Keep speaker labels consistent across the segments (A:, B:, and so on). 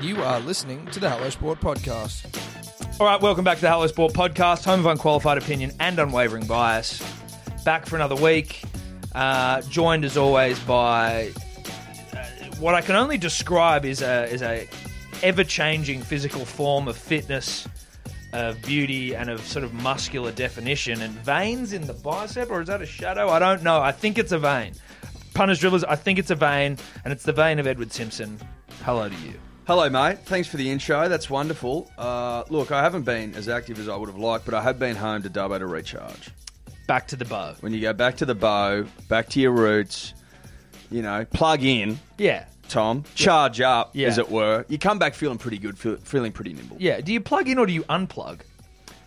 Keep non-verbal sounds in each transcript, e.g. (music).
A: You are listening to the Hello Sport Podcast.
B: All right, welcome back to the Hello Sport podcast, home of unqualified opinion and unwavering bias. Back for another week, uh, joined as always by uh, what I can only describe is a is a ever changing physical form of fitness, of beauty, and of sort of muscular definition and veins in the bicep, or is that a shadow? I don't know. I think it's a vein. Punters, dribblers, I think it's a vein, and it's the vein of Edward Simpson. Hello to you.
C: Hello, mate. Thanks for the intro. That's wonderful. Uh, look, I haven't been as active as I would have liked, but I have been home to Dubbo to recharge.
B: Back to the bow.
C: When you go back to the bow, back to your roots, you know, plug in,
B: Yeah.
C: Tom, charge up,
B: Yeah.
C: as it were. You come back feeling pretty good, feel, feeling pretty nimble.
B: Yeah. Do you plug in or do you unplug?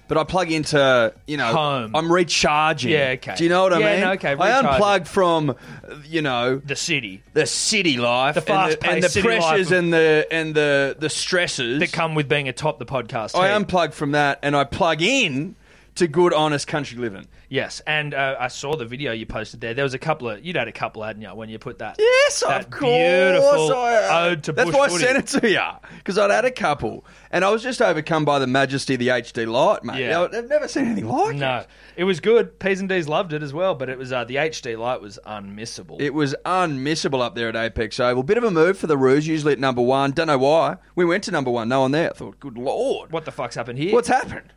C: But I plug into, you know,
B: Home.
C: I'm recharging.
B: Yeah, okay.
C: Do you know what I
B: Yeah,
C: mean?
B: no, okay,
C: I
B: recharging.
C: unplug from, uh, you know,
B: The city.
C: the city life,
B: The
C: and the,
B: fast-paced
C: and the
B: city life
C: pressures,
B: of-
C: and the and the the stresses
B: that come with being atop the podcast.
C: I
B: team.
C: unplug from that and I plug in to good, honest country living.
B: Yes, and uh, I saw the video you posted there. There was a couple of you'd had a couple, hadn't you, when you put that?
C: Yes,
B: that
C: of course.
B: Beautiful
C: I,
B: ode to
C: that's
B: bush
C: why
B: footy.
C: I sent it to you because I'd had a couple, and I was just overcome by the majesty of the HD light, mate.
B: Yeah.
C: I- I've never seen anything like
B: No,
C: it.
B: it was good. P's and D's loved it as well, but it was uh, the HD light was unmissable.
C: It was unmissable up there at Apex Oval. Bit of a move for the Roos, usually at number one. Don't know why. We went to number one. No one there. I thought, good lord,
B: what the fuck's happened here?
C: what's happened?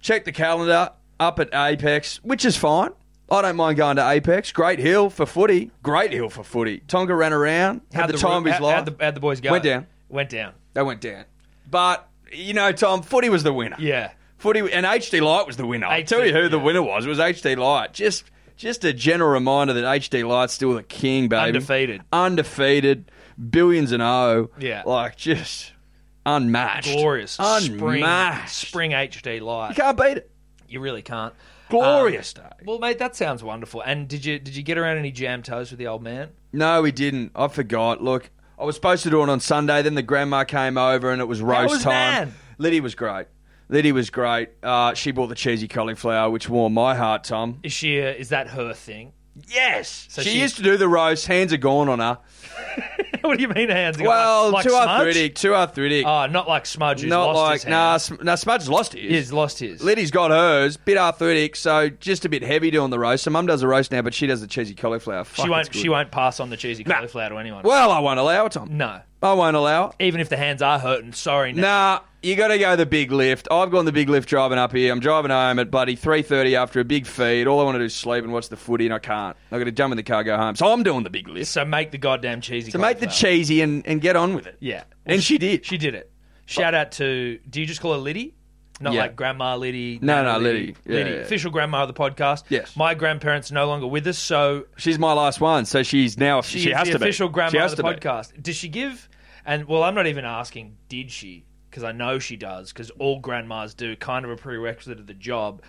C: Check the calendar up at Apex, which is fine. I don't mind going to Apex. Great hill for footy. Great hill for footy. Tonga ran around, had, the, time of his
B: how,
C: life.
B: How'd the, how'd the boys go?
C: Went down.
B: Went down.
C: They went down. But you know, Tom, footy was the winner.
B: Yeah.
C: Footy and HD Light was the winner. I
B: HD,
C: tell you who the
B: yeah.
C: winner was. It was HD Light. Just just a general reminder that HD Light's still the king, baby.
B: Undefeated.
C: Undefeated. Billions and oh.
B: Yeah.
C: Like just unmatched.
B: Glorious.
C: Unmatched.
B: Spring, spring HD light.
C: You
B: You,
C: can't beat it.
B: really can't. Um,
C: Glorious day.
B: Well, mate, that sounds wonderful. And did you did you get around any jam toes with the old man?
C: No, we didn't. I forgot. Look, I was supposed to do it on Sunday. Then the grandma came over and it was roast
B: was
C: time.
B: mad.
C: Liddy was great. Liddy was great. Uh, she bought the cheesy cauliflower, which warmed my heart, Tom.
B: Is she? A, is that her thing?
C: Yes. she,
B: she-
C: used to do the roast. Hands are gone on her.
B: (laughs) what do you mean hands? Gone?
C: Well,
B: like,
C: too
B: like Smudge?
C: arthritic. Too arthritic.
B: Oh, not like Smudge. Who's
C: Not
B: lost
C: like,
B: his
C: nah,
B: hand.
C: Sm- nah, Smudge's lost his.
B: He's lost his.
C: Liddy's got hers. Bit arthritic, so just a bit heavy doing the roast. So mum does the roast now, but she does the cheesy cauliflower. Fuck,
B: she
C: it's
B: won't.
C: good.
B: She won't pass on the cheesy cauliflower to anyone.
C: Well, I won't allow it, Tom.
B: No,
C: I won't allow it.
B: even if the hands are hurting. Sorry, Nat.
C: Nah, you got to go the big lift. I've gone the big lift driving up here. I'm driving home at bloody three thirty after a big feed. All I want to do is sleep and watch the footy, and I can't. I got to jump in the car, go home. So I'm doing the big lift.
B: So make the goddamn cheesy.
C: So make the
B: cauliflower.
C: cheesy and, and get on with it.
B: Yeah,
C: And she did.
B: she did it. Shout out to. Do you just call her Liddy? Not
C: Yeah.
B: like Grandma Liddy.
C: No,
B: Nana
C: no, Liddy. Yeah,
B: Liddy,
C: yeah.
B: official grandma of the podcast.
C: Yes.
B: My grandparents are no longer with us, so
C: She's my last one, so she's now she,
B: She, is
C: has
B: the
C: to
B: official
C: be.
B: grandma
C: she has
B: of the
C: to be.
B: podcast. Does she give? And well, I'm not even asking. Did she? Because I know she does. Because all grandmas do. Kind of a prerequisite of the job.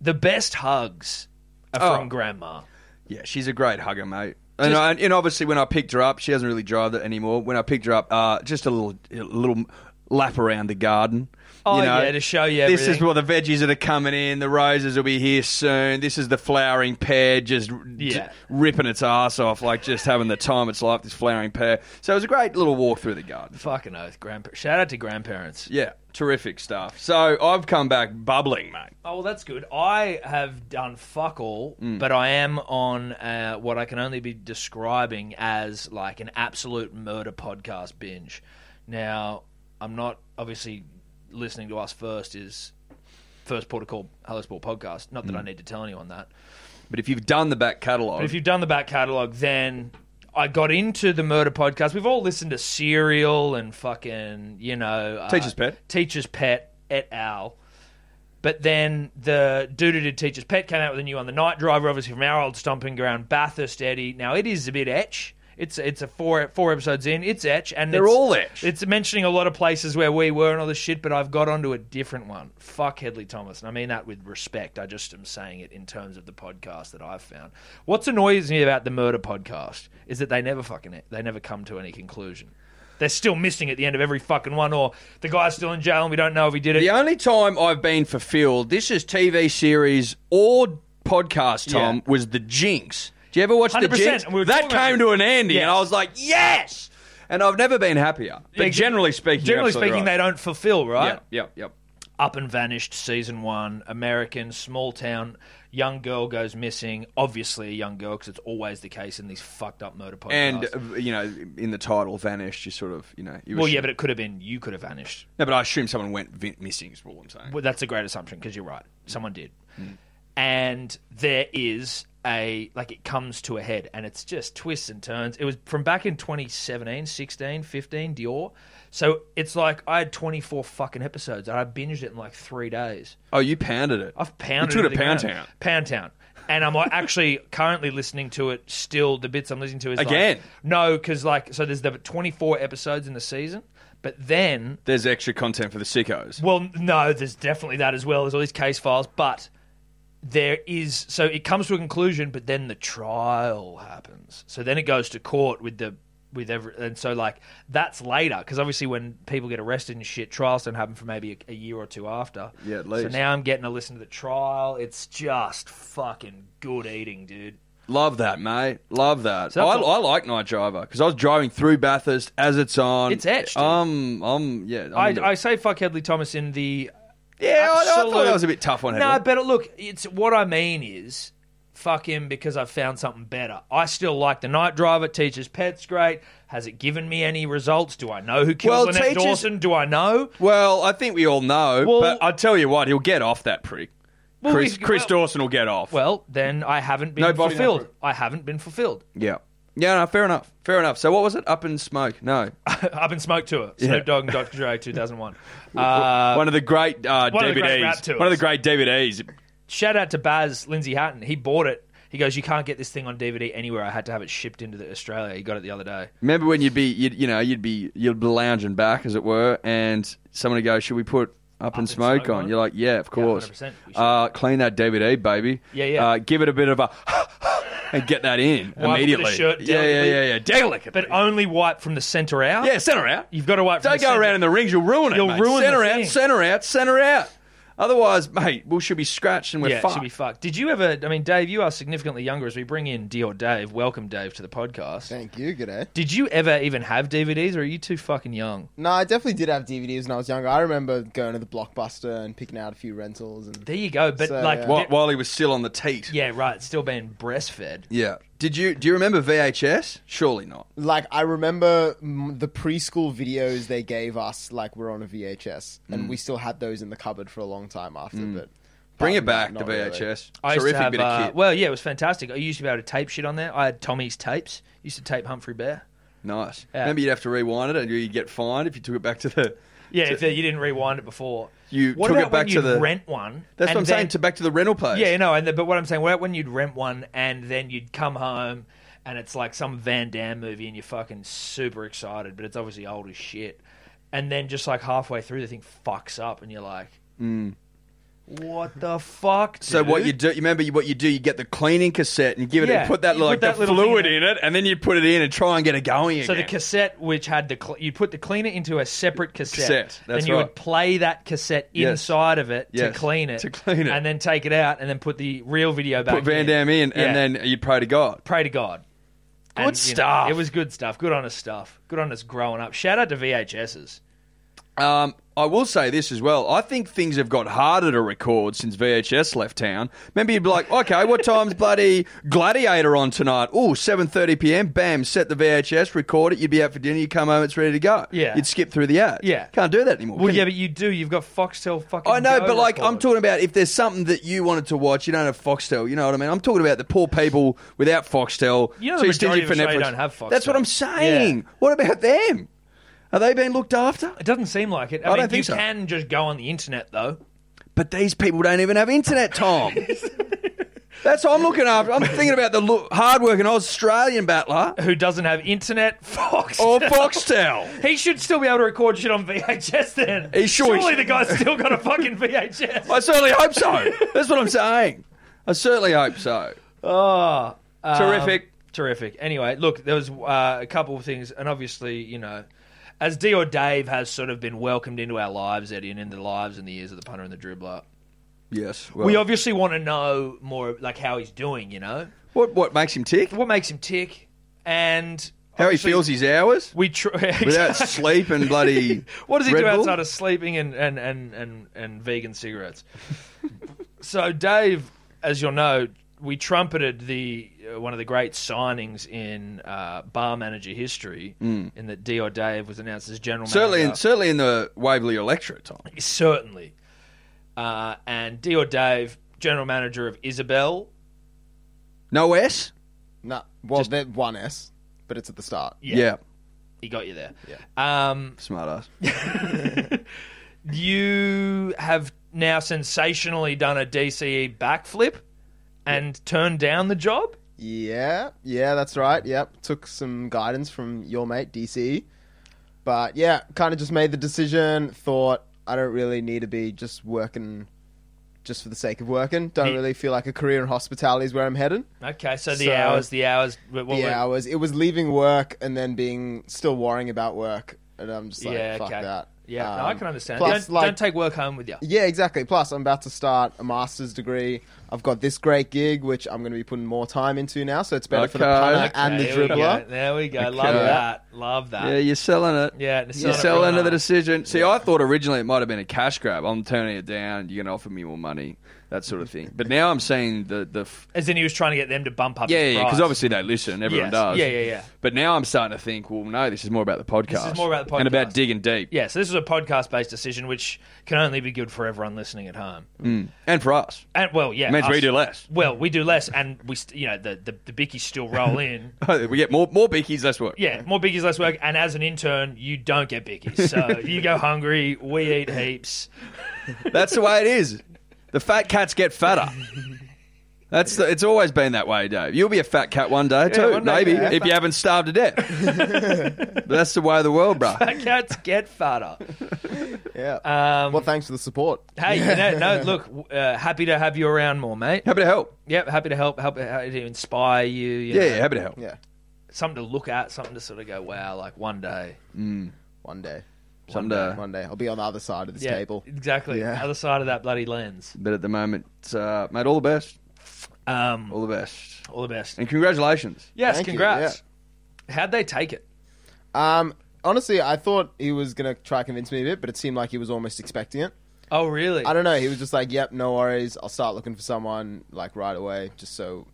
B: The best hugs are
C: Oh.
B: from grandma.
C: Yeah, she's a great hugger, mate. And, I, and obviously, when I picked her up, she doesn't really drive that anymore. When I picked her up, uh, just a little a little lap around the garden.
B: Oh,
C: you know,
B: yeah, to show you
C: This is
B: everything.
C: what the veggies that are coming in. The roses will be here soon. This is the flowering pear just r-
B: Yeah.
C: j- ripping its ass off, like just having the time of its life. This flowering pear. So it was a great little walk through the garden.
B: Fucking oath, grandpa. Shout out to grandparents.
C: Yeah, terrific stuff. So I've come back bubbling, mate.
B: Oh well, that's good. I have done fuck all,
C: Mm.
B: but I am on uh, what I can only be describing as like an absolute murder podcast binge. Now, I'm not obviously listening to us first is first port of call Hello Sport podcast. Not that I need to tell anyone that.
C: Mm. But if you've done the back catalogue,
B: But if you've done the back catalogue, then I got into the murder podcast. We've all listened to Serial and fucking, you know, uh,
C: Teacher's Pet.
B: Teacher's Pet et al. But then the dude who did Teacher's Pet came out with a new one. The Night Driver, obviously from our old stomping ground, Bathurst Eddie. Now it is a bit etch. It's it's a four four episodes in. It's etch, and
C: They're
B: it's-
C: all etch.
B: It's mentioning a lot of places where we were and all this shit. But I've got onto a different one. Fuck Headley Thomas, and I mean that with respect. I just am saying it in terms of the podcast that I've found. What's annoys me about the murder podcast is that they never fucking they never come to any conclusion. They're still missing at the end of every fucking one, or the guy's still in jail and we don't know if he did it.
C: The only time I've been fulfilled, this is TV series or podcast, Tom,
B: Yeah.
C: was The Jinx. Do you ever watch The
B: 100%,
C: Jinx?
B: and we were
C: that
B: talking about
C: came
B: it.
C: to an ending,
B: Yes.
C: and I was like, yes! and I've never been happier. But
B: Yeah,
C: generally speaking, you're
B: Generally
C: absolutely
B: speaking, they
C: right.
B: don't fulfill, right?
C: Yeah, yeah, yeah.
B: Up and Vanished, season one, American, small town, young girl goes missing. Obviously, a young girl, because it's always the case in these fucked up murder podcasts.
C: And uh, you know, in the title, vanished. You sort of, you know, you
B: well, yeah,
C: assume-
B: but it could have been you could have vanished.
C: no, but I assume someone went vin- missing. Is all I'm saying.
B: Well, that's a great assumption because you're right. Someone did. And there is a, like, it comes to a head and it's just twists and turns. It was from back in 2017, 16, 15, Dior. So it's like I had 24 fucking episodes and I binged it in like three days.
C: Oh, you pounded it.
B: I've pounded
C: You
B: it
C: took it to
B: to
C: Pound
B: the ground.
C: Town.
B: Pound Town. And I'm like, actually currently listening to it still. The bits I'm listening to is like-
C: Again?
B: no, because like, so there's the 24 episodes in the season, but then
C: There's extra content for the sickos.
B: well, no, there's definitely that as well. There's all these case files, but there is so it comes to a conclusion, but then the trial happens. So then it goes to court with the with every and so like that's later because obviously when people get arrested and shit, trials don't happen for maybe a, a year or two after.
C: Yeah, at
B: So
C: least.
B: now I'm getting to listen to the trial. It's just fucking good eating, dude.
C: Love that, mate. Love that.
B: So
C: I,
B: that's all-
C: I like Night Driver because I was driving through Bathurst as it's on.
B: It's etched.
C: Um, um, yeah. I'm
B: I,
C: into it.
B: I say fuck Hedley Thomas in the
C: yeah, I, I thought
B: absolute-
C: that was a bit tough on
B: No,
C: Hedley.
B: but look, it's what I mean is fuck him because I've found something better. I still like the night driver, teacher's pet's great. Has it given me any results? Do I know who killed
C: Well,
B: Lynette
C: Teacher's-
B: Dawson? Do I know?
C: Well, I think we all know,
B: Well-
C: but I tell you what, he'll get off that prick.
B: Well,
C: Chris,
B: we-
C: Chris
B: well-
C: Dawson will get off.
B: Well, then I haven't been
C: No body, no
B: fulfilled.
C: proof.
B: I haven't been fulfilled. (laughs)
C: yeah, yeah, no, fair enough, fair enough. So what was it? Up in smoke? No,
B: I've been smoked to it. Snoop
C: Yeah.
B: Dogg and
C: (laughs)
B: Dr. Dre 2001. (laughs) Uh,
C: one of the great uh,
B: one
C: DVDs.
B: of the great rap tours.
C: one of the great DVDs.
B: shout out to Baz Lindsay Hatton. He bought it. He goes, You can't get this thing on DVD anywhere. I had to have it shipped into the Australia. He got it the other day.
C: Remember when you'd be, you'd, you know, you'd be, you'd be lounging back, as it were, and someone would go, "Should we put up, in smoke, on? You're like, "Yeah, of course."
B: 100% we should.
C: uh, clean that DVD, baby.
B: Yeah, yeah.
C: Uh, give it a bit of a, (laughs) and get that in
B: Wipe it with a
C: immediately.
B: shirt,
C: yeah, yeah,
B: delicately.
C: yeah, yeah, delicately.
B: But only wipe from the center out.
C: yeah, center out.
B: You've got to wipe from
C: Don't
B: the
C: go
B: centre.
C: around in the rings. You'll ruin it.
B: You'll
C: mate.
B: ruin the
C: center out,
B: thing.
C: center out, center out. Otherwise, mate, we should be scratched and we're
B: yeah, it
C: fucked.
B: should be fucked. Did you ever? I mean, Dave, you are significantly younger. As we bring in Dior Dave, welcome Dave to the podcast.
D: Thank you. Good day.
B: Did you ever even have DVDs, or are you too fucking young?
D: No, I definitely did have DVDs when I was younger. I remember going to the Blockbuster and picking out a few rentals and.
B: There you go. But
D: So,
B: like,
D: yeah.
C: While, while he was still on the teat.
B: yeah, right. Still being breastfed.
C: Yeah. Did you do you remember VHS? Surely not.
D: Like I remember mm, the preschool videos they gave us, like were on a VHS,
C: Mm.
D: and we still had those in the cupboard for a long time after. But apart from
C: Bring it
D: that,
C: back to
D: not really.
C: VHS.
B: I used
C: Terrific
B: to have.
C: bit of
B: uh,
C: kit.
B: well, yeah, it was fantastic. I used to be able to tape shit on there. I had Tommy's tapes. Used to tape Humphrey Bear.
C: Nice.
B: Yeah.
C: Remember, you'd have to rewind it, and you'd get fined if you took it back to the.
B: Yeah, if you didn't rewind it before.
C: You
B: what
C: took
B: about
C: it back
B: when
C: to
B: you'd
C: the-
B: rent one.
C: That's
B: and
C: what I'm
B: then-
C: saying. To back to the rental place.
B: Yeah, no, and the, but what I'm saying, what when you'd rent one and then you'd come home and it's like some Van Damme movie and you're fucking super excited, but it's obviously old as shit. And then just like halfway through, the thing fucks up and you're like, "What the fuck?"
C: Mm. So what
B: dude?"
C: you do? You remember you- what you do? You get the cleaning cassette and give it.
B: Yeah.
C: put that
B: You put
C: like
B: that
C: the
B: little
C: fluid
B: thing in
C: in it, and then you put it in and try and get it going
B: So the
C: again.
B: cassette, which had the cl- you put the cleaner into a separate cassette,
C: Cassette, that's
B: then you
C: right.
B: would play that cassette
C: Yes.
B: inside of it
C: Yes,
B: to clean it,
C: to clean it.
B: and then take it out and then put the real video back.
C: put Van
B: in.
C: Damme in,
B: Yeah.
C: and then you pray to God.
B: pray to God. Good
C: stuff.
B: it was good stuff. Good on us stuff. Good on us growing up. Shout out to VHSs.
C: Um, I will say this as well. I think things have got harder to record since VHS left town. Remember, you'd be
B: (laughs)
C: like, "Okay, what time's bloody Gladiator on tonight?" Oh, 7.30 p.m. Bam, set the VHS, record it. You'd be out for dinner. You come home, it's ready to go.
B: Yeah.
C: you'd skip through the ad.
B: Yeah.
C: can't do that anymore.
B: Well,
C: can
B: yeah,
C: you?
B: but you do. You've got Foxtel fucking.
C: I know,
B: Go
C: but like I'm
B: record.
C: talking about if there's something that you wanted to watch, you don't have Foxtel. You know what I mean? I'm talking about the poor people without Foxtel.
B: You know
C: too
B: the
C: stingy
B: majority of
C: for
B: Australia
C: Netflix.
B: don't have Foxtel.
C: That's what I'm saying. What about them? Are they being looked after?
B: It doesn't seem like it. I,
C: I
B: mean,
C: don't think
B: you
C: so.
B: can just go on the internet though.
C: But these people don't even have internet, Tom. That's what I'm looking after. I'm thinking about the lo- hard-working Australian battler
B: Who doesn't have internet? (laughs) Fox.
C: or Foxtel.
B: He should still be able to record shit on VHS then.
C: He sure
B: Surely
C: should.
B: the guy's still got a fucking VHS.
C: I certainly hope so. That's what I'm saying. I certainly hope so.
B: (laughs) Oh, um,
C: Terrific.
B: terrific. Anyway, look, there was uh, a couple of things, and obviously, you know, as D or Dave has sort of been welcomed into our lives, Eddie, and into the lives and the ears of the punter and the dribbler.
C: Yes.
B: We
C: Well,
B: obviously want to know more, like how he's doing. You know,
C: what what makes him tick?
B: what makes him tick, and
C: How he
B: Obviously-
C: feels his hours
B: We tr- (laughs)
C: without sleep and (laughs) bloody.
B: What does he
C: Red
B: do
C: Bull?
B: outside of sleeping and, and, and, and, and
C: (laughs)
B: vegan cigarettes? so, Dave, as you'll know, we trumpeted the uh, one of the great signings in uh, bar manager history, in that D or Dave was announced as general
C: Mm. Certainly, in,
B: manager.
C: certainly in the Waverley electorate, Tom.
B: certainly. Uh, and D or Dave, general manager of Isabel.
C: No S.
D: No, well, they're one S, but it's at the start.
C: Yeah,
B: he got you there. Um,
C: smart ass.
B: (laughs) you have now sensationally done a DCE backflip and turned down the job.
D: Yeah, yeah, that's right. Yep, took some guidance from your mate DC, but yeah, kind of just made the decision. Thought I don't really need to be just working, just for the sake of working. Don't
B: He-
D: really feel like a career in hospitality is where I'm heading.
B: Okay, so the
D: So-
B: hours, the hours, what, what,
D: the hours, it was leaving work and then being still worrying about work, and I'm just like,
B: yeah,
D: fuck
B: okay,
D: that.
B: yeah, no,
D: Um,
B: I can understand.
D: plus,
B: don't,
D: like-
B: don't take work home with you.
D: Yeah, exactly. Plus, I'm about to start a master's degree. I've got this great gig, which I'm going to be putting more time into now, so it's better for the punter
C: Okay.
D: and the
B: Okay, here we go,
D: dribbler.
B: There we go. Love
C: Okay.
B: that. Love that.
C: Yeah, you're selling it.
B: Yeah, it's
C: you're
B: not a
C: selling
B: real
C: into the
B: hard.
C: decision. See, I thought originally it might have been a cash grab. I'm turning it down. You're gonna offer me more money, that sort of thing. But now I'm seeing the the f-
B: As in, he was trying to get them to bump up.
C: yeah,
B: his
C: yeah, because
B: price.
C: obviously they listen. Everyone
B: Yes.
C: does.
B: Yeah, yeah, yeah.
C: But now I'm starting to think, well, no, this is more about the podcast.
B: is more about the
C: and
B: podcast.
C: about digging deep.
B: Yeah, so this is a podcast-based decision, which can only be good for everyone listening at home.
C: And for us,
B: And well, yeah,
C: it means we
B: us-
C: do less.
B: Well, we do less, and we, st- you know, the the, the bickies
C: (laughs)
B: still roll in.
C: Mm. we get more more bickies, less work.
B: Yeah, more bickies, less work. And as an intern, you don't get bickies,
D: (laughs)
B: so you go hungry. We eat heaps. (laughs)
C: That's the way it is. The fat cats get fatter. That's the, it's always been that way, Dave. You'll be a fat cat one day too,
B: one day,
C: maybe
B: yeah.
C: if you haven't starved to death.
B: (laughs)
C: but that's the way of the world, bro.
B: Our cats get fatter.
D: Yeah.
B: Um,
D: well, thanks for the support.
B: hey, you
D: (laughs)
B: know, no, look, uh, happy to have you around more, mate.
C: Happy to help.
B: Yep, happy to help, help, help to inspire you. you
C: Yeah,
B: know,
C: yeah, happy to help.
D: Yeah.
B: something to look at, something to sort of go, wow, like one day.
C: Mm.
D: One day.
C: Someday.
D: One day. I'll be on the other side of this
B: Yeah,
D: table.
B: exactly.
D: Yeah.
B: Other side of that bloody lens.
C: But at the moment, uh, mate, all the best.
B: Um,
C: All the best.
B: all the best.
C: And congratulations.
B: Yes,
D: Thank you,
B: congrats. How'd they take it?
D: Um, honestly, I thought he was going to try convince me a bit, but it seemed like he was almost expecting it.
B: Oh, really?
D: I don't know. He was just like, yep, no worries. I'll start looking for someone like right away just so,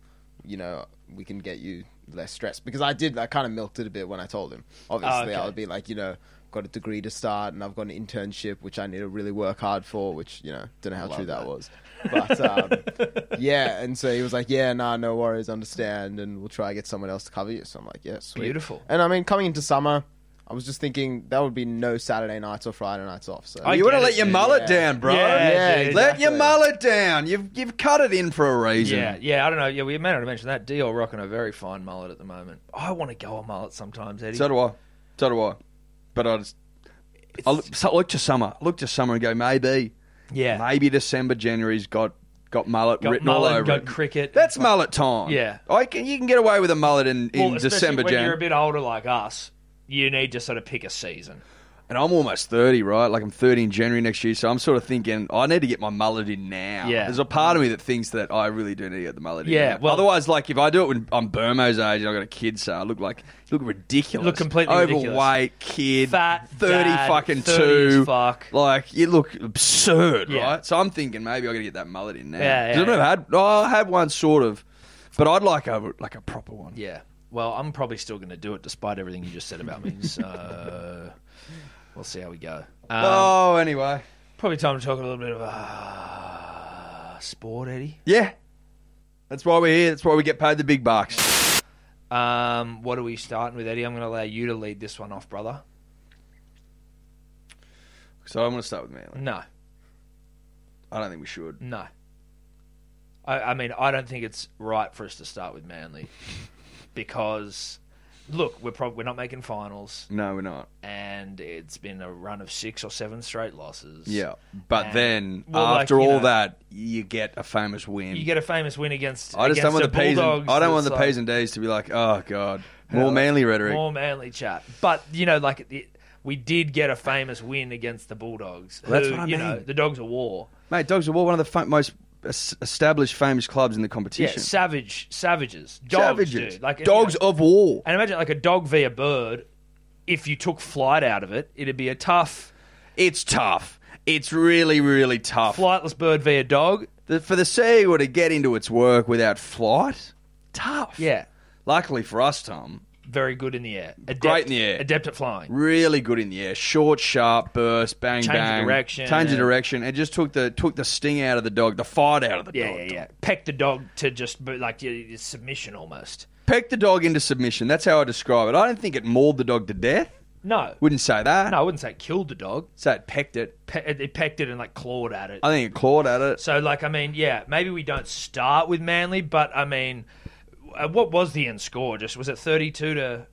D: you know, we can get you less stress. Because I did, I kind of milked it a bit when I told him. Obviously,
B: Oh, okay.
D: I would be like, you know, got a degree to start and I've got an internship, which I need to really work hard for, which, you know, don't know how true that, was. But, um, (laughs) yeah. And so he was like, yeah, nah, no worries. Understand. And we'll try to get someone else to cover you. So I'm like, yeah, sweet.
B: Beautiful.
D: And I mean, coming into summer, I was just thinking that would be no Saturday nights or Friday nights off. So
B: I
C: you want to
B: get
C: let
B: it,
C: your
B: dude.
C: mullet
D: Yeah.
C: down, bro.
B: Yeah,
D: Yeah,
B: dude.
C: Let your
D: exactly.
C: mullet down. You've you've cut it in for a reason.
B: Yeah, yeah, I don't know. Yeah, we may not have mentioned that. Dio rocking a very fine mullet at the moment. I want to go a mullet sometimes, Eddie.
C: So do I. So do I. But I just I look, so I look to summer. I look to summer and go maybe,
B: yeah,
C: maybe December, January's got got mullet
B: got
C: written
B: mullet,
C: all over
B: got
C: it.
B: cricket.
C: That's mullet time.
B: Yeah.
C: I can you can get away with a mullet in, in
B: especially
C: December,
B: when you're a
C: Jan.
B: bit older like us. You need to sort of pick a season.
C: and I'm almost thirty, right? Like I'm thirty in January next year, so I'm sort of thinking I need to get my mullet in now.
B: Yeah.
C: There's a part of me that thinks that I really do need to get the mullet in.
B: Yeah,
C: now.
B: well-
C: Otherwise, like if I do it when I'm Burmo's age and I've got a kid, so I look like look ridiculous.
B: Look completely ridiculous.
C: overweight, kid,
B: Fat,
C: thirty
B: dad,
C: fucking
B: 30 as
C: two.
B: fuck.
C: Like you look absurd,
B: Yeah.
C: right? So I'm thinking maybe I got to get that mullet in now.
B: Yeah, yeah,
C: 'Cause I've never
B: yeah.
C: had. oh, I had one sort of, but I'd like a like a proper one.
B: Yeah. Well, I'm probably still going to do it despite everything you just said about me. So (laughs) we'll see how we go. Um,
C: oh, anyway.
B: probably time to talk a little bit about uh, sport, Eddie.
C: Yeah. That's why we're here. That's why we get paid the big bucks.
B: Um, what are we starting with, Eddie? I'm going to allow you to lead this one off, brother.
C: So I'm going to start with Manly.
B: No,
C: I don't think we should.
B: no. I, I mean, I don't think it's right for us to start
C: (laughs)
B: with Manly because, look, we're probably we're not making finals,
C: No, we're not.
B: and it's been a run of six or seven straight losses.
C: Yeah. But
B: And-
C: then
B: Well, like,
C: after
B: you
C: all
B: know-
C: that, you get a famous win.
B: You get a famous win against.
C: I just don't
B: against
C: want the P's
B: Bulldogs
C: and, I don't want
B: that's
C: the
B: like-
C: P's and D's to be like, oh god, more manly rhetoric.
B: More manly chat. But, you know, like, it, we did get a famous win against the Bulldogs.
C: Well, that's
B: who,
C: what I
B: You know,
C: mean.
B: the Dogs of War.
C: Mate, Dogs of War, one of the fu- most es- established famous clubs in the
B: Yeah,
C: competition.
B: savage, savages, dogs,
C: Savages,
B: dude. Like
C: dogs
B: you know,
C: of war.
B: and imagine like a dog v a bird. If you took flight out of it, it'd be a tough
C: It's tough. It's really, really tough.
B: flightless bird v a dog.
C: The- for the CEO to get into its work without flight, tough.
B: Yeah,
C: Luckily for us, Tom,
B: very good in the air. Adept,
C: Great in the air.
B: Adept at flying.
C: really good in the air. Short, sharp burst, bang,
B: Change of
C: bang.
B: direction.
C: Change of direction. It just took the took the sting out of the dog, the fight out of the
B: Yeah,
C: dog.
B: yeah, yeah. Peck the dog to just be like your, your submission almost.
C: Peck the dog into submission. That's how I describe it. I don't think it mauled the dog to death.
B: No,
C: Wouldn't say that.
B: no, I wouldn't say it killed the dog.
C: So it pecked it.
B: Pe- it pecked it and like clawed at it.
C: I think it clawed at it.
B: So, like, I mean, yeah, maybe we don't start with Manly, but I mean, uh, what was the end score? Just was it thirty-two to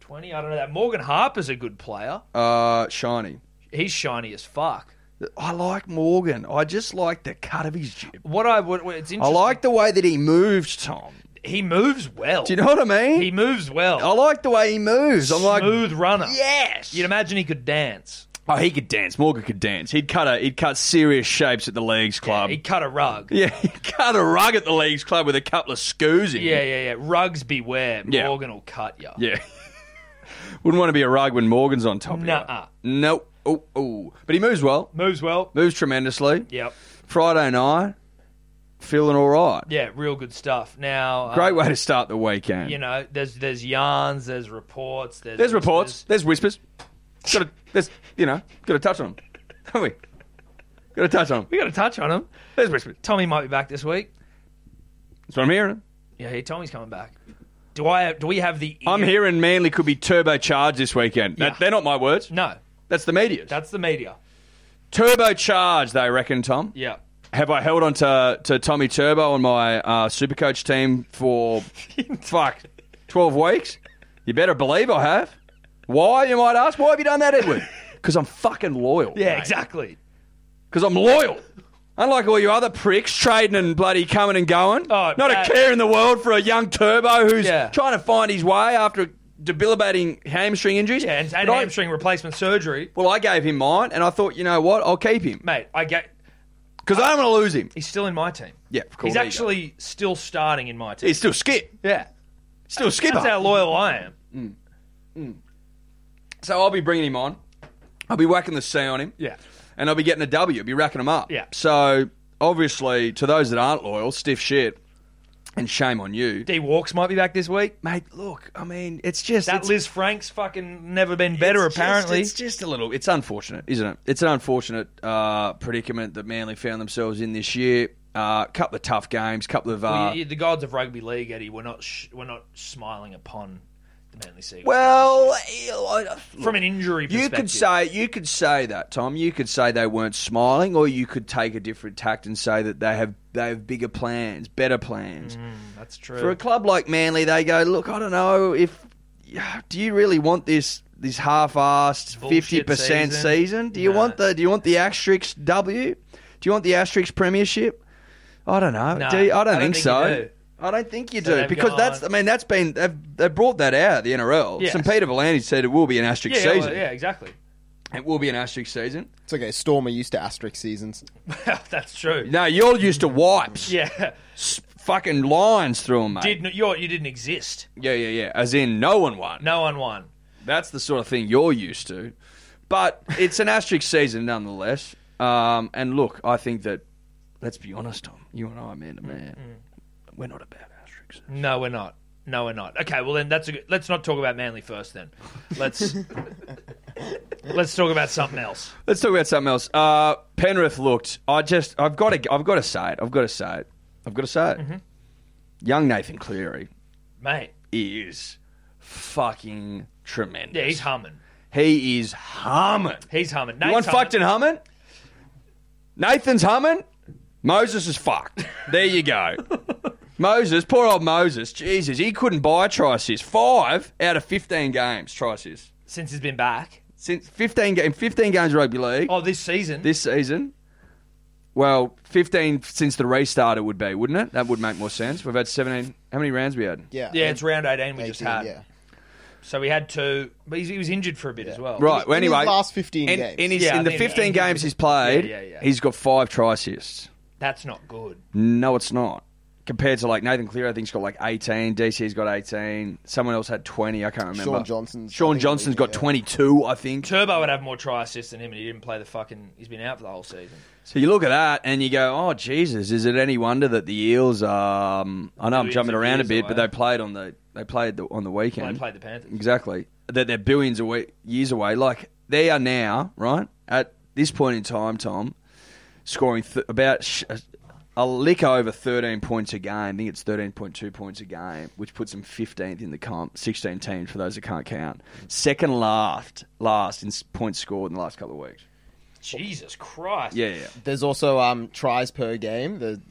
B: twenty? I don't know. That Morgan Harper's a good player.
C: Uh, shiny.
B: He's shiny as fuck.
C: I like Morgan. I just like the cut of his jib.
B: What I what, what- it's
C: I
B: interesting.
C: like the way that he moved, Tom.
B: he moves well.
C: Do you know what I mean?
B: he moves well.
C: I like the way he moves. I'm like,
B: smooth runner.
C: yes.
B: You'd imagine he could dance.
C: oh, he could dance. Morgan could dance. He'd cut a he'd cut serious shapes at the leagues club.
B: he cut a rug.
C: Yeah, (laughs) he cut a rug at the leagues club with a couple of scoos in.
B: Yeah,
C: it.
B: yeah, yeah. Rugs beware.
C: Yeah.
B: Morgan will cut ya.
C: yeah. (laughs) Wouldn't want to be a rug when Morgan's on top. of you.
B: Nuh-uh.
C: Nope. Oh, oh. But he moves well.
B: Moves well.
C: Moves tremendously.
B: Yep.
C: Friday night, feeling all right.
B: Yeah, real good stuff. Now, uh,
C: Great way to start the weekend.
B: you know, there's there's yarns, there's reports, there's
C: there's reports.
B: there's-
C: There's whispers. Got to, there's, you know, got to touch on them, don't we? Got to touch on them.
B: we got to touch on him.
C: There's whispers.
B: Tommy might be back this week.
C: That's what I'm hearing.
B: Yeah, he, Tommy's coming back. Do I? Do we have the?
C: I'm
B: ear-
C: hearing Manly could be turbocharged this weekend. That-
B: Yeah.
C: they're not my words.
B: No,
C: That's the media's.
B: that's the media.
C: turbocharged, they reckon, Tom.
B: Yeah,
C: Have I held on to, to Tommy Turbo on my uh, Supercoach team
B: (laughs)
C: for, fuck, 12 weeks? You better believe I have. Why, you might ask? Why have you done that, Edward? Because I'm fucking loyal.
B: (laughs) yeah, exactly.
C: because I'm loyal. Unlike all you other pricks trading and bloody coming and going.
B: Oh,
C: Not a
B: that-
C: care in the world for a young turbo who's
B: Yeah.
C: trying to find his way after a debilitating hamstring injuries.
B: Yeah, and, and
C: But I-
B: hamstring replacement surgery,
C: well, I gave him mine, and I thought, you know what? I'll keep him
B: mate. I get.
C: because I don't want to lose him.
B: He's still in my team.
C: Yeah, of course.
B: he's
C: there you go.
B: actually still starting in my team.
C: he's still skip,
B: yeah,
C: still skipper.
B: that's how loyal I am.
C: so I'll be bringing him on. I'll be whacking the C on him.
B: Yeah,
C: and I'll be getting a W. I'll be racking them up.
B: Yeah.
C: So obviously, to those that aren't loyal, stiff shit, and shame on you,
B: D Walks might be back this week.
C: mate. Look, I mean, it's just
B: That
C: it's-
B: Liz Frank's fucking never been better.
C: It's just-
B: apparently,
C: it's just a little. It's unfortunate, isn't it? It's an unfortunate uh, predicament that Manly found themselves in this year. A uh, couple of tough games, couple of.
B: Well,
C: Uh,
B: you- you- the gods of rugby league, Eddie, we're not sh- we're not smiling upon the Manly Seagulls.
C: well, I-
B: from an injury
C: you
B: perspective,
C: could say you could say that, Tom. You could say they weren't smiling, or you could take a different tact and say that they have they have bigger plans, better plans.
B: Mm. that's true.
C: For a club like Manly, they go, look, I don't know if do you really want this this half-assed
B: Bullshit
C: fifty percent
B: season?
C: season? Do you
B: No.
C: want the do you want the asterisk W? Do you want the asterisk premiership? I don't know.
B: No,
C: do you- I don't
B: I don't
C: think,
B: think you
C: so.
B: do.
C: I don't think you
B: So
C: do
B: they've
C: because that's I
B: gone-
C: mean that's been they've, they brought that out the NRL.
B: Yes.
C: St. Peter Volandy said it will be an asterisk
B: yeah, well,
C: season.
B: yeah, exactly. (laughs)
C: It will be an asterisk season.
D: It's okay. Stormer used to asterisk seasons.
B: that's true.
C: No, you're used to wipes,
B: Yeah,
C: S- fucking lines through them, mate.
B: did you you didn't exist?
C: Yeah, yeah, yeah. As in, no one won.
B: No one won.
C: That's the sort of thing you're used to. But it's an asterisk season nonetheless. Um, and look, I think that, let's be honest, Tom, you and I,
B: Mm,
C: man to man, we're not about asterisks.
B: No, we're not. No, we're not. Okay, well then that's a good. Let's not talk about Manly first. Then
C: (laughs)
B: let's let's talk about something else.
C: Let's talk about something else. Uh, Penrith looked. I just, I've got to, I've got to say it. I've got to say it. I've got to say it.
B: Mm-hmm.
C: Young Nathan Cleary
B: Mate,
C: is fucking tremendous.
B: yeah, he's humming.
C: he is humming.
B: He's humming.
C: You want
B: Nate's humming.
C: fucked and humming? Nathan's humming. Moses is fucked. There you
B: (laughs)
C: go. Moses, poor old Moses. Jesus, he couldn't buy try assists. Five out of 15 games try assists.
B: since he's been back.
C: Since 15, ga- in 15 games of rugby league
B: Oh, this season.
C: this season. Well, 15 since the restart it would be, wouldn't it? That would make more sense. We've had 17. How many rounds we had?
D: Yeah.
B: yeah, it's round eighteen we just
D: 18,
B: had.
D: yeah.
B: So we had two, but he's, he was injured for a bit as well.
C: Right. Well,
D: In his
C: anyway,
D: last 15
C: in,
D: games.
C: in, his,
B: Yeah,
C: in
B: I
C: the
B: think-
C: 15 games he's played,
B: Yeah, yeah, yeah.
C: he's got five try assists.
B: That's not good.
C: No, it's not. Compared to like Nathan Clear, I think's got like eighteen. DC's got eighteen. Someone else had twenty. I can't remember.
D: Sean Johnson's- I
C: Sean
D: think,
C: Johnson's got
D: yeah.
C: twenty-two. I think.
B: Turbo would have more try assists than him, and he didn't play the fucking. He's been out for the whole season.
C: So you look at that and you go, "Oh Jesus, is it any wonder that the Eels?" Um, I know I'm
B: Billions
C: jumping
B: of
C: around a
B: years
C: bit, but
B: away.
C: they played on the they played the, on the weekend.
B: When they played the Panthers.
C: Exactly. That they're billions away, years away. Like they are now, right at this point in time, Tom, scoring th- about sh- a lick over 13 points a game. I think it's 13.2 points a game, which puts them 15th in the comp. 16 teams for those that can't count. Second last, last in s- points scored in the last couple of weeks.
B: Jesus Christ.
C: Yeah, yeah.
D: There's also um, tries per game. The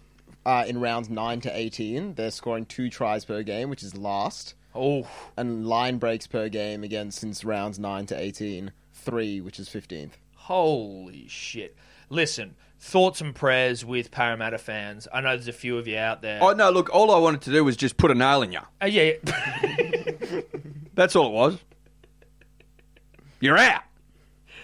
D: uh, in rounds nine to eighteen, they're scoring two tries per game, which is last,
B: Oh,
D: and line breaks per game again since rounds nine to eighteen, three, which is fifteenth.
B: holy shit! Listen, thoughts and prayers with Parramatta fans. I know there's a few of you out there.
C: Oh no! Look, all I wanted to do was just put a nail in you.
B: Uh, yeah, yeah. (laughs)
C: That's all it was. You're out.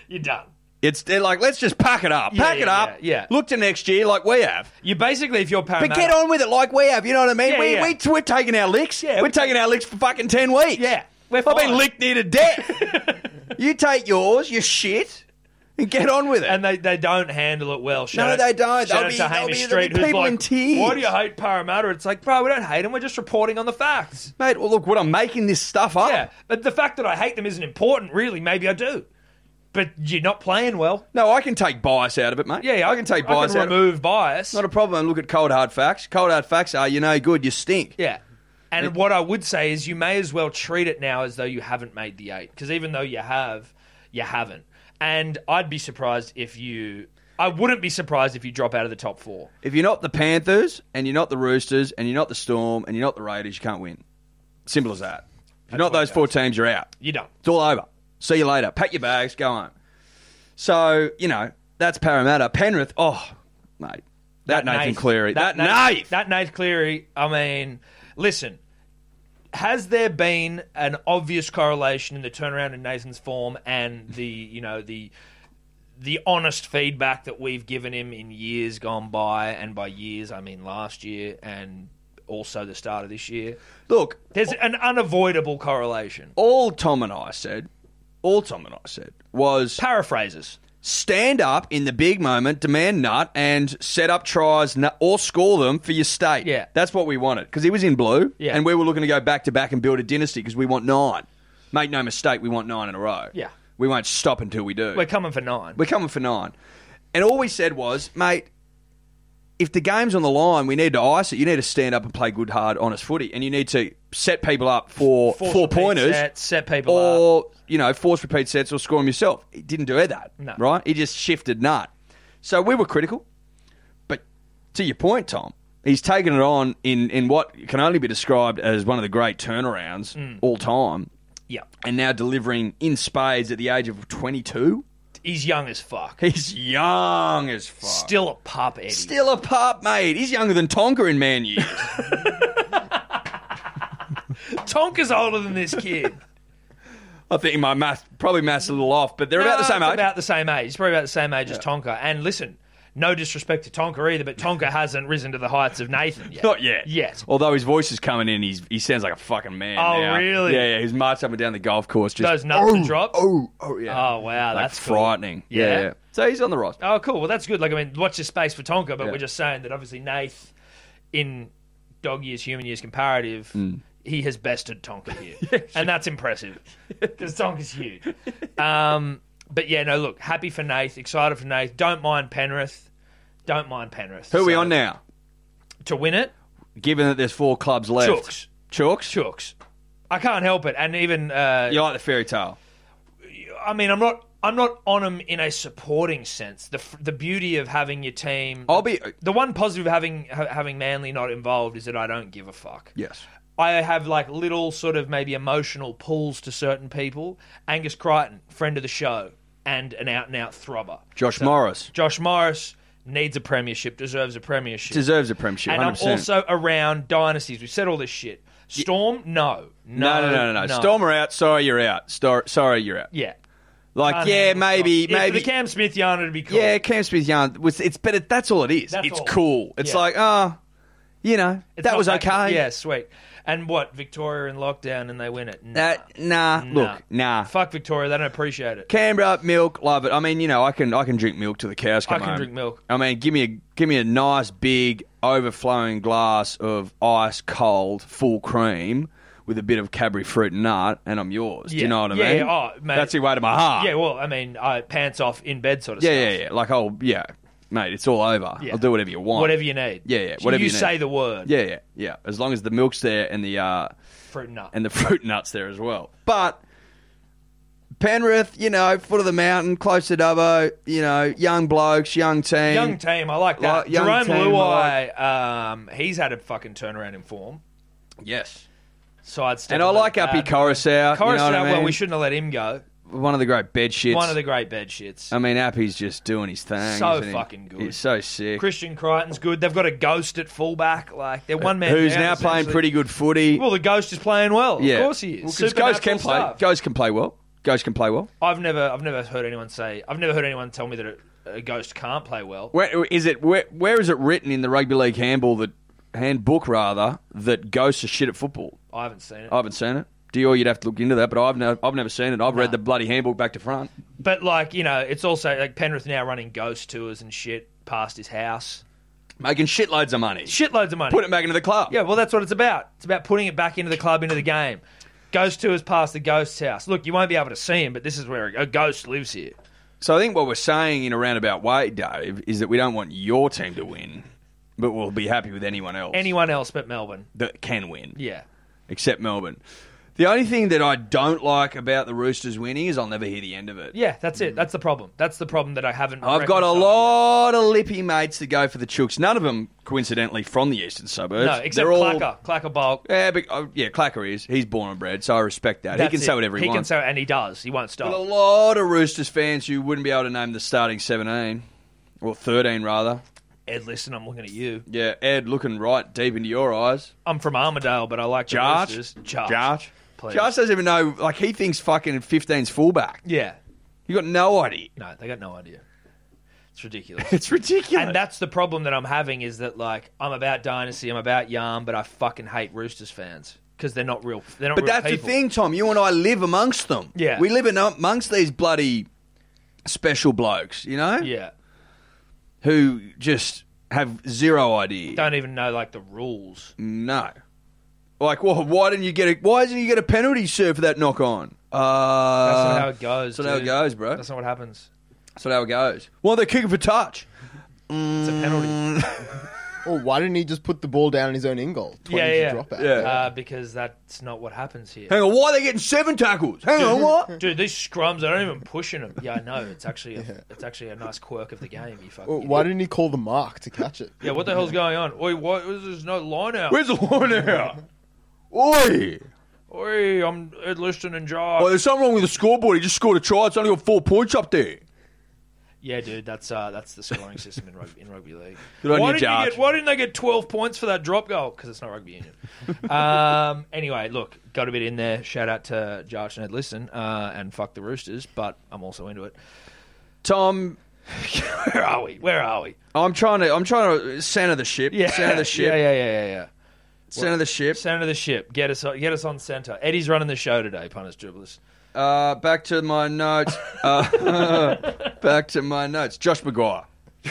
B: you're done.
C: It's they're like let's just pack it up,
B: Yeah,
C: pack
B: yeah,
C: it up.
B: yeah, yeah.
C: Look to next year, like we have.
B: You basically, if you're Parramatta,
C: But get on with it like we have, you know what I mean?
B: Yeah,
C: we,
B: yeah.
C: We, we're taking our licks. Yeah, we're taking our licks for fucking 10 weeks.
B: Yeah, we're
C: I've been
B: fine.
C: licked near to death. (laughs) you take yours, you shit, and get on with it.
B: and they, they don't handle it well. Shout
C: No,
B: out-
C: they don't.
B: Shout
C: They'll
B: out
C: be-
B: to
C: they'll
B: Hamish
C: be- there'll
B: Street,
C: be
B: who's
C: people
B: like,
C: in tears.
B: Why do you hate Parramatta? It's like, bro, we don't hate them. We're just reporting on the facts.
C: Mate, well, look, what I'm making this stuff up.
B: Yeah, but the fact that I hate them isn't important, really. Maybe I do, but you're not playing well.
C: No, I can take bias out of it, mate.
B: Yeah, yeah,
C: I can take
B: I
C: bias
B: can
C: out of it.
B: remove bias.
C: Not a problem. Look at cold hard facts. Cold hard facts are you know good, you stink.
B: yeah. And what I would say is you may as well treat it now as though you haven't made the eight, because even though you have, you haven't. And I'd be surprised if you. I wouldn't be surprised if you drop out of the top four.
C: If you're not the Panthers and you're not the Roosters and you're not the Storm and you're not the Raiders, you can't win. Simple as that. If you're not those four teams, you're out.
B: You don't.
C: It's all over. See you later. Pack your bags. Go home. So you know that's Parramatta. Penrith. Oh, mate, that, Nathan Cleary. That,
B: Nath-
C: Nath.
B: That Nathan Cleary. I mean, listen. Has there been an obvious correlation in the turnaround in Nathan's form and the you know the the honest feedback that we've given him in years gone by, and by years I mean last year and also the start of this year?
C: Look,
B: There's an unavoidable correlation.
C: all Tom and I said, all Tom and I said was
B: Paraphrases.
C: stand up in the big moment, demand nut, and set up tries nu- or score them for your state.
B: Yeah.
C: that's what we wanted because he was in blue,
B: Yeah.
C: and we were looking to go back to back and build a dynasty because we want nine. Make no mistake, we want nine in a row.
B: Yeah.
C: we won't stop until we do.
B: We're coming for nine.
C: We're coming for nine. And all we said was, mate, if the game's on the line, we need to ice it. You need to stand up and play good, hard, honest footy. And you need to set people up for
B: Force
C: four
B: repeat
C: pointers
B: sets, set people up.
C: or, you know, force repeat sets or score them yourself. He didn't do that,
B: No.
C: right? He just shifted nut. So we were critical. But to your point, Tom, he's taken it on in, in what can only be described as one of the great turnarounds
B: Mm.
C: all time
B: Yeah,
C: and now delivering in spades at the age of 22.
B: he's young as fuck.
C: He's young as fuck.
B: Still a pup, Eddie.
C: Still a pup, mate. He's younger than Tonka in man
B: (laughs)
C: years.
B: Tonka's older than this kid.
C: I think my math probably math's a little off, but they're
B: No,
C: about the same
B: it's
C: age.
B: About the same age. It's probably about the same age as Tonka. And listen, no disrespect to Tonka either,
C: (laughs)
B: but Tonka hasn't risen to the heights of Nathan yet.
C: Not yet.
B: Yes.
C: Although his voice is coming in, he's, he sounds like a fucking man.
B: Oh,
C: now.
B: really?
C: Yeah, yeah. He's marched up and down the golf course. Just,
B: Those nuts
C: oh,
B: to drop.
C: Oh, oh, yeah.
B: Oh, wow,
C: Like,
B: that's cool.
C: frightening. Yeah.
B: Yeah?
C: yeah. So he's on the roster.
B: Oh, cool. Well, that's good. Like, I mean, watch your space for Tonka, but
C: Yeah.
B: we're just saying that obviously Nath, in dog years, human years comparative,
E: (laughs)
B: he has bested Tonka
C: (laughs)
B: here. And that's impressive because Tonka's huge. Um, but yeah, no, look, happy for Nath, excited for Nath. Don't mind Penrith. Don't mind Penrith.
C: Who are we
B: So,
C: on now?
B: To win it,
C: Given that there's four clubs left.
B: Chooks.
C: Chooks?
B: chooks. I can't help it, and even uh,
C: You like the fairy tale?
B: I mean, I'm not. I'm not on them in a supporting sense. The f- the beauty of having your team.
C: I'll be.
B: the one positive of having ha- having Manly not involved is that I don't give a fuck.
C: Yes.
B: I have like little sort of maybe emotional pulls to certain people. Angus Crichton, friend of the show, and an out and out throbber.
C: Josh Morris
B: Josh Morris needs a premiership, deserves a premiership.
C: deserves a premiership.
B: and
C: 100%.
B: I'm also around dynasties. We've said all this shit. Storm, no, no,
C: No, no, no, no, no. Storm are out. Sorry, you're out. Stor- sorry, you're out.
B: yeah.
C: Like,
B: Can't
C: yeah,
B: handle
C: maybe,
B: it. If
C: maybe.
B: the Cam Smith yarn it'd be cool.
C: yeah, Cam Smith yarn. Was, it's better. That's all it is.
B: That's
C: it's
B: all.
C: cool. It's
B: Yeah.
C: like, ah, you know,
B: It's
C: that
B: not
C: was okay.
B: Yeah, sweet. And what Victoria in lockdown and they win it. Nah.
C: That nah. Look, nah.
B: Fuck Victoria. They don't appreciate it.
C: Canberra milk, love it. I mean, you know, I can I can drink milk till the cows come
B: I can
C: home.
B: drink milk.
C: I mean, give me a give me a nice big overflowing glass of ice cold full cream with a bit of Cadbury fruit and nut, and I'm yours. Do
B: Yeah.
C: you know what I
B: Yeah,
C: mean?
B: yeah. Oh, mate.
C: That's the way to my heart.
B: Yeah. Well, I mean, I pants off in bed sort of
C: yeah,
B: stuff.
C: yeah, yeah. Like, oh, yeah, mate, it's all over.
B: Yeah.
C: I'll do whatever you want.
B: Whatever you need.
C: Yeah, yeah,
B: So
C: whatever
B: you,
C: you need.
B: say the word.
C: Yeah, yeah, yeah. As long as the milk's there and the uh,
B: Fruit nut.
C: and the fruit nuts there as well. But Penrith, you know, foot of the mountain, close to Dubbo, you know, young blokes, young team.
B: Young team, I like that.
C: Like, young
B: Jerome
C: team, I
B: Luai, um, he's had a fucking turnaround in form.
C: Yes.
B: Side
C: And I like Uppy Coruscant. you know
B: Coruscant,
C: what I mean?
B: well, we shouldn't have let him go.
C: One of the great bed shits.
B: One of the great bed shits.
C: I mean, Appy's just doing his thing.
B: So
C: isn't he?
B: fucking good.
C: He's so sick.
B: Christian Crichton's good. They've got a ghost at fullback. Like they're one man.
C: Who's
B: down,
C: now playing
B: essentially.
C: pretty good footy.
B: Well, the ghost is playing well.
C: yeah.
B: Of course he is.
C: Because Ghost can
B: Supernatural
C: play.
B: stuff.
C: Ghost can play well. Ghost can play well.
B: I've never, I've never heard anyone say. I've never heard anyone tell me that a, a ghost can't play well.
C: Where is it? Where, where is it written in the rugby league handball that handbook rather that ghosts are shit at football?
B: I haven't seen it.
C: I haven't seen it. Dior, you'd have to look into that, but I've never, I've never seen it. I've read the bloody handbook back to front.
B: But like you know, it's also like Penrith now running ghost tours and shit past his house.
C: Making shitloads of money.
B: Shitloads of money.
C: Put it back into the club.
B: Yeah, well, that's what it's about. It's about putting it back into the club, into the game. Ghost tours past the ghost's house. Look, you won't be able to see him, but this is where a ghost lives here.
C: So I think what we're saying in a roundabout way, Dave, is that we don't want your team to win, but we'll be happy with anyone else
B: Anyone else but Melbourne?
C: that can win,
B: Yeah.
C: except Melbourne. The only thing that I don't like about the Roosters winning is I'll never hear the end of it.
B: Yeah, that's it. That's the problem. That's the problem that I haven't.
C: Mm. I've got a
B: reconciled
C: lot of lippy mates that go for the Chooks. None of them, coincidentally, from the eastern
B: yet.
C: suburbs.
B: No, except
C: They're all-
B: Clacker. Clacker Bulk.
C: Yeah, but, uh, yeah, Clacker is. He's born and bred, so I respect that. he
B: That's
C: can say
B: it.
C: whatever he,
B: He can
C: wants.
B: say, and he does. He won't
C: But a
B: stop.
C: lot of Roosters fans who wouldn't be able to name the starting 17, or 13 rather.
B: Ed, listen, I'm looking at you.
C: Yeah, Ed, looking right deep into your eyes.
B: I'm from Armadale, but I like the
C: Josh.
B: Roosters. Josh.
C: Josh.
B: Please.
C: Josh doesn't even know, like, he thinks fucking 15's fullback.
B: Yeah.
C: You got no idea.
B: No, they got no idea. It's ridiculous.
C: (laughs) It's ridiculous.
B: And that's the problem that I'm having is that like I'm about dynasty, I'm about Yarn, but I fucking hate Roosters fans because they're not real. They're not.
C: but
B: real
C: that's
B: people.
C: the thing, Tom. You and I live amongst them.
B: Yeah.
C: We live in, amongst these bloody special blokes, you know?
B: Yeah,
C: Who just have zero idea.
B: don't even know like the rules.
C: No. Like, well, why didn't you get a why didn't you get a penalty, sir, for that knock on? Uh,
B: That's not how it goes.
C: That's not how it
B: dude.
C: goes, bro.
B: That's not what happens.
C: That's not how it goes. Well, they're kicking for touch. Mm.
B: It's a penalty.
D: Or Oh, why didn't he just put the ball down in his own in goal? 20
B: Yeah,
D: to
B: yeah.
D: Drop out.
C: Yeah.
B: Uh, because that's not what happens here.
C: Hang on, why are they getting seven tackles? Hang on, what?
B: Dude, these scrums, I don't even pushing them. Yeah, I know. It's actually a, it's actually a nice quirk of the game.
C: Oh,
B: You fucking.
D: Or Oh, why didn't he call the mark to catch it?
B: yeah, what the hell's going on? Oi, why there's no line out?
C: Where's the line out? Uh, Oi!
B: Oi, I'm Ed Liston and Josh.
C: Oh, there's something wrong with the scoreboard. He just scored a try. It's only got four points up there.
B: Yeah, dude, that's uh, that's the scoring system in rugby, in rugby league.
C: Good on
B: why
C: you,
B: didn't
C: Jarge.
B: get, Why didn't they get twelve points for that drop goal? Because it's not rugby
C: (laughs)
B: union. um, anyway, look, got a bit in there. Shout out to Josh and Ed Listen uh, and fuck the Roosters, but I'm also into it.
C: Tom,
B: Where are we? Where are we?
C: I'm trying to I'm trying to center the ship.
B: Yeah,
C: Center the ship.
B: Yeah, yeah, yeah, yeah. yeah.
C: Center the ship.
B: Center the ship. Get us on, get us on center. Eddie's running the show today, punters dribblers.
C: Uh, back to my notes. Uh, (laughs) back to my notes. Josh McGuire. (laughs)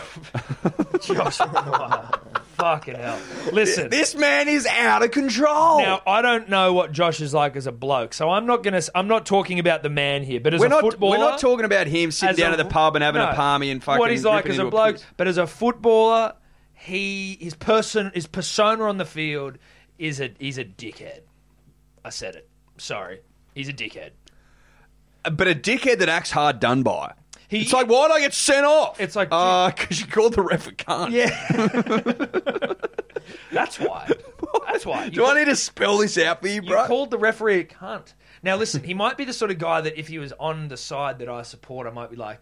B: Josh, fucking hell! Listen,
C: This man is out of control.
B: Now I don't know what Josh is like as a bloke, so I'm not gonna. I'm not talking about the man here, but as
C: we're
B: a
C: not
B: footballer,
C: we're not talking about him sitting
B: as
C: down
B: a-
C: at the pub and having
B: no,
C: a palmy and fucking
B: what he's like
C: ripping
B: as a
C: into
B: bloke,
C: piss.
B: but as a footballer, he his person his persona on the field is a he's a dickhead. I said it. Sorry, he's a dickhead.
C: but a dickhead that acts hard done by.
B: He-
C: it's like why'd I get sent off?
B: It's like-
C: because you called the ref a cunt. (laughs)
B: Yeah, that's why. That's why. You
C: Do I need to spell this out for you,
B: You
C: bro?
B: called the referee a cunt. Now, listen, he might be the sort of guy that if he was on the side that I support, I might be like,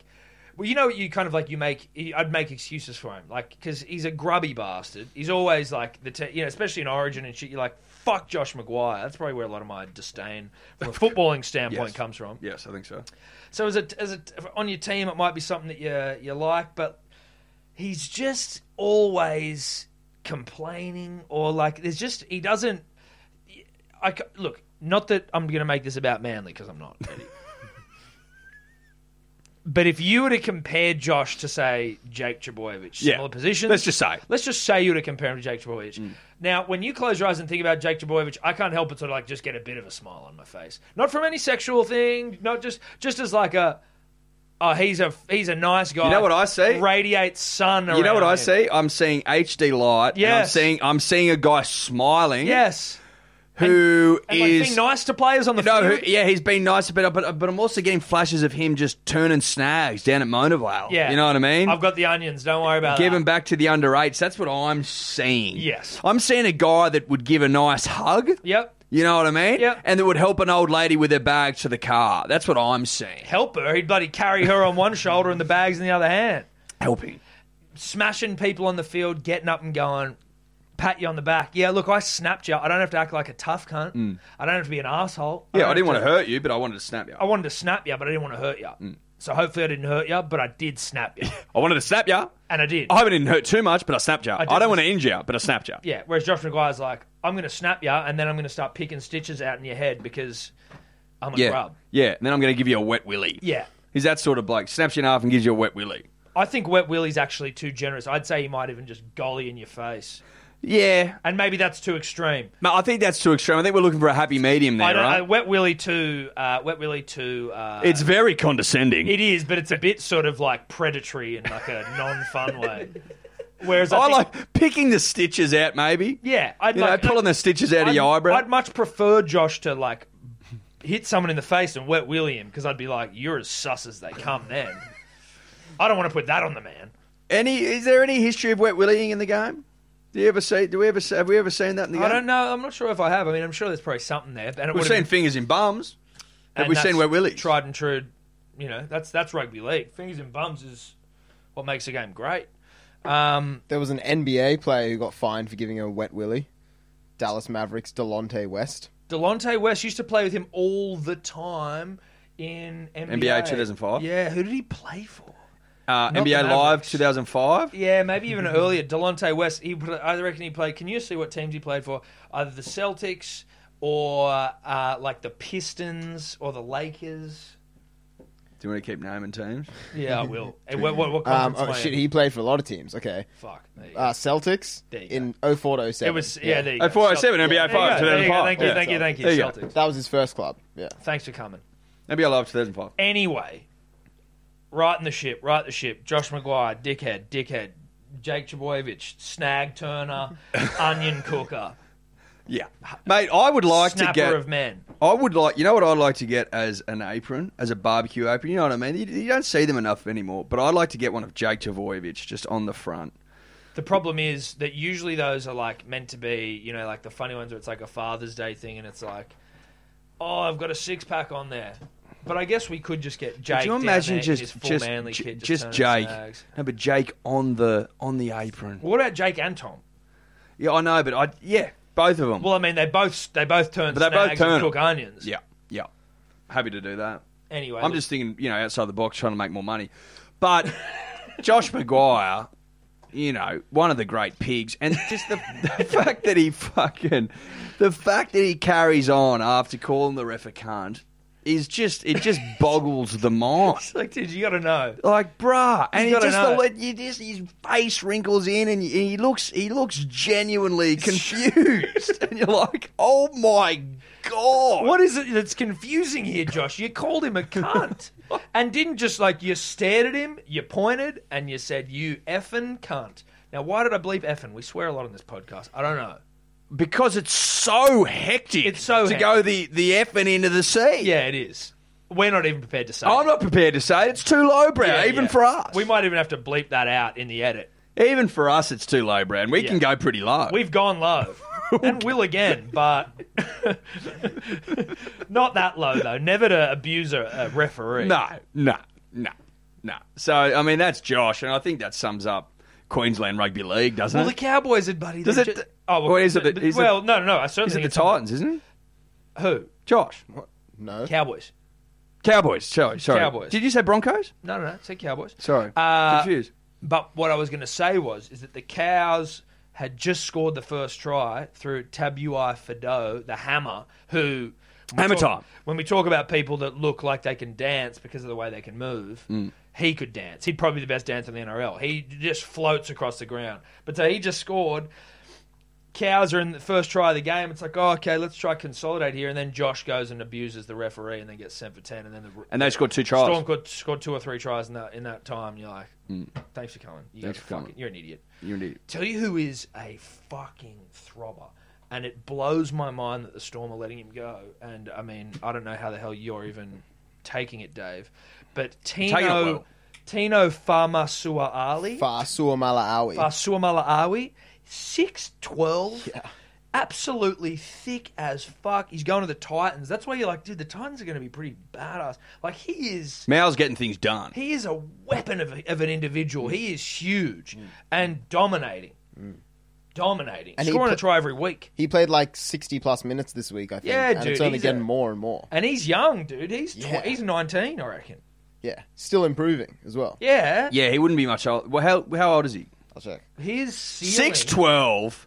B: well, you know, you kind of like you make. I'd make excuses for him, like because he's a grubby bastard. He's always like the, te- you know, especially in Origin and shit. You're like, fuck Josh Maguire. That's probably where a lot of my disdain from a footballing standpoint
C: Yes.
B: comes from.
C: Yes, I think so.
B: So as a, as a, on your team, it might be something that you you like, but he's just always complaining or like there's just he doesn't. I c- look, not that I'm going to make this about Manly because
C: (laughs)
B: I'm not. Eddie. but if you were to compare Josh to say Jake Chaboyevich,
C: Yeah.
B: similar positions,
C: Let's just say. Mm.
B: Let's just say you were to compare him to Jake Trbojevic. Now, when you close your eyes and think about Jake Trbojevic, I can't help but sort of like just get a bit of a smile on my face. Not from any sexual thing, not just just as like a oh he's a he's a nice guy.
C: You know what I see?
B: Radiates sun.
C: You know what I
B: around him.
C: see? I'm seeing HD light. and I'm
B: Yes.
C: seeing I'm seeing a guy smiling.
B: Yes,
C: who is
B: and like being nice to players on the
C: No,
B: field.
C: who, yeah, he's been nice about it, but but I'm also getting flashes of him just turning snags down at Mona Vale.
B: yeah,
C: you know what I mean.
B: I've got uh, the onions. Don't worry about
C: Give
B: that.
C: him back to the under eights. That's what I'm seeing.
B: Yes.
C: I'm seeing a guy that would give a nice hug.
B: Yep,
C: You know what I mean?
B: Yep.
C: And that would help an old lady with her bag to the car. That's what I'm seeing.
B: help her. He'd bloody carry her on one shoulder and the bags in the other hand.
C: Helping.
B: smashing people on the field, getting up and going, pat you on the back. Yeah, look, I snapped you. I don't have to act like a tough cunt. I don't have to be an asshole.
C: Mm. Yeah, I didn't
B: uh,
C: want to hurt you, but I wanted to snap you.
B: I wanted to snap you, but I didn't want to hurt you. So hopefully I didn't hurt you, but I did snap
C: (laughs)
B: you,
C: I wanted to snap you.
B: and I did.
C: I hope it didn't hurt too much, but I snapped you. I,
B: didn't-
C: don't want to injure you, but I snapped you.
B: yeah. Whereas Josh McGuire's like, I'm going to snap you, and then I'm going to start picking stitches out in your head because I'm a
C: Yeah.
B: grub.
C: Yeah. And then I'm going to give you a wet willy.
B: Yeah.
C: He's that sort of bloke. Snaps you in half and gives you a wet willy.
B: I think Wet Willie's actually too generous. I'd say he might even just golly in your face,
C: Yeah.
B: and maybe that's too extreme.
C: No, I think that's too extreme. I think we're looking for a happy medium
B: I
C: there,
B: don't.
C: right?
B: uh, Wet Willie too. Uh, Wet Willie too. Uh,
C: it's very condescending.
B: It is, but it's a bit sort of like predatory in like a
C: (laughs)
B: non-fun way. Whereas I,
C: I
B: think-
C: like picking the stitches out, maybe.
B: yeah, I'd
C: You know,
B: like
C: pulling the stitches out
B: I'd,
C: of your eyebrow.
B: I'd much prefer Josh to like hit someone in the face and wet William because I'd be like, you're as sus as they come. Then I don't want to put that on the man.
C: Any? Is there any history of wet willying in the game? Do you ever see? Do we ever see, have we ever seen that in the game?
B: I don't know. I'm not sure if I have. I mean, I'm sure there's probably something there. And it
C: We've
B: would've
C: seen
B: been-
C: fingers in bums. Have
B: and
C: we seen
B: that's
C: wet willies?
B: Tried and true. You know, that's that's rugby league. Fingers and bums is what makes a game great. Um,
D: There was an NBA player who got fined for giving a wet willy. Dallas Mavericks Delonte West.
B: Delonte West used to play with him all the time in NBA,
C: NBA 2005?
B: Yeah, who did he play for?
C: Uh,
B: Not
C: NBA
B: the
C: Live
B: Mavericks.
C: 2005.
B: Yeah, maybe even earlier. Delonte West. He, I reckon he played. Can you see what teams he played for? Either the Celtics or uh, like the Pistons or the Lakers.
C: Do you want to keep naming teams?
B: Yeah, I will. Hey, (laughs) what, what, what
D: Um,
B: conference
D: oh,
B: am I in?
D: shit, he played for a lot of teams. Okay.
B: Fuck. There you go.
D: Uh, Celtics
B: There you go.
D: in 04 to 07.
B: it was. Yeah, there you go.
C: Oh, 407,
B: Celt-
C: NBA
B: Yeah, there you
C: five,
B: go, there you go.
C: 2005.
B: Thank you,
C: Yeah.
B: thank you, thank you,
C: There you go.
B: Celtics.
D: That was his first club. Yeah.
B: Thanks for coming.
C: NBA Live 2005.
B: Anyway, right in the ship, right in the ship. Josh Maguire, dickhead, dickhead. Jake Chaboyevich, snag (laughs) turner, onion cooker,
C: Yeah, mate. I would like
B: snapper
C: to get.
B: of men.
C: I would like. You know what I'd like to get as an apron, as a barbecue apron. You know what I mean? You, you don't see them enough anymore. But I'd like to get one of Jake Javoyevich just on the front.
B: The problem is that usually those are like meant to be, you know, like the funny ones where it's like a Father's Day thing, and it's like, oh, I've got a six pack on there. But I guess we could just get Jake.
C: Could you
B: down
C: imagine
B: there in his
C: just
B: full
C: just
B: manly
C: j-
B: kit
C: just,
B: turning
C: Jake?
B: snags?
C: No, but Jake on the on the apron.
B: What about Jake and Tom?
C: Yeah, I know, but I yeah, both of them.
B: Well, I mean, they both they both turn
C: But they both
B: snags
C: turn 'em.
B: and cook onions.
C: yeah, yeah. Happy to do that.
B: Anyway,
C: I'm
B: look,
C: just thinking, you know, outside the box, trying to make more money. But (laughs) Josh Maguire, you know, one of the great pigs, and just the, (laughs) the fact that he fucking, the fact that he carries on after calling the ref a cunt is just it
B: (laughs)
C: just boggles the mind.
B: like, dude, you got to know.
C: Like, bruh, and he
B: gotta
C: just,
B: know.
C: the, way- you just his face wrinkles in, and he he looks he looks genuinely confused, (laughs) and you're like, oh my god,
B: What is it that's confusing here, Josh? You called him
C: (laughs)
B: a cunt. and didn't just like you stared at him, you pointed, and you said, You effing cunt. Now, why did I believe effing? We swear a lot on this podcast. I don't know.
C: because it's so hectic.
B: It's so
C: to
B: hectic.
C: go the the F and into the C.
B: Yeah, it is. We're not even prepared to say
C: I'm
B: it.
C: not prepared to say it. it's too lowbrow,
B: Yeah,
C: even
B: yeah.
C: for us.
B: We might even have to bleep that out in the edit.
C: even for us, it's too lowbrow, and we
B: Yeah.
C: can go pretty low.
B: We've gone low. and will again,
C: (laughs)
B: but not that low, though. Never to abuse a, a referee.
C: no, no, no, no. So I mean, that's Josh, and I think that sums up Queensland Rugby League, doesn't
B: Well, the
C: it?
B: Cowboys had, buddy.
C: Does
B: they
C: it?
B: ju- Oh, well,
C: Or is it the-
B: but-
C: is it-
B: well no, no, no. I certainly
C: Is it the
B: think it's-
C: Titans, isn't it?
B: Who?
C: Josh.
D: No.
B: Cowboys.
C: Cowboys. Sorry, sorry.
B: Cowboys.
C: Did you say Broncos?
B: No, no, no. Say Cowboys.
C: Sorry.
B: Uh,
C: Confused.
B: But what I was going to say was, is that the cows had just scored the first try through Tabuai Fido, the hammer, who when we
C: Hammer
B: talk-
C: time.
B: When we talk about people that look like they can dance because of the way they can move,
D: Mm.
B: he could dance. He'd probably be the best dancer in the NRL. He just floats across the ground. But so he just scored. Cows are in the first try of the game. It's like, oh, okay, let's try consolidate here. And then Josh goes and abuses the referee, and then gets sent for ten. And then the
C: And they scored two tries.
B: Storm got, scored two or three tries in that in that time. You're like, thanks for coming. You
C: Mm. Thanks
B: guys are
C: for coming.
B: fucking- You're an idiot.
C: You need-
B: Tell you who is a fucking throbber, and it blows my mind that the Storm are letting him go. And I mean, I don't know how the hell you're even taking it, Dave, but Tino
C: it well.
B: Tino Famasua Ali
D: Fasua Malaawi.
B: Fasua Malaawi, six twelve. Absolutely thick as fuck. He's going to the Titans. That's why you're like, dude, the Titans are going to be pretty badass. Like he is
C: Mal's getting things done.
B: he is a weapon of, of an individual. He is huge
C: Mm.
B: and dominating. Dominating.
D: And he
B: Scoring a
D: put-
B: try every week.
D: He played like 60 plus minutes this week, I think.
B: Yeah,
D: and
B: dude,
D: it's only
B: he's
D: getting
B: a-
D: more and more.
B: And he's young, dude. He's tw-
D: Yeah.
B: he's 19, I reckon.
D: Yeah. Still improving as well.
B: Yeah.
C: Yeah, he wouldn't be much old. Well, how how old is he?
D: I'll check.
B: His ceiling.
C: Six twelve.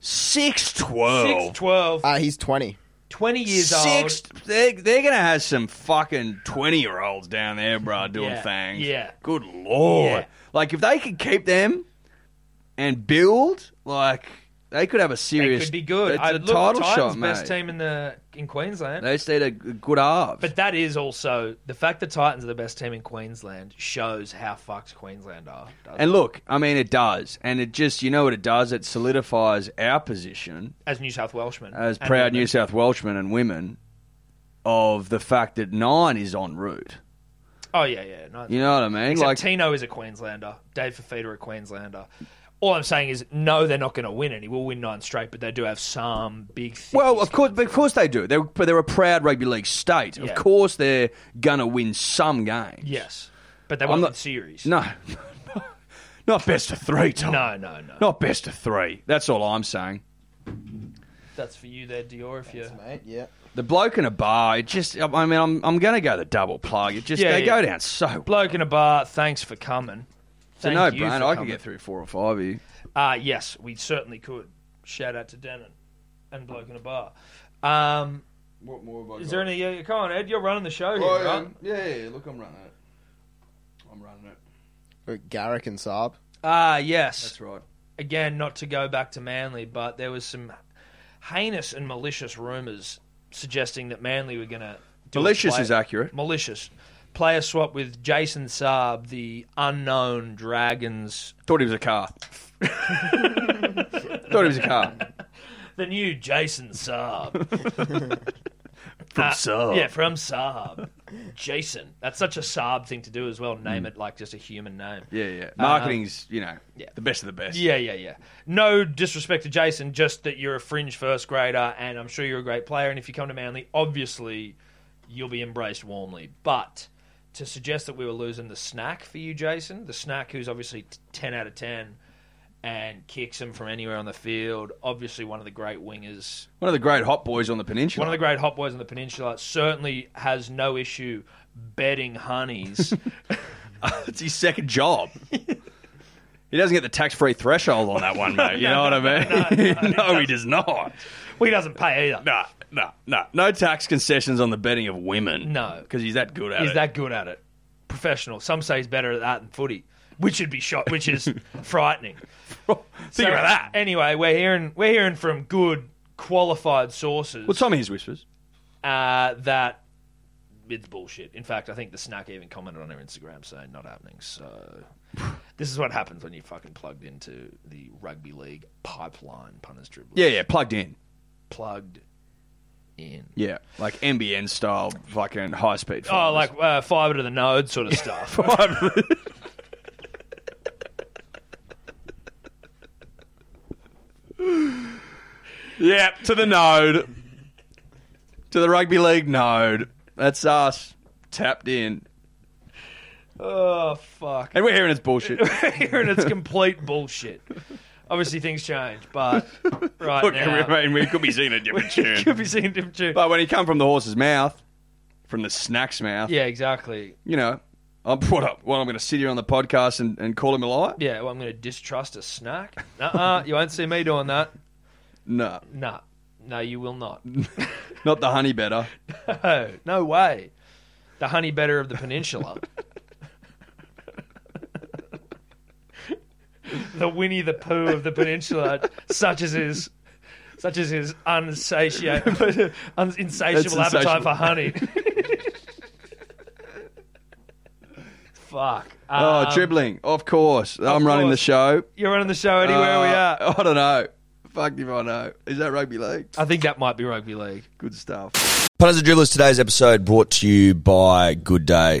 C: Six twelve.
B: 6'12",
D: Uh, he's 20.
B: 20 years
C: Six.
B: old.
C: They're, they're gonna have some fucking twenty year olds down there, bro, doing
B: Yeah,
C: things.
B: yeah.
C: Good lord.
B: Yeah.
C: Like if they could keep them and build, like they could have a
B: They
C: serious.
B: could be good.
C: It's
B: I
C: a
B: look,
C: title
B: Titans
C: shot, mate.
B: best team in the in Queensland.
C: They stayed a good half.
B: But that is also the fact the Titans are the best team in Queensland shows how fucked Queensland are. doesn't it?
C: and look, I mean, it does, and it just you know what it does. It solidifies our position
B: As New South Welshmen,
C: as
B: and
C: proud
B: women.
C: New South Welshmen and women of the fact that nine is en route.
B: Oh yeah, yeah. No,
C: You know what I mean?
B: Except
C: like
B: Tino is a Queenslander. Dave Fafita a Queenslander. All I'm saying is, no, they're not going to win any. We'll win nine straight, but they do have some big. things.
C: Well, of course, but of course they do. They're, but they're a proud rugby league state.
B: Yeah.
C: Of course, they're gonna win some games.
B: yes, but they won't
C: not-
B: win series.
C: No, not best of three, Tom.
B: no, no, no.
C: (laughs) not best of three. That's all I'm saying.
B: That's for you there, Dior. If you
D: Mate, yeah.
C: The bloke in a bar. It just. I mean, I'm I'm gonna go the double plug. It just
B: Yeah,
C: they
B: yeah.
C: go down so.
B: bloke in a bar, thanks for coming.
C: So
B: Thank
C: no,
B: you
C: Brian,
B: for
C: I could
B: coming.
C: get through four or five of you.
B: Uh, yes, we certainly could. Shout out to Denon and bloke in a bar. Um,
C: What more have I Oh,
B: is there any? Uh, come on, Ed, you're running the
D: Oh,
B: show here, right?
C: yeah, yeah, look, I'm running it. I'm running it.
D: Garrick and Saab.
B: Ah, yes.
C: right.
B: again, not to go back to Manly, but there was some heinous and malicious rumours suggesting that Manly were going to
C: Malicious is accurate.
B: malicious player swap with Jason Saab, the unknown Dragons,
C: Thought he was a car. (laughs) Thought he was a car.
B: the new Jason Saab
C: (laughs) From
B: Uh,
C: Saab.
B: yeah, from Saab, Jason. That's such a Saab thing to do as well. Name it like just a human name. Um,
C: Yeah, yeah. Marketing's, you know,
B: Uh-huh. yeah.
C: the best of the best.
B: Yeah, yeah, yeah. No disrespect to Jason, just that you're a fringe first grader, and I'm sure you're a great player. And if you come to Manly, obviously you'll be embraced warmly. But to suggest that we were losing the snack for you, Jason, the snack who's obviously t- 10 out of 10 and kicks him from anywhere on the field, obviously one of the great wingers
C: One of the great hot boys on the peninsula.
B: one of the great hot boys on the peninsula, certainly has no issue
C: (laughs)
B: betting honeys.
C: it's his second (laughs) job. he doesn't get the tax free threshold on that one, mate. You (laughs) know what I mean? (laughs) No, he does not.
B: well, he doesn't pay either.
C: Nah, nah, nah. No tax concessions on the betting of women.
B: No.
C: Because he's that good at
B: He's
C: it. (laughs)
B: that good at it. Professional. Some say he's better at that than footy, which would be shot, which is (laughs) frightening.
C: (laughs) Think
B: So,
C: about that.
B: Anyway, we're hearing we're hearing from good qualified sources
C: Well, Tommy, his whispers.
B: uh, that it's bullshit. In fact, I think the snack even commented on her Instagram saying not happening.
C: (sighs)
B: So this is what happens when you fucking plugged into the rugby league pipeline punters dribble.
C: Yeah, yeah, plugged in.
B: plugged in.
C: Yeah, like NBN style fucking high speed.
B: Oh, like uh, fibre to the node sort
C: (laughs)
B: of stuff. (laughs)
C: Oh. (gasps) yeah, to the node, to the rugby league node. That's us tapped in,
B: oh fuck. Oh,
C: (laughs) and we're hearing it's bullshit.
B: (laughs) here and it's complete bullshit. Obviously, things change,
E: (laughs)
B: but right
E: Look,
B: now
E: I mean, we could be singing a different
B: we
E: tune.
B: could be seeing a different tune.
E: But when he come from the horse's mouth, from the snack's mouth,
B: (laughs) yeah, exactly.
E: you know, I'm (laughs) what up. Well, I'm going to sit here on the podcast and, and call him a liar?
B: Yeah, well, I'm going to distrust a snack. Uh-uh, you won't see me doing that.
E: No,
B: Nah. No, you
E: (laughs)
B: will not.
E: not the honey better.
B: No,
E: (laughs)
B: no way. The honey better of the peninsula. (laughs) the Winnie the Pooh of the peninsula, such as his, such as his
E: (laughs)
B: unsatiable, un- insatiable
E: uh, That's insatiable.
B: appetite for honey. (laughs) Fuck.
E: Oh,
B: Um,
E: dribbling, of course. I'm running the
B: course.
E: show.
B: You're running the show anywhere we
E: Uh,
B: are.
E: I don't know. Fuck if I know. Is that rugby league?
B: I think that might be rugby league.
E: Good stuff.
C: Punters and Dribblers, today's episode brought to you by Good Day,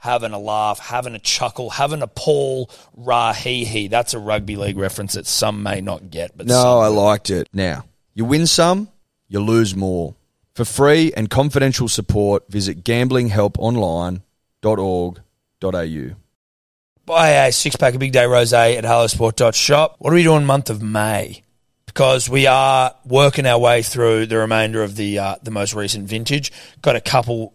F: having a laugh, having a chuckle, having a Paul Rahihi. That's a rugby league reference that some may not get, but some
C: No, I liked it. Now, you win some, you lose more. For free and confidential support, visit gamblinghelponline.org.au.
F: buy a six pack of Big Day Rose at halosport.shop. What are we doing month of May? Because we are working our way through the remainder of the uh, the most recent vintage. Got a couple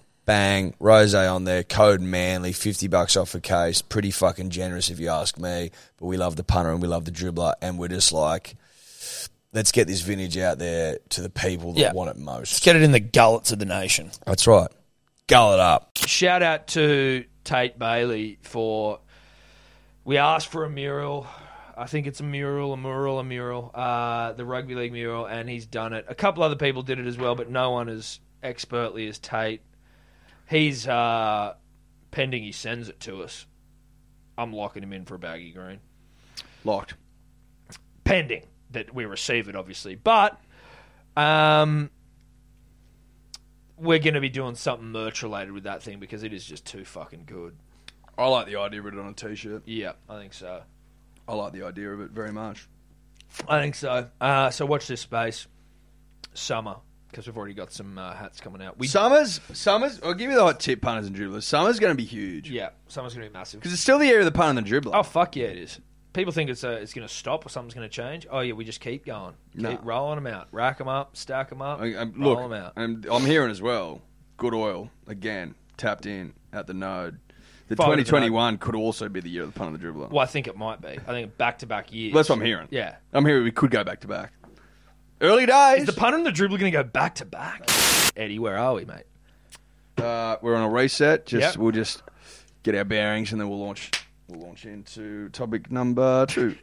C: bang, rose on there, code Manly, 50 bucks off a case. Pretty fucking generous if you ask me. But we love the punter and we love the dribbler, and we're just like, let's get this vintage out there to the people that
F: Yeah.
C: want it most.
F: Get it in the gullets of the nation.
C: That's right. Gull it up.
B: Shout out to Tate Bailey for. We asked for a mural. I think it's a mural, a mural, a mural. Uh, the rugby league mural, and he's done it. A couple other people did it as well, but no one as expertly as Tate. He's uh, pending. He sends it to us. I'm locking him in for a baggy green.
E: Locked.
B: Pending that we receive it, obviously, but um, we're going to be doing something merch related with that thing because it is just too fucking good.
E: I like the idea of it on a t-shirt.
B: Yeah, I think so.
E: I like the idea of it very much.
B: I think so. Uh, so watch this space. Summer, because we've already got some uh, hats coming out. We
E: Summers, Summers. I'll give you the hot tip, punters and dribblers. Summers going to be huge because
B: yeah, summer's gonna be massive.
E: it's still the area of the punter and the dribbler.
B: Oh fuck yeah, it is. People think it's uh, it's gonna stop or something's gonna change. Oh yeah, we just keep going,
E: No.
B: keep rolling them out, rack them up, stack them up,
E: I, I'm,
B: roll
E: look,
B: them out.
E: I'm, I'm hearing as well. Good oil again, tapped in at the node. The
B: Fired it
E: 2021 could also be the year of the punter and the dribbler.
B: Well, I think it might be. I think back to back years.
E: That's what I'm hearing.
B: Yeah.
E: I'm hearing we could go back to back.
C: Early days.
B: Is the punter and the dribbler going to go back to back? Eddie, where are we, mate?
C: Uh, we're on a reset. Just
B: Yep.
C: we'll just get our bearings and then we'll launch. We'll launch into topic number two.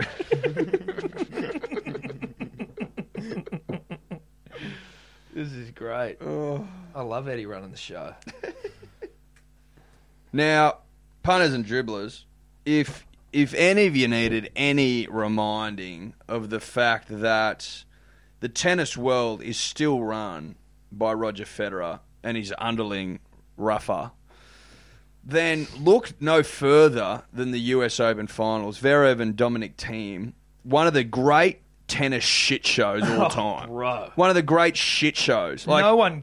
B: This is great.
C: oh.
B: I love Eddie running the show.
C: now, punters and dribblers, if if any of you needed any reminding of the fact that the tennis world is still run by Roger Federer and his underling Rafa, then look no further than the US Open finals. Verev and Dominic Team, one of the great tennis shit shows
B: (laughs)
C: of all time.
B: bro.
C: One of the great shit shows. Like
B: Oh, no one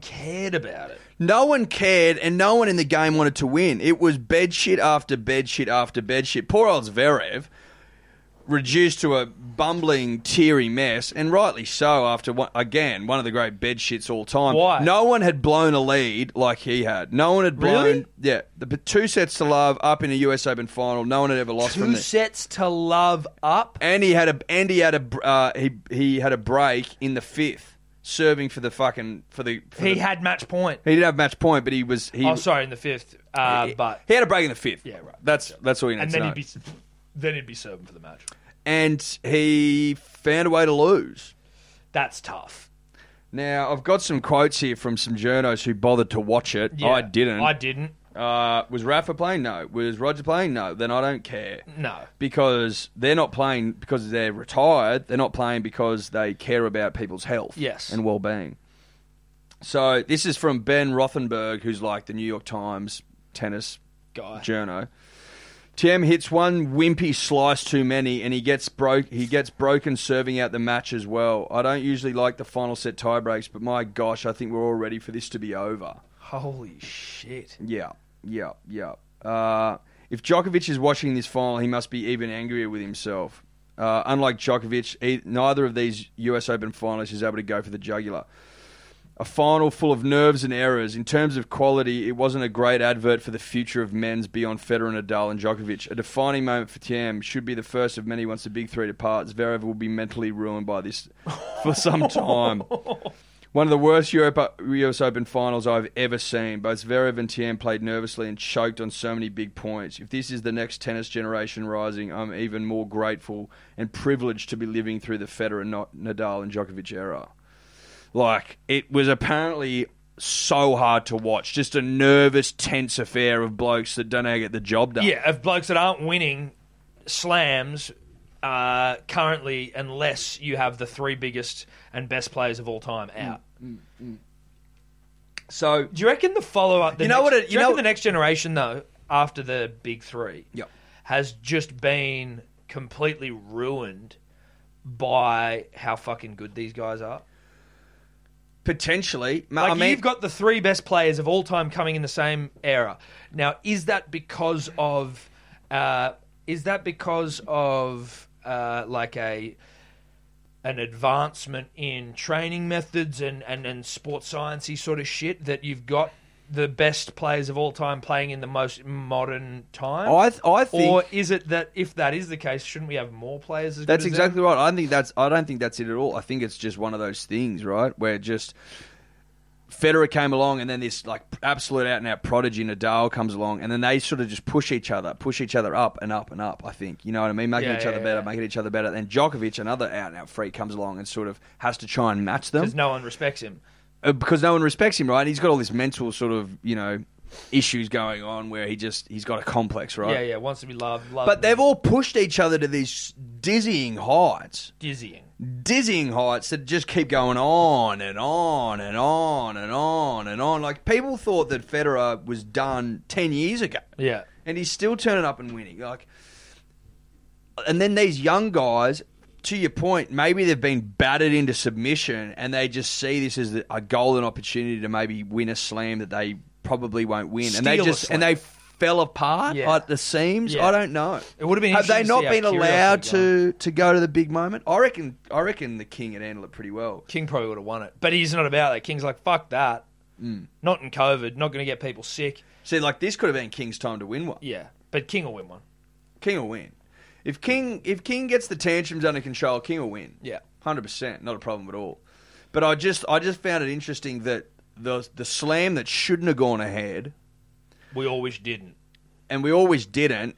C: (laughs)
B: cared about it.
C: no one cared, and no one in the game wanted to win. It was bed shit after bed shit after bed shit. Poor old Zverev, reduced to a bumbling, teary mess, and rightly so. After one, again, one of the great bed shits all time.
B: Why?
C: No one had blown a lead like he had. No one had blown.
B: Really?
C: Yeah, the but two sets to love up in a US Open final. No one had ever lost from
B: Two
C: there.
B: sets to love up.
C: And he had a and he had a uh, he he had a break in the fifth, serving for the fucking for the. For
B: He
C: the-
B: had match point.
C: he didn't have match point, but he was. He,
B: oh, sorry, in the fifth. Uh, but
C: he had a break in the fifth.
B: Yeah, right.
C: That's that's all you need
B: and
C: to
B: then
C: know.
B: he'd be then he'd be serving for the match.
C: and he found a way to lose.
B: That's tough.
C: Now I've got some quotes here from some journos who bothered to watch it.
B: Yeah.
C: Oh, I didn't.
B: I didn't.
C: Uh, was Rafa playing? No. Was Roger playing? No. Then I don't care.
B: No.
C: Because they're not playing because they're retired. They're not playing because they care about people's health
B: Yes.
C: and well being. So this is from Ben Rothenberg, who's like the New York Times tennis
B: Guy.
C: journo. Tim hits one wimpy slice too many, and he gets broke. He gets broken serving out the match as well. I don't usually like the final set tie breaks, but my gosh, I think we're all ready for this to be over.
B: Holy shit.
C: Yeah, yeah, yeah. Uh, if Djokovic is watching this final, he must be even angrier with himself. Uh, unlike Djokovic, e- neither of these US Open finalists is able to go for the jugular. A final full of nerves and errors. In terms of quality, it wasn't a great advert for the future of men's beyond Federer, Nadal, and Djokovic. A defining moment for Tiam should be the first of many once the big three depart. Zverev will be mentally ruined by this for some time. One of the worst Europe, US Open finals I've ever seen. Both Zverev and Tiem played nervously and choked on so many big points. If this is the next tennis generation rising, I'm even more grateful and privileged to be living through the Federer, not Nadal, and Djokovic era. Like, it was apparently so hard to watch. Just a nervous, tense affair of blokes that don't know how to get the job done.
B: Yeah, of blokes that aren't winning slams uh, currently, unless you have the three biggest and best players of all time out.
C: So,
B: Do you reckon the follow up?
C: You know what it-
B: do
C: you
B: you
C: know-
B: reckon the next generation though, after the big three,
C: Yep.
B: has just been completely ruined by how fucking good these guys are.
C: potentially, ma-
B: Like
C: I mean,
B: you've got the three best players of all time coming in the same era. Now, is that because of uh, is that because of uh, like a an advancement in training methods and and and sports sciencey sort of shit that you've got the best players of all time playing in the most modern time?
C: I th- I think-
B: or is it that if that is the case, shouldn't we have more players? As
C: That's
B: good as
C: exactly
B: them?
C: right. I think that's. I don't think that's it at all. I think it's just one of those things, right? Where just Federer came along, and then this like absolute out and out prodigy Nadal comes along, and then they sort of just push each other, push each other up and up and up. I think you know what I mean, making
B: Yeah,
C: each
B: yeah,
C: other better,
B: yeah.
C: making each other better. Then Djokovic, another out and out freak, comes along and sort of has to try and match them
B: because no one respects him.
C: Uh, because no one respects him, right? He's got all this mental sort of you know issues going on where he just he's got a complex, right?
B: Yeah, yeah, wants to be loved, loved
C: But they've all pushed each other to these dizzying heights
B: dizzying.
C: dizzying heights that just keep going on and on and on and on and on. Like people thought that Federer was done ten years ago,
B: Yeah.
C: and he's still turning up and winning. Like, and then these young guys, to your point, maybe they've been battered into submission, and they just see this as a golden opportunity to maybe win a slam that they probably won't win, and they
B: Steal a
C: just and
B: slam.
C: they. Fell apart
B: Yeah.
C: at the seams.
B: Yeah.
C: I don't know.
B: It would've been
C: Have they
B: interesting
C: not
B: to see
C: been
B: how Kyrgios
C: allowed
B: would've
C: to to go to the big moment. I reckon. I reckon the king had handled it pretty well.
B: King probably would have won it, but he's not about that. King's like, fuck that. Not in COVID. Not going to get people sick.
C: Mm. See, like this could have been King's time to win one.
B: Yeah, but King will win one.
C: King will win. If King if King gets the tantrums under control, King will win.
B: Yeah.
C: hundred percent, not a problem at all. But I just I just found it interesting that the the slam that shouldn't have gone ahead
B: We always didn't.
C: and we always didn't,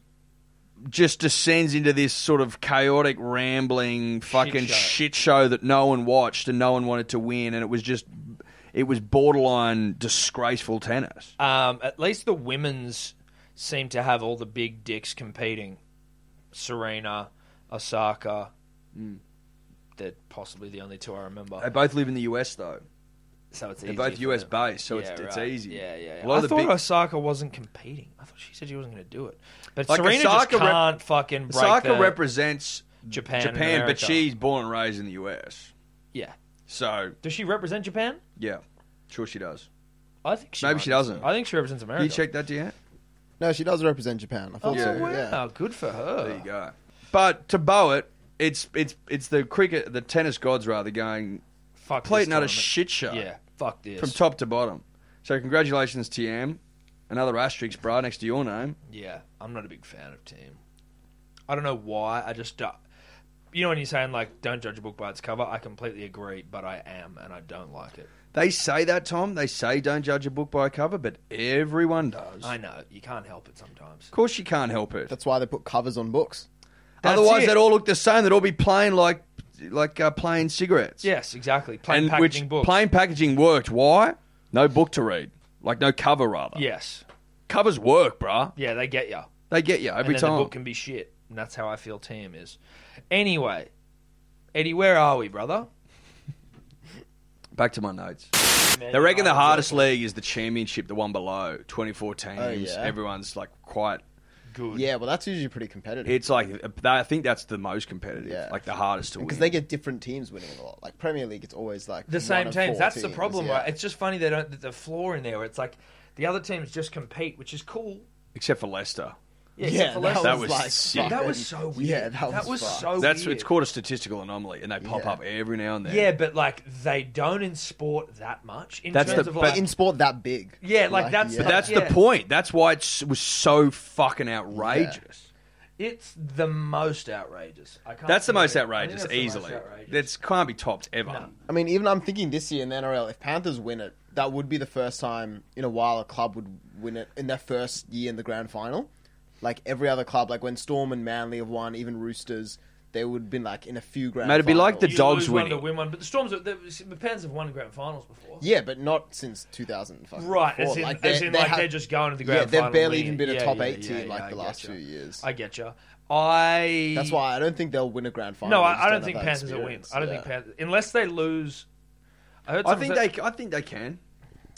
C: just descends into this sort of chaotic, rambling, fucking
B: show.
C: shit show that no one watched and no one wanted to win, and it was just, it was borderline disgraceful tennis.
B: Um, at least the women's seem to have all the big dicks competing. Serena, Osaka. Mm. They're possibly the only two I
C: They
B: remember.
C: both live in the US though.
B: So it's
C: They're
B: easy
C: both
B: for
C: US
B: them.
C: based, so it's,
B: Yeah,
C: it's
B: right.
C: easy.
B: Yeah, yeah.
C: A
B: yeah.
C: lot
B: I
C: of the
B: thought
C: big,
B: Osaka wasn't competing. I thought she said she wasn't going to do it. But
C: Like,
B: Serena
C: Osaka
B: just
C: rep-
B: can't fucking break
C: Osaka (laughs)
B: the-
C: represents
B: Japan and
C: Japan, but
B: America.
C: she's born and raised in the US.
B: Yeah.
C: So
B: Does she represent Japan?
C: yeah, sure she does.
B: I think she
C: Maybe
B: might.
C: she doesn't.
B: I think she represents America.
C: Can you check that, Deanne?
D: No, she does represent Japan. I
B: Oh,
D: thought so.
B: wow.
D: Yeah.
B: Good for
C: There you
B: her.
C: go. But to bow it, it's it's it's the cricket, the tennis gods rather going
B: Fuck this
C: complete not a
B: tournament.
C: shit show
B: Yeah. Fuck this.
C: from top to bottom. So congratulations, TM. Another asterisk, bra, next to your name.
B: Yeah, I'm not a big fan of Team. I don't know why. I just, uh, you know, when you're saying like, don't judge a book by its cover, I completely agree, but I am, and I don't like it.
C: They say that, Tom. They say don't judge a book by a cover, but everyone does.
B: I know you can't help it sometimes.
C: Of course, you can't help it.
D: That's why they put covers on books.
B: That's
C: Otherwise,
B: it.
C: they'd all look the same. They'd all be plain like like uh, plain cigarettes.
B: Yes, exactly. Plain
C: and
B: packaging
C: which
B: books.
C: plain packaging worked. Why? No book to read. Like no cover, rather.
B: yes.
C: covers work, bruh.
B: Yeah, they get you.
C: They get you every
B: and then
C: time.
B: the book can be shit, and that's how I feel. Team is. Anyway, Eddie, where are we, brother?
C: Back to my notes. They reckon the hardest league is the championship, the one below, 24 teams.
D: yeah.
C: Everyone's like quite.
B: Oh, Good.
D: Yeah, well, that's usually pretty competitive.
C: It's like I think that's the most competitive,
D: Yeah.
C: like the hardest to win.
D: because they get different teams winning a lot. Like Premier League, it's always like
B: the same
D: one of
B: teams.
D: four
B: That's the
D: teams,
B: problem,
D: yeah.
B: right? It's just funny they don't. The flaw in there, where it's like the other teams just compete, which is cool.
C: except for Leicester.
B: Yeah, except for Leicester.
C: That was sick.
D: fucking-
B: That (laughs) was so weird.
D: Yeah, that was, fucked.
B: so
C: That's
B: weird.
C: it's called a statistical anomaly, and they pop
D: Yeah.
C: up every now and then.
B: Yeah, but like they don't in sport that much in
C: That's
B: terms
C: the-
B: of
C: but
B: like
D: in sport that big.
B: yeah, like, that's
D: yeah.
B: the,
C: but that's
B: yeah.
C: the point. That's why it was so fucking outrageous.
B: It's the most outrageous. I can't
C: That's the
B: believe
C: most
B: it. I think
C: outrageous,
B: that's the most
C: easily.
B: outrageous.
C: That's can't be topped ever.
B: No.
D: I mean, even I'm thinking this year in the NRL, if Panthers win it, that would be the first time in a while a club would win it in their first year in the grand final. Like every other club, like when Storm and Manly have won, even Roosters, they would have been like in a few grand.
C: Mate, it'd be like the
B: You
D: finals.
C: dogs
B: lose one
C: winning.
B: to win one, but the Storms, the, the Pens have won grand finals before.
D: yeah, but not since 2000. fucking
B: Right, as
D: four.
B: in, like, as in like
D: ha-
B: they're just going to the
D: yeah,
B: grand
D: they've
B: final
D: barely
B: winning
D: even
B: it.
D: been a
B: Yeah,
D: top
B: yeah,
D: eight
B: yeah,
D: team like
B: yeah, I
D: the last
B: getcha.
D: few years.
B: I get you. I
D: That's why I don't think they'll win a grand final.
B: No,
D: They
B: I,
D: just
B: I don't
D: have
B: think
D: that
B: Panthers will win.
D: experience.
B: I don't
D: yeah.
B: think Panthers unless they lose. I, heard
C: I think
B: someone say-
C: they. I think they can.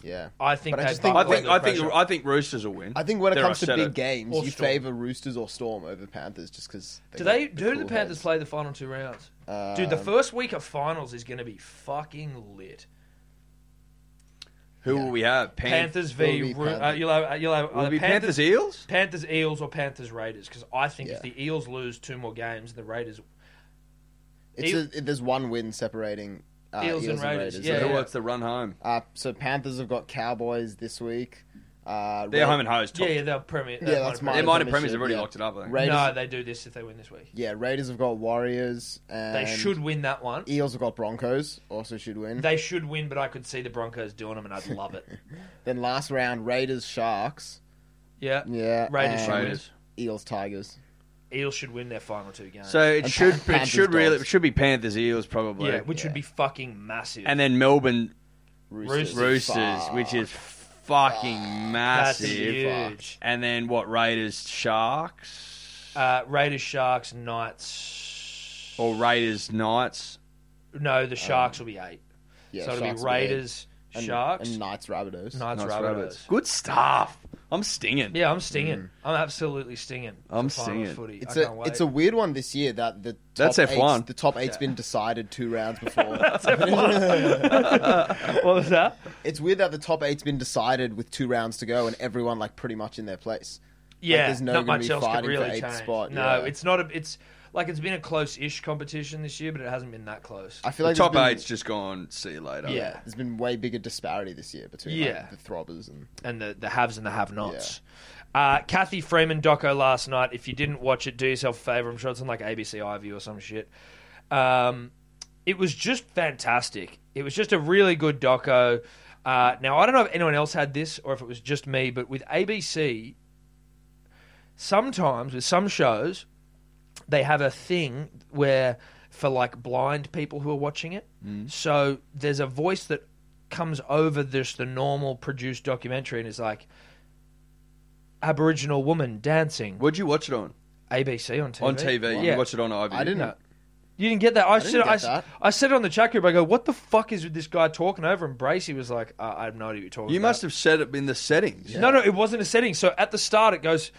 D: Yeah,
B: I think
D: But I
B: they.
D: just think-
C: I
B: buckle
C: think.
B: under
C: I think.
B: pressure.
C: I think Roosters will win.
D: I think when it
C: There,
D: comes to
C: I said
D: big
C: it.
D: games,
B: Or
D: you
B: Storm.
D: favor Roosters or Storm over Panthers just because.
B: Do they? Do the Panthers play the final two rounds? Dude, the
D: Um,
B: first week of finals is going to be fucking lit.
C: Who will we have? Pan-
B: Panthers
D: Will
B: v.
D: be
B: Ro- uh,
D: Panthers.
B: you'll have, uh, you'll have
C: Will
B: either
C: it be Panthers, Eels?
B: Panthers Eels or Panthers Raiders because I think if
D: Yeah.
B: the Eels lose two more games, the Raiders
D: It's
B: Eels-
D: a, it- there's one win separating uh, Eels,
B: Eels and
D: and
B: Raiders,
D: Raiders.
B: yeah.
C: Who wants to run home?
D: Uh, so Panthers have got Cowboys this week. Uh,
C: They're
D: Ra-
C: home and hose.
B: yeah
C: Top.
B: yeah they'll Premier
D: Yeah, that's
C: Their
D: mine.
C: minor
D: Premiership,
C: premiers have already
D: yeah.
C: locked it up. I think.
D: Ra- Raiders-
B: No, they do this if they win this week.
D: Yeah, Raiders have got Warriors. And
B: They should win that one.
D: Eels have got Broncos. Also should win.
B: They should win, but I could see the Broncos doing them, and I'd love it.
D: then last round Raiders Sharks.
B: Yeah,
D: Yeah,
B: Raiders
D: and
B: should
C: Raiders.
D: Eels Tigers.
B: win. Eels should win their final two games.
C: So it
D: And
C: should.
D: Pan-
C: it
D: Panthers,
C: should really.
D: Dogs.
C: It should be Panthers, Eels, probably.
B: yeah, which would be fucking massive.
C: and then Melbourne
D: Roosters.
C: Roosters,
D: Fuck.
C: which is fucking
B: that's
C: massive.
B: huge.
C: And then what? Raiders, Sharks,
B: Uh, Raiders, Sharks, Knights.
C: or Raiders, Knights.
B: No,
D: Oh.
B: the Sharks will be eight.
D: Yeah,
B: so it'll
D: Sharks
B: be
D: will be eight.
B: Raiders,
D: and,
B: Sharks,
D: and Knights Rabbitohs.
B: Knights,
C: Knights,
B: Rabbitohs.
C: Rabbits. Good stuff. I'm stinging.
B: Yeah, I'm stinging. I'm absolutely stinging. for
C: I'm
B: finals
C: stinging.
B: Footy.
D: Mm. It's
B: I
D: a
B: can't wait.
D: it's a weird one this year that the top
C: That's
D: eight's-
C: F1.
D: The top eight's been decided two
B: (laughs)
D: rounds before.
C: (laughs)
B: what was that?
D: it's weird that the top eight's been decided with two rounds to go and everyone like pretty much in their place.
B: Yeah,
D: there's no
B: not
D: gonna
B: much
D: be
B: else could
D: fighting for
B: really
D: eighth
B: change.
D: spot,
B: no,
D: yeah.
B: it's not. A, it's like it's been a close-ish competition this year, but it hasn't been that close.
D: I feel like
C: the top
D: there's been,
C: eight's just gone. See you later.
B: Yeah.
D: There's been way bigger disparity this year between like,
B: Yeah.
D: the throbbers and
B: and the the haves and the have-nots. Uh, Kathy Freeman doco last night. If you didn't watch it, do yourself a favor. I'm sure it's on like ABC iView or some shit. Um, It was just fantastic. It was just a really good doco. Uh, now I don't know if anyone else had this or if it was just me, but with ABC, sometimes with some shows, they have a thing where for like blind people who are watching it.
C: Mm.
B: So there's a voice that comes over this the normal produced documentary and is like Aboriginal woman dancing.
C: What'd you watch it on?
B: ABC on TV.
C: On TV. You
B: Yeah.
C: watched it on Ivy.
D: I didn't.
B: You didn't get that. I, said,
D: didn't
B: I,
D: get that.
B: I said it on the chat group. I go, what the fuck is with this guy talking over? And Bracey was like, uh, I have no idea what you're talking
C: You
B: about.
C: must have set it in the settings.
B: No, no, it wasn't a setting. So at the start, it goes,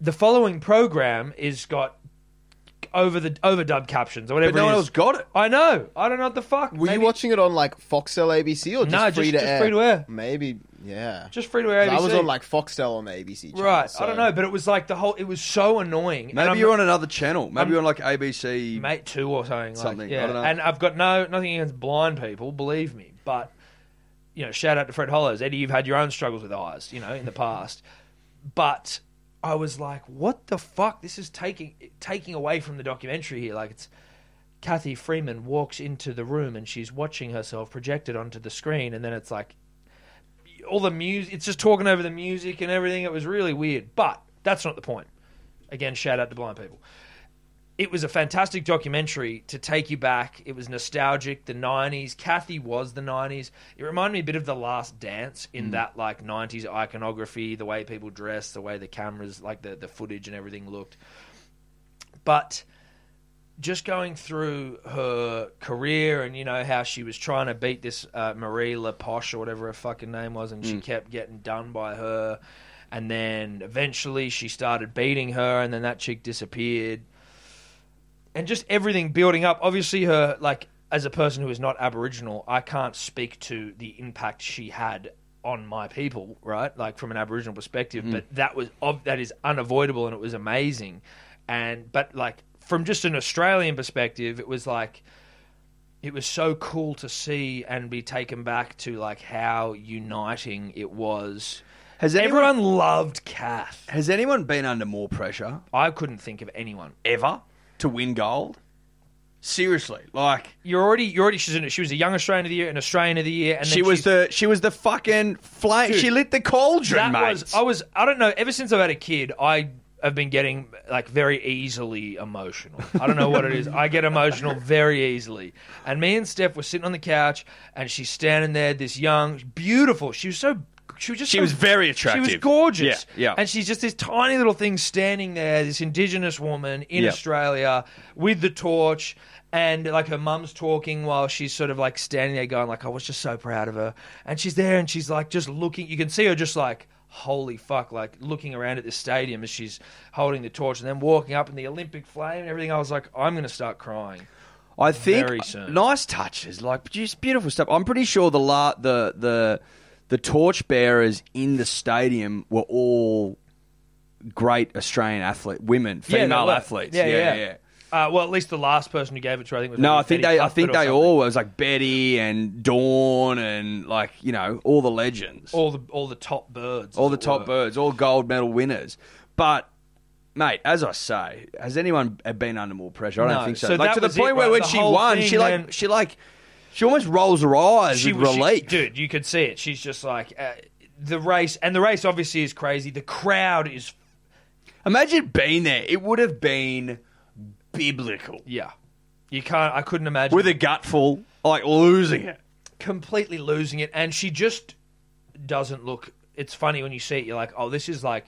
B: the following program is got over the overdub captions or whatever.
C: But no
B: it
C: one
B: is.
C: else got it.
B: I know. I don't know what the fuck.
D: Were
B: Maybe-
D: you watching it on like Foxtel ABC or just
B: No, just-
D: free to
B: just
D: air?
B: free to air.
D: Maybe, yeah.
B: Just free to air.
D: I was
B: ABC.
D: on like Foxtel on the ABC. Channel,
B: right.
D: so-
B: I don't know, but it was like the whole. It was so annoying. And
C: Maybe
B: I'm-
C: you're on another channel. Maybe
B: I'm-
C: you're on like ABC.
B: mate two or something.
C: Something,
B: Like,
C: I
B: yeah.
C: don't know.
B: And uh, I've got no nothing against blind people, believe me. But you know, shout out to Fred Hollows, Eddie. You've had your own struggles with eyes, you know,
C: (laughs)
B: in the past. But I was like, what the fuck? This is taking taking away from the documentary here. Like it's. Kathy Freeman walks into the room and she's watching herself projected onto the screen, and then it's like all the music. It's just talking over the music and everything. It was really weird, but that's not the point. Again, shout out to blind people it was a fantastic documentary to take you back. It was nostalgic, the 90s. Kathy was the 90s. It reminded me a bit of The Last Dance in that like 90s iconography, the way people dressed, the way the cameras, like the, the footage and everything looked. But just going through her career and you know how she was trying to beat this uh, Marie Lapoche or whatever her fucking name was, and she kept getting done by her, and then eventually she started beating her, and then that chick disappeared, and just everything building up. Obviously, her like as a person who is not Aboriginal, I can't speak to the impact she had on my people, right? Like from an Aboriginal perspective, but that was of that is unavoidable, and it was amazing. And but like from just an Australian perspective, it was like it was so cool to see and be taken back to like how uniting it was.
C: Has anyone-
B: everyone loved Kath?
C: Has anyone been under more pressure
B: I couldn't think of anyone
C: ever to win gold? Seriously, like
B: you're already you're already she's in, she was a young Australian of the year, an Australian of the year, and then
C: she was
B: she's-
C: the she was the fucking flame.
B: Dude,
C: she lit the cauldron,
B: that
C: mate.
B: was I was I don't know. Ever since I've had a kid, I have been getting like very easily emotional. I don't know what it is. I get emotional very easily. And me and Steph were sitting on the couch, and she's standing there, this young, beautiful. She was so. She was just
C: She
B: so-
C: was very
B: She was
C: attractive.
B: gorgeous.
C: Yeah, yeah.
B: And she's just this tiny little thing standing there, this indigenous woman in
C: Yeah.
B: Australia with the torch. And like her mum's talking while she's sort of like standing there going like I was just so proud of her. And she's there and she's like just looking you can see her just like holy fuck like looking around at this stadium as she's holding the torch and then walking up in the Olympic flame and everything. I was like I'm going to start crying.
C: I think
B: Very soon.
C: nice touches, like just beautiful stuff. I'm pretty sure the la- the the the torchbearers in the stadium were all great Australian athlete women,
B: Yeah, they
C: female
B: were.
C: athletes.
B: Yeah, yeah. yeah. Uh, well, at least the last person who gave it to her, I think was
C: No,
B: probably
C: I think
B: Betty
C: they I
B: Cuthbert
C: think
B: or
C: they
B: something.
C: all it was like Betty and Dawn and like you know all the legends.
B: all the all the top birds,
C: all
B: as
C: the
B: it
C: top
B: were.
C: birds, all gold medal winners. But mate, as I say, has anyone been under more pressure? I don't
B: No.
C: think so.
B: So
C: like
B: that
C: to the
B: was
C: point
B: it,
C: where
B: right?
C: when
B: The
C: she
B: whole
C: won,
B: thing
C: she like
B: then-
C: she like she almost rolls her eyes
B: She
C: with
B: was- she-
C: relief.
B: dude, you could see it. She's just like uh, the race, and the race obviously is crazy. The crowd is
C: Imagine being there; it would have been biblical
B: yeah. You can't. I couldn't imagine
C: with a gutful, like losing it.
B: completely losing it, and she just doesn't look. It's funny when you see it, you're like, oh, this is like.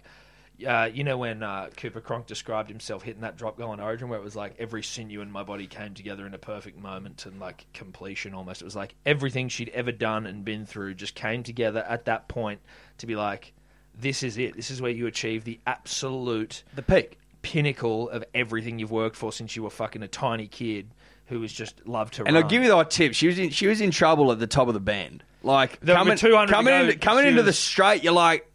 B: Uh, you know when uh, Cooper Cronk described himself hitting that drop goal in Origin, where it was like every sinew in my body came together in a perfect moment and like completion almost. It was like everything she'd ever done and been through just came together at that point to be like, this is it. This is where you achieve the absolute
C: The peak.
B: pinnacle of everything you've worked for since you were fucking a tiny kid who was just loved to.
C: And
B: run.
C: I'll give you the tip: she was in she was in trouble at the top of the band. Like
B: There were
C: coming
B: 200 to
C: coming
B: go,
C: into, coming
B: she
C: into the
B: was-
C: straight, you're like,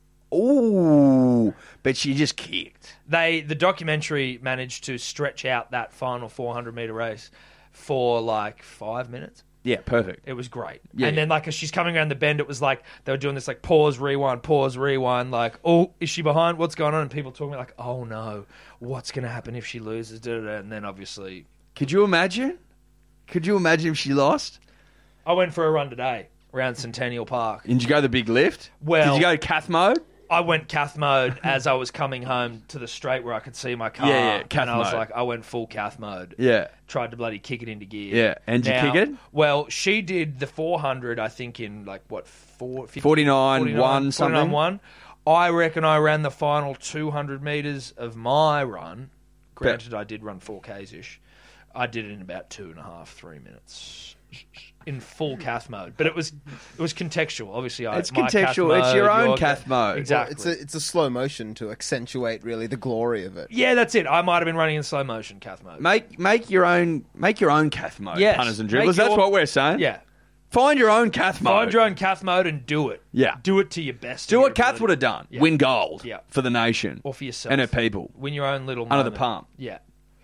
C: ooh, but she just kicked.
B: they the documentary managed to stretch out that final 400 meter race for like five minutes
C: Yeah, perfect.
B: it was great
C: Yeah,
B: and then like as she's coming around the bend it was like they were doing this like pause rewind pause rewind like oh is she behind what's going on and people talking like oh no what's going to happen if she loses da, da, da. and then obviously
C: Could you imagine? Could you imagine if she lost?
B: I went for a run today around Centennial Park.
C: Did you go the big lift?
B: Well-
C: did you go cath mode?
B: I went cath mode (laughs) as I was coming home to the straight where I could see my car.
C: Yeah, yeah, cath
B: and I was
C: mode.
B: like, I went full cath mode.
C: Yeah.
B: Tried to bloody kick it into gear.
C: Yeah, and did you kick it?
B: Well, she did the 400, I think, in like what, four, 50,
C: 49, one, something?
B: 49, one. I reckon I ran the final 200 metres of my run. Granted, I did run 4Ks ish. I did it in about two and a half, three minutes. In full cath mode, but it was it was contextual. Obviously, I,
C: It's
B: my cath
C: contextual. It's your own
B: your-
C: cath mode.
B: Exactly.
D: It's a it's a slow motion to accentuate really the glory of it.
B: Yeah, that's it. I might have been running in slow motion, cath mode.
C: Make make your own make your own cath mode.
B: Yes.
C: punters and
B: Make
C: dribblers. That's
B: your-
C: what we're saying.
B: Yeah.
C: find your own cath mode.
B: Find your own cath mode and do it.
C: Yeah.
B: Do it to your best.
C: Do
B: of
C: what
B: your
C: Kath
B: ability.
C: would have done.
B: Yeah.
C: Win gold
B: Yeah.
C: for the nation.
B: Or for yourself.
C: And her people.
B: Win your own little
C: Under the
B: moment.
C: palm.
B: Yeah.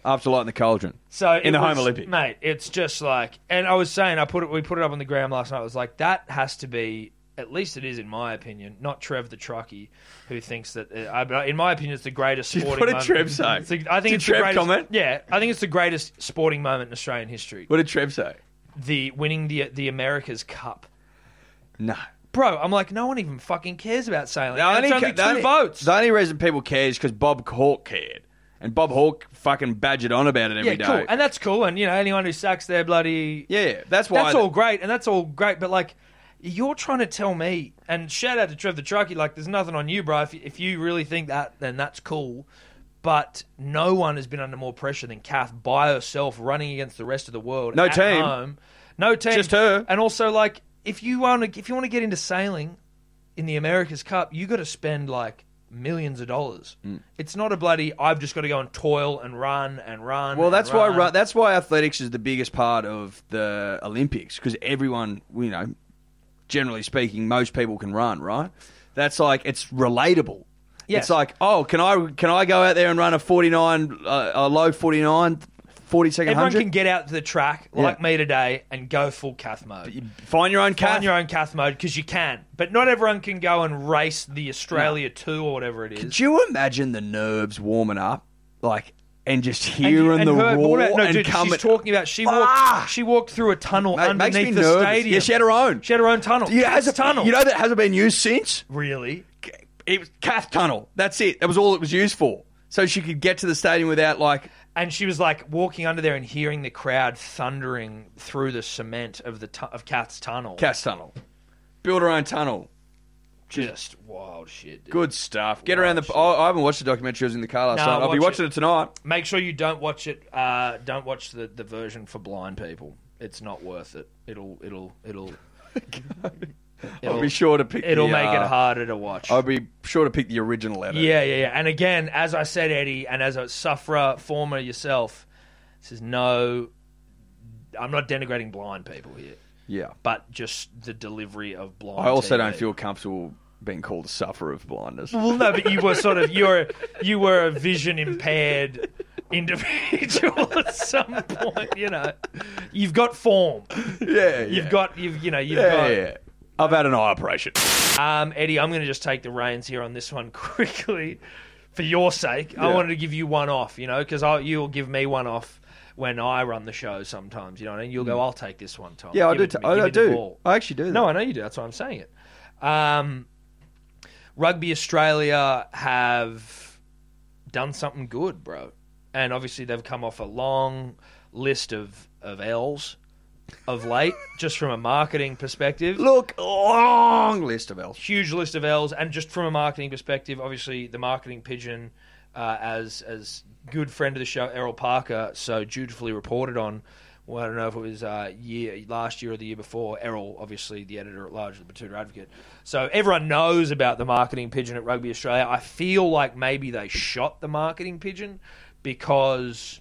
C: After lighting the cauldron.
B: So it
C: in the home
B: was-
C: Olympics.
B: mate. It's just like, and I was saying, I put it. We put it up on the gram last night. I was like, that has to be. At least it is, in my opinion, not Trev the truckie, who thinks that. Uh, I- but in my opinion, it's the greatest
C: Did-
B: sporting.
C: what did
B: moment.
C: Trev say?
B: It's the- I think
C: Did
B: it's
C: Trev
B: the greatest,
C: comment?
B: Yeah, I think it's the greatest sporting moment in Australian history.
C: What did Trev say?
B: The winning the the America's Cup.
C: No.
B: Bro, I'm like, no one even fucking cares about sailing.
C: The
B: And it's
C: only,
B: only
C: the
B: two
C: only-
B: votes.
C: The only reason people care is because Bob Hawke cared. And Bob Hawke fucking badgered on about it
B: yeah,
C: every day.
B: cool. And that's cool. And, you know, anyone who sucks their bloody.
C: yeah, that's why.
B: That's all great. And that's all great. But, like, you're trying to tell me, and shout out to Trevor Truckee, like, there's nothing on you, bro. If, if you really think that, then that's cool. But no one has been under more pressure than Kath by herself running against the rest of the world.
C: No
B: at
C: team.
B: Home. No team.
C: Just her.
B: And also, like, if you want to, if you want to get into sailing in the America's Cup, you got to spend like millions of dollars. It's not a bloody. I've just got to go and toil and run and run.
C: Well,
B: and
C: that's why
B: run.
C: why that's why athletics is the biggest part of the Olympics because everyone, you know, generally speaking, most people can run, right? That's like it's relatable.
B: Yes.
C: It's like, oh, can I can I go out there and run a 49 uh, a low 49 40 second
B: Everyone
C: 100?
B: can get out to the track like
C: Yeah.
B: me today and go full cath mode.
C: You Find your own cat.
B: Find your own cath mode because you can, but not everyone can go and race the Australia Two or whatever it is.
C: Do you imagine the nerves warming up like and just
B: And you-
C: hearing
B: and
C: the
B: her-
C: roar
B: what about- no,
C: and
B: dude,
C: coming
B: she's talking about she walked.
C: Ah!
B: She walked through a tunnel
C: Mate, makes
B: underneath
C: me
B: the
C: nervous.
B: stadium.
C: Yeah, she had her own.
B: She had her own tunnel.
C: You know,
B: Kids
C: has a
B: tunnel.
C: You know that hasn't been used since.
B: really?
C: It was Kath Tunnel. That's it. That was all it was used for. So she could get to the stadium without like
B: and she was like walking under there and hearing the crowd thundering through the cement of the tu- of Kath's tunnel.
C: Kath Tunnel. Build her own tunnel.
B: Just wild shit. Dude.
C: Good stuff. Get around the. Oh, I haven't watched the documentary. I was in the car last
B: No,
C: night. I'll be
B: watch
C: watching
B: it.
C: it, tonight.
B: Make sure you don't watch it. Uh, don't watch the, the version for blind people. It's not worth it. It'll it'll it'll.
C: I'll
B: it'll
C: be sure to pick.
B: it'll
C: the,
B: make
C: uh,
B: it harder to watch.
C: I'll be sure to pick the original edit.
B: Yeah, yeah, yeah. And again, as I said, Eddie, and as a sufferer, former yourself, this is no. I'm not denigrating blind people here,
C: yeah.
B: but just the delivery of blind.
C: I also
B: TV. (laughs)
C: don't feel comfortable being called a sufferer of blindness.
B: Well, no, but you were sort of you're you were a vision impaired individual (laughs) at some point. You know, you've got form.
C: yeah,
B: You've
C: yeah.
B: got you've you know you've
C: Yeah,
B: got.
C: yeah, yeah. I've had an eye operation.
B: Um, Eddie, I'm going to just take the reins here on this one (laughs) quickly for your sake. I
C: Yeah.
B: wanted to give you one off, you know, because you'll give me one off when I run the show sometimes, you know what I mean? You'll go, I'll take this one, Tom.
C: Hmm. Yeah, I
B: Give
C: do.
B: it to
C: t-
B: me.
C: I,
B: Give
C: I
B: me the
C: do.
B: ball."
C: I actually do. That.
B: No, I know you do. That's why I'm saying it. Um, Rugby Australia have done something good, bro. And obviously, they've come off a long list of, of L's of late, just from a marketing perspective
C: Look, long list of L's.
B: huge list of L's, and just from a marketing perspective, obviously the marketing pigeon, uh, as as good friend of the show Errol Parker so dutifully reported on. Well, I don't know if it was uh, year last year or the year before. Errol, obviously the editor at large of the Batuta Advocate, so everyone knows about the marketing pigeon at Rugby Australia. I feel like maybe they shot the marketing pigeon because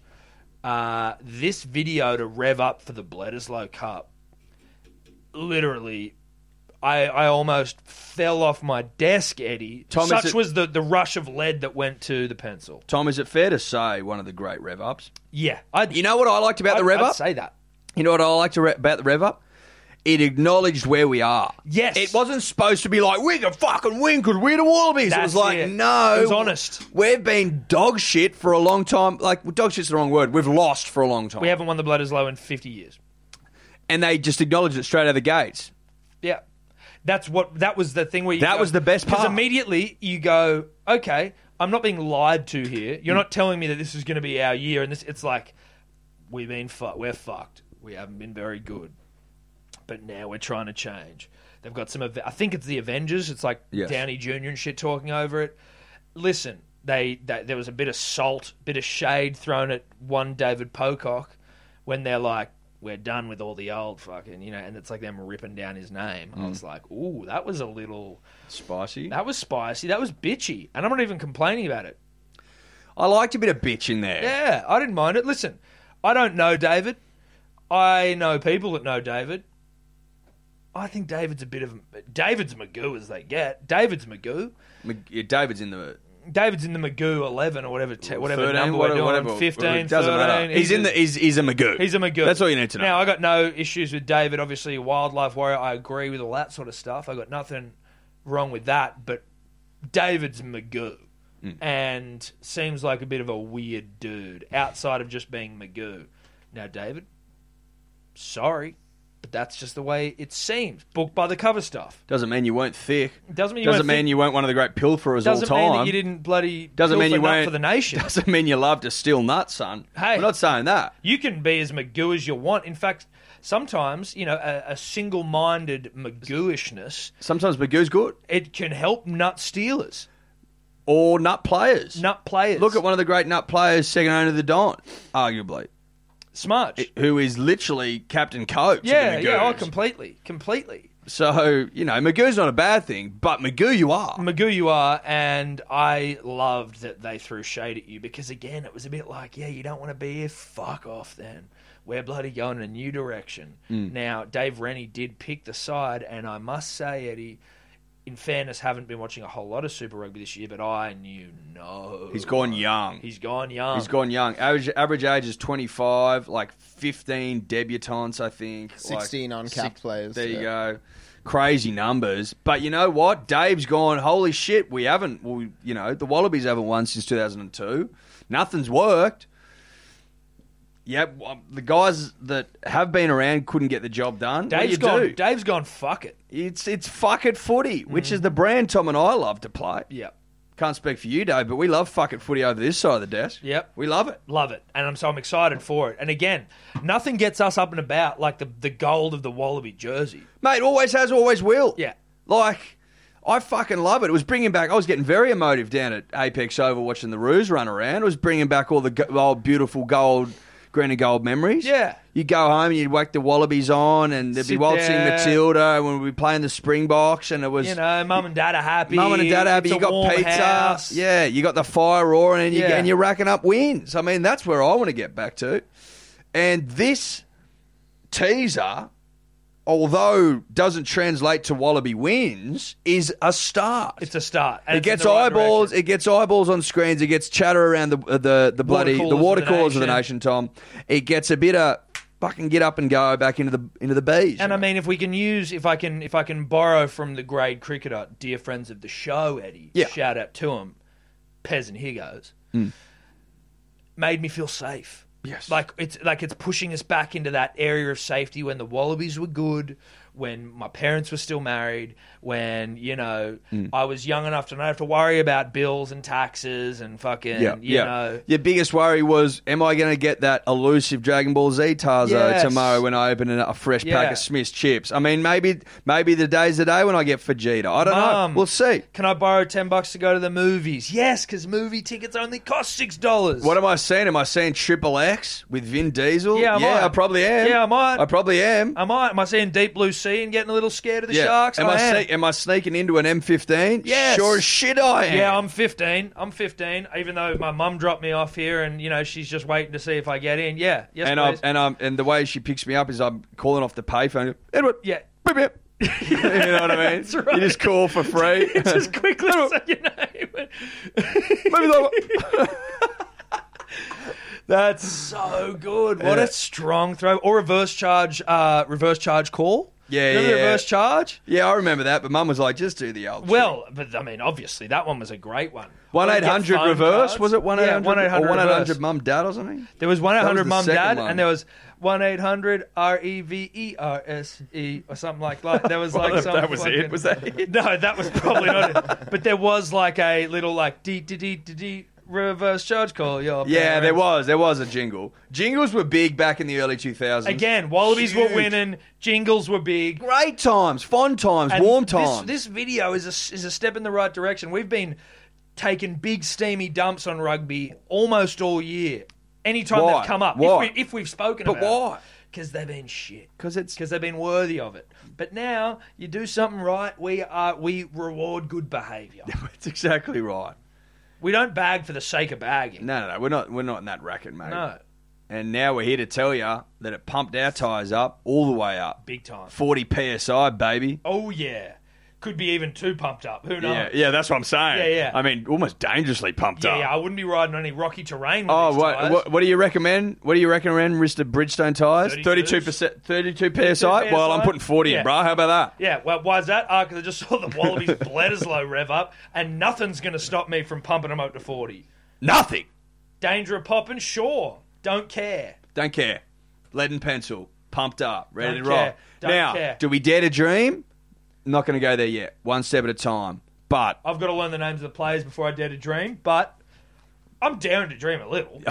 B: uh, this video to rev up for the Bledisloe Cup literally I, I almost fell off my desk, Eddie.
C: Tom, is
B: Such
C: it-
B: was the, the rush of lead that went to the pencil.
C: Tom, is it fair to say one of the great rev ups?
B: Yeah, I'd,
C: You know what I liked about
B: I'd,
C: the rev
B: I'd
C: up?
B: say that.
C: You know what I liked re- about the rev up? It acknowledged where we are.
B: Yes.
C: It wasn't supposed to be like, we can fucking win because we're the Wallabies. it
B: That's
C: was like,
B: it.
C: no.
B: It was honest.
C: We've been dog shit for a long time. Like, well, dog shit's the wrong word. We've lost for a long time.
B: We haven't won the Bledisloe in fifty years.
C: and they just acknowledged it straight out of the gates.
B: Yeah. That's what that was the thing where you
C: That
B: go-
C: was the best
B: Because
C: part.
B: immediately you go, okay, I'm not being lied to here.
C: Mm.
B: You're not telling me that this is going to be our year, and this it's like we've been fu- we're fucked. We haven't been very good, but now we're trying to change. They've got some. Ave- I think it's the Avengers. It's like
C: Yes.
B: Downey Jr. and shit talking over it. Listen, they, they there was a bit of salt, bit of shade thrown at one David Pocock when they're like, "We're done with all the old fucking," you know, and it's like them ripping down his name. I was like, "Ooh, that was a little,
C: Mm. Spicy.
B: that was spicy, that was bitchy," and I'm not even complaining about it.
C: I liked a bit of bitch in there.
B: Yeah, I didn't mind it. Listen, I don't know David. I know people that know David. I think David's a bit of David's Magoo as they get. David's Magoo.
C: Mc- yeah, David's in the
B: David's in the Magoo eleven or whatever te- whatever
C: 13,
B: number we're
C: whatever,
B: doing.
C: whatever.
B: 15,
C: It doesn't
B: 13,
C: matter. He's, in the. He's, he's a Magoo.
B: He's a Magoo.
C: That's all you need to know.
B: Now I got no issues with David. Obviously, wildlife warrior. I agree with all that sort of stuff. I got nothing wrong with that. But David's Magoo,
C: Mm.
B: and seems like a bit of a weird dude outside of just being Magoo. Now, David, sorry, but that's just the way it seems. Book by the cover stuff.
C: doesn't mean you weren't thick.
B: Doesn't mean you
C: doesn't
B: weren't
C: mean
B: thick.
C: you weren't one of the great pilferers all
B: Doesn't
C: time.
B: mean that you didn't bloody
C: Doesn't mean
B: filth
C: you
B: enough
C: weren't-
B: for the nation.
C: (laughs) Doesn't mean you love to steal nuts, son.
B: Hey.
C: We're not saying that.
B: You can be as Magoo as you want. In fact, sometimes, you know, a, a single minded Magooishness,
C: Sometimes Magoo's good.
B: it can help nut stealers,
C: Or nut players.
B: nut players.
C: Look at one of the great nut players, second only to the Don, arguably,
B: Smudge.
C: who is literally Captain Coach. of the
B: yeah, yeah, oh,
C: Magoos.
B: completely. Completely.
C: So, you know, Magoo's not a bad thing, but Magoo you are.
B: Magoo you are, and I loved that they threw shade at you because, again, it was a bit like, yeah, you don't want to be here? Fuck off then. We're bloody going in a new direction.
C: Hmm.
B: Now, Dave Rennie did pick the side, and I must say, Eddie, in fairness, haven't been watching a whole lot of Super Rugby this year, but I knew no.
C: He's gone young.
B: He's gone young.
C: He's gone young. Average average age is 25, like 15 debutantes, I think. Like,
D: 16 uncapped players,
C: There you
D: yeah.
C: go. Crazy numbers. But you know what? Dave's gone, holy shit, we haven't, we, you know, the Wallabies haven't won since 2002. Nothing's worked. Yeah, well, the guys that have been around couldn't get the job done. What do
B: Dave's
C: you
B: gone.
C: do?
B: Dave's gone. Fuck it.
C: It's it's fucking footy,
B: Mm.
C: which is the brand Tom and I love to play.
B: Yep.
C: Can't speak for you, Dave, but we love fucking footy over this side of the desk.
B: Yep.
C: We love it.
B: Love it, and I'm so I'm excited for it. And again, nothing gets us up and about like the the gold of the Wallaby jersey.
C: Mate, always has, always will.
B: Yeah.
C: Like, I fucking love it. It was bringing back, I was getting very emotive down at Apex Over watching the Roos run around. It was bringing back all the go- old, beautiful gold, green and gold memories.
B: Yeah.
C: You go home and you'd whack the Wallabies on and there'd be
B: Sit
C: Waltzing
B: there.
C: Matilda and we'd be playing the Springbox and it was.
B: You know, mum and dad are happy.
C: Mum and dad are happy.
B: It's
C: You
B: a
C: got
B: warm
C: pizza.
B: house.
C: Yeah, you got the fire roaring, and, you,
B: Yeah.
C: and you're racking up wins. I mean, that's where I want to get back to. And this teaser, although doesn't translate to Wallaby wins, is a start.
B: it's a start. And
C: it
B: it's in
C: gets
B: the right
C: eyeballs.
B: direction.
C: It gets eyeballs on screens. It gets chatter around the uh, the, the bloody the
B: coolers
C: water
B: of the
C: coolers of the
B: nation.
C: nation. Tom, it gets a bit of fucking get up and go back into the into the bees.
B: and
C: you
B: I
C: know?
B: mean, if we can use, if I can, if I can borrow from the grade cricketer, dear friends of the show, Eddie.
C: Yeah.
B: Shout out to him, Pez and Higgos. Made me feel safe.
C: Yes.
B: Like it's like it's pushing us back into that area of safety when the Wallabies were good, when my parents were still married, when you know
C: Mm.
B: I was young enough to not have to worry about bills and taxes and fucking
C: Yeah,
B: you
C: yeah.
B: know
C: Your biggest worry was, am I going to get that elusive Dragon Ball Z Tarzo
B: Yes.
C: tomorrow when I open a a fresh
B: Yeah.
C: pack of Smith's chips? I mean, maybe maybe the day's the day when I get Vegeta. I don't
B: Mum,
C: know. We'll see.
B: Can I borrow ten bucks to go to the movies? Yes, because movie tickets only cost six dollars.
C: What am I seeing? Am I seeing Triple X with Vin Diesel?
B: Yeah, I might.
C: probably am.
B: Yeah, I might.
C: I probably am.
B: Am I? Am I seeing deep blue sea and getting a little scared of the
C: Yeah.
B: sharks?
C: Am
B: I,
C: I,
B: am.
C: sne- am I sneaking into an M15?
B: Yes.
C: Sure as shit I am.
B: yeah, I'm 15. I'm 15. Even though my mum dropped me off here, and you know she's just waiting to see if I get in. Yeah, yes,
C: and um, I'm,
B: please.
C: and I'm and the way she picks me up is I'm calling off the payphone. (laughs) Edward.
B: Yeah. (laughs)
C: Beep, beep. you know what I mean?
B: That's right.
C: You just call for
B: (laughs)
C: free. (laughs)
B: just quickly so you (laughs) know.
C: Maybe not.
B: That's so good. What
C: Yeah.
B: a strong throw or reverse charge. Uh, reverse charge call.
C: Yeah,
B: Remember the
C: yeah.
B: reverse charge?
C: Yeah, I remember that, but Mum was like, just do the old.
B: Well, but I mean, obviously that one was a great one.
C: One eight hundred reverse was it? One eight
B: one eight
C: hundred
B: hundred
C: or one eight hundred mum dad or something.
B: There was one
C: That
B: eight
C: was
B: hundred
C: the
B: mum
C: second
B: dad,
C: one.
B: and there was one eight hundred R E V E R S E or something like that. There
C: (laughs)
B: was
C: Well,
B: like
C: if
B: some
C: that was
B: fucking-
C: it, was that it?
B: (laughs) No, that was probably not it. But there was like a little like d d d d d reverse charge call. Your
C: Yeah, there
B: parents.
C: was there was a jingle. Jingles were big back in the early two thousands.
B: Again, Wallabies were winning. Jingles were big.
C: great times, fun times,
B: And
C: warm
B: this-
C: times.
B: This, video is a, is a step in the right direction. We've been taking big steamy dumps on rugby almost all year. Anytime
C: Why?
B: they've come up,
C: Why?
B: If, we, if we've spoken
C: But
B: about
C: why?
B: Because they've been shit.
C: 'Cause it's-
B: because they've been worthy of it. But now you do something right, we are we reward good
C: (laughs)
B: behaviour.
C: That's exactly right.
B: we don't bag for the sake of bagging.
C: No, no, no, we're not we're not in that racket, mate.
B: No.
C: And now we're here to tell you that it pumped our tyres up all the way up,
B: big time.
C: forty psi, baby.
B: Oh yeah, could be even too pumped up. Who
C: Yeah,
B: knows?
C: yeah, that's what I'm saying.
B: Yeah, yeah.
C: I mean, almost dangerously pumped
B: Yeah,
C: up.
B: yeah, I wouldn't be riding on any rocky terrain. With
C: Oh,
B: these
C: what,
B: tyres.
C: what, what do you recommend? What do you recommend, Mister Bridgestone tires?
B: 32.
C: Thirty-two percent, thirty-two psi. Well, I'm
B: PSI?
C: putting forty
B: Yeah.
C: in, bro. How about that?
B: Yeah, well, why is that? Ah, 'cause I just saw the
C: (laughs)
B: Wallabies Bledisloe rev up, and nothing's going to stop me from pumping them up to 40.
C: Nothing.
B: Danger of popping? Sure. Don't care.
C: Don't care. Lead and pencil, pumped up, ready
B: Don't
C: to roll.
B: care. Don't
C: now,
B: care.
C: do we dare to dream? Not going to go there yet. One step at a time. But
B: I've got to learn the names of the players before I dare to dream, but I'm daring to dream
C: (laughs)
B: a little. (laughs)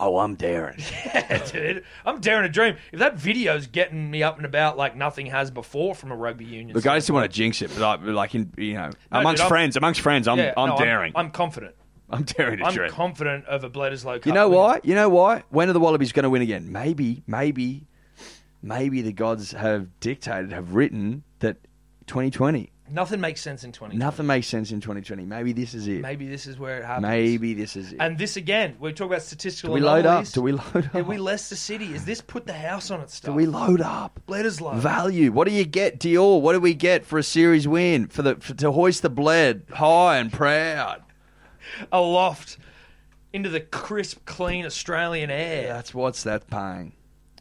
C: oh, I'm daring.
B: Yeah, dude. I'm daring to dream. If that video's getting me up and about like nothing has before from a rugby union.
C: Look, I just want to jinx it, but like, like in, you know, amongst
B: dude, I'm-
C: friends, amongst friends, I'm
B: Yeah,
C: I'm
B: no,
C: daring.
B: I'm, confident.
C: I'm, daring to
B: I'm
C: dream.
B: confident of a Bledisloe Cup.
C: You know
B: win.
C: why? You know why? When are the Wallabies going to win again? Maybe, maybe, maybe the gods have dictated, have written that 2020.
B: Nothing makes sense in 20.
C: Nothing makes sense in 2020. Maybe this is it. Maybe,
B: Maybe this is where it happens.
C: this is it.
B: And this again, we talk about statistical.
C: Do we load up?
B: anomalies.
C: Do we (laughs) load up?
B: Did we Leicester City? Is this put the house on its stuff?
C: Do we load up?
B: Bledisloe.
C: Value. What do you get, Dior? What do we get for a series win? For the for, to hoist the bled high and proud.
B: aloft into the crisp, clean Australian air.
C: That's what's that paying.
D: Uh,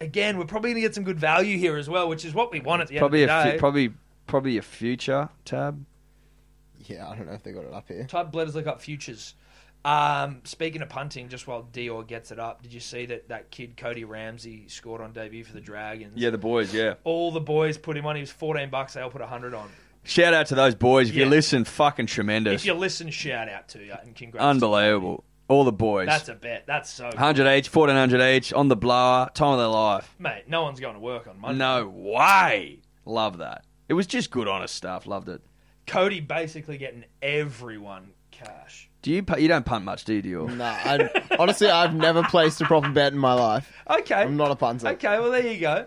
B: Again, we're probably going to get some good value here as well, which is what we want at the
C: Probably
B: end of
C: a
B: the
C: fu-
B: day.
C: probably probably a future tab.
D: Yeah, I don't know if they got it up here.
B: Type Bledisloe Cup futures. Um, speaking of punting, just while Dior gets it up, did you see that that kid Cody Ramsey scored on debut for the Dragons?
C: the boys. Yeah.
B: All the boys put him on. He was 14 bucks. They all put 100 on.
C: Shout out to those boys. If
B: Yeah.
C: you listen, fucking tremendous.
B: If you listen, shout out to you and congrats.
C: Unbelievable. All the boys.
B: That's a bet. That's so good.
C: 100 each, 1400 each, on the blower, time of their life.
B: Mate, no one's going to work on Monday.
C: No way. Love that. It was just good, honest stuff. Loved it.
B: Cody basically getting everyone cash.
C: Do you pu- you don't punt much, do you, Dior?
D: Nah, I, honestly, I've never placed a proper bet in my life.
B: Okay.
D: I'm not a punter.
B: Okay, well there you go.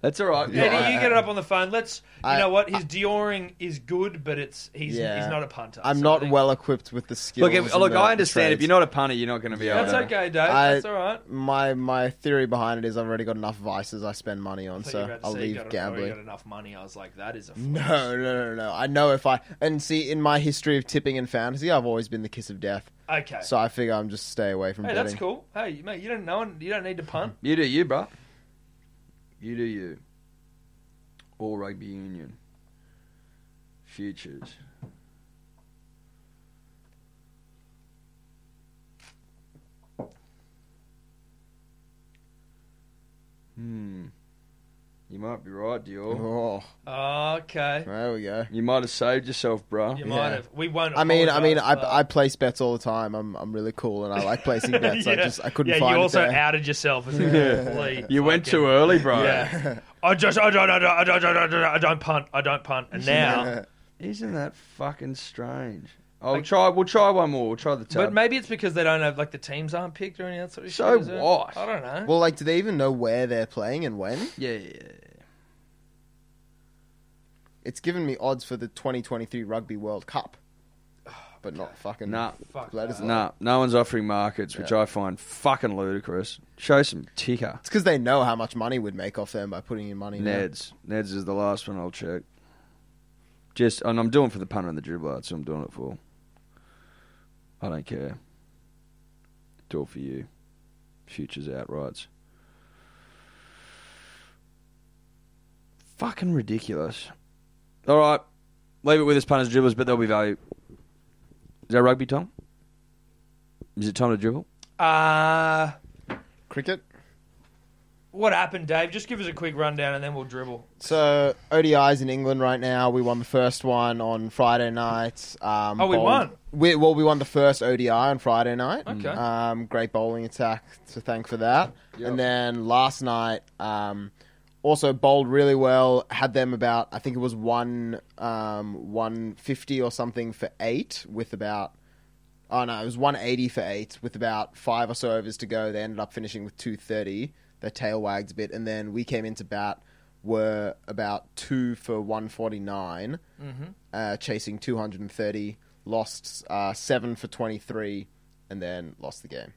C: That's all right.
B: Eddie,
D: I-
B: you get it up on the phone. Let's. You
D: I-
B: know what? His Dioring is good, but it's he's
D: Yeah.
B: he's not a punter.
D: I'm
B: so I
D: not
B: think-
D: well equipped with the skills.
C: Look, if,
D: and
C: look,
D: the-
C: I
D: the
C: understand. If
D: trades.
C: you're not a punter, you're not going to be able
B: That's
C: to.
B: okay, Dave.
D: I-
B: That's all right.
D: my my theory behind it is I've already got enough vices I spend money on,
B: I thought
D: so,
B: you were about to
D: I'll
B: say you
D: leave
B: got,
D: gambling.
B: You got enough money. I was like, that is a flex.
D: No, no, no, no. I know if I and see in my history of tipping and fantasy, I've always been the kiss of death.
B: Okay.
D: So I figure (laughs) I'm just stay away from
B: hey,
D: betting.
B: that's cool. Hey, you- mate, you don't know. You don't need
D: (laughs)
B: to punt.
C: You do you, bro. You do you. All rugby union. Futures. Hmm. You might be right, Dior.
D: Oh,
B: Okay.
D: there we go.
C: You might have saved yourself, bruh.
B: You might have. We won't.
D: I mean, I mean,
B: apologise, but-
D: I, I place bets all the time. I'm I'm really cool and I like
B: (laughs)
D: placing bets. I just I couldn't
B: yeah,
D: find
B: you also
D: it. There.
B: outed yourself as a complete.
C: You went
B: fucking-
C: too early,
D: (laughs)
C: bro.
B: Yeah. I just I don't I don't I don't I don't, I don't punt I don't punt
D: (laughs)
B: and now.
C: (laughs) Isn't that fucking strange? I'll try. We'll try one more. We'll try the tab.
B: But maybe it's because they don't have like the teams aren't picked or any of that sort of
C: So
B: shit. is it?
C: what?
B: I don't know.
D: Well, like, do they even know where they're playing and when?
C: yeah, yeah, yeah.
D: It's given me odds for the 2023 Rugby World Cup, but not fucking.
C: Oh, Nah.
B: Fuck
D: Let us
B: that.
D: know.
C: No, no one's offering markets, which
D: Yeah.
C: I find fucking ludicrous. Show some ticker.
D: It's because they know how much money we'd make off them by putting in money. now.
C: Neds. Neds is the last one I'll check. Just, and I'm doing for the punter and the dribbler. That's who I'm doing it for. I don't care. Do it for you. Futures outrights. fucking ridiculous. All right, leave it with us, punters, dribblers, but there'll be value. Is that rugby, Tom? Is it time to dribble?
B: Uh,
D: Cricket.
B: what happened, Dave? Just give us a quick rundown and then we'll dribble.
D: So ODIs in England right now. We won the first one on Friday night. Um,
B: Oh, we
D: bowled-
B: won?
D: We, well, we won the first ODI on Friday night.
B: Okay.
D: Um, great bowling attack to thank for that. And then last night, um, also bowled really well. Had them about I think it was one um, one fifty or something for eight with about. Oh no, it was 180 for eight with about five or so overs to go. They ended up finishing with 230. Their tail wagged a bit, and then we came into bat were about two for 149, uh, chasing 230. Lost uh, seven for 23, and then lost the game.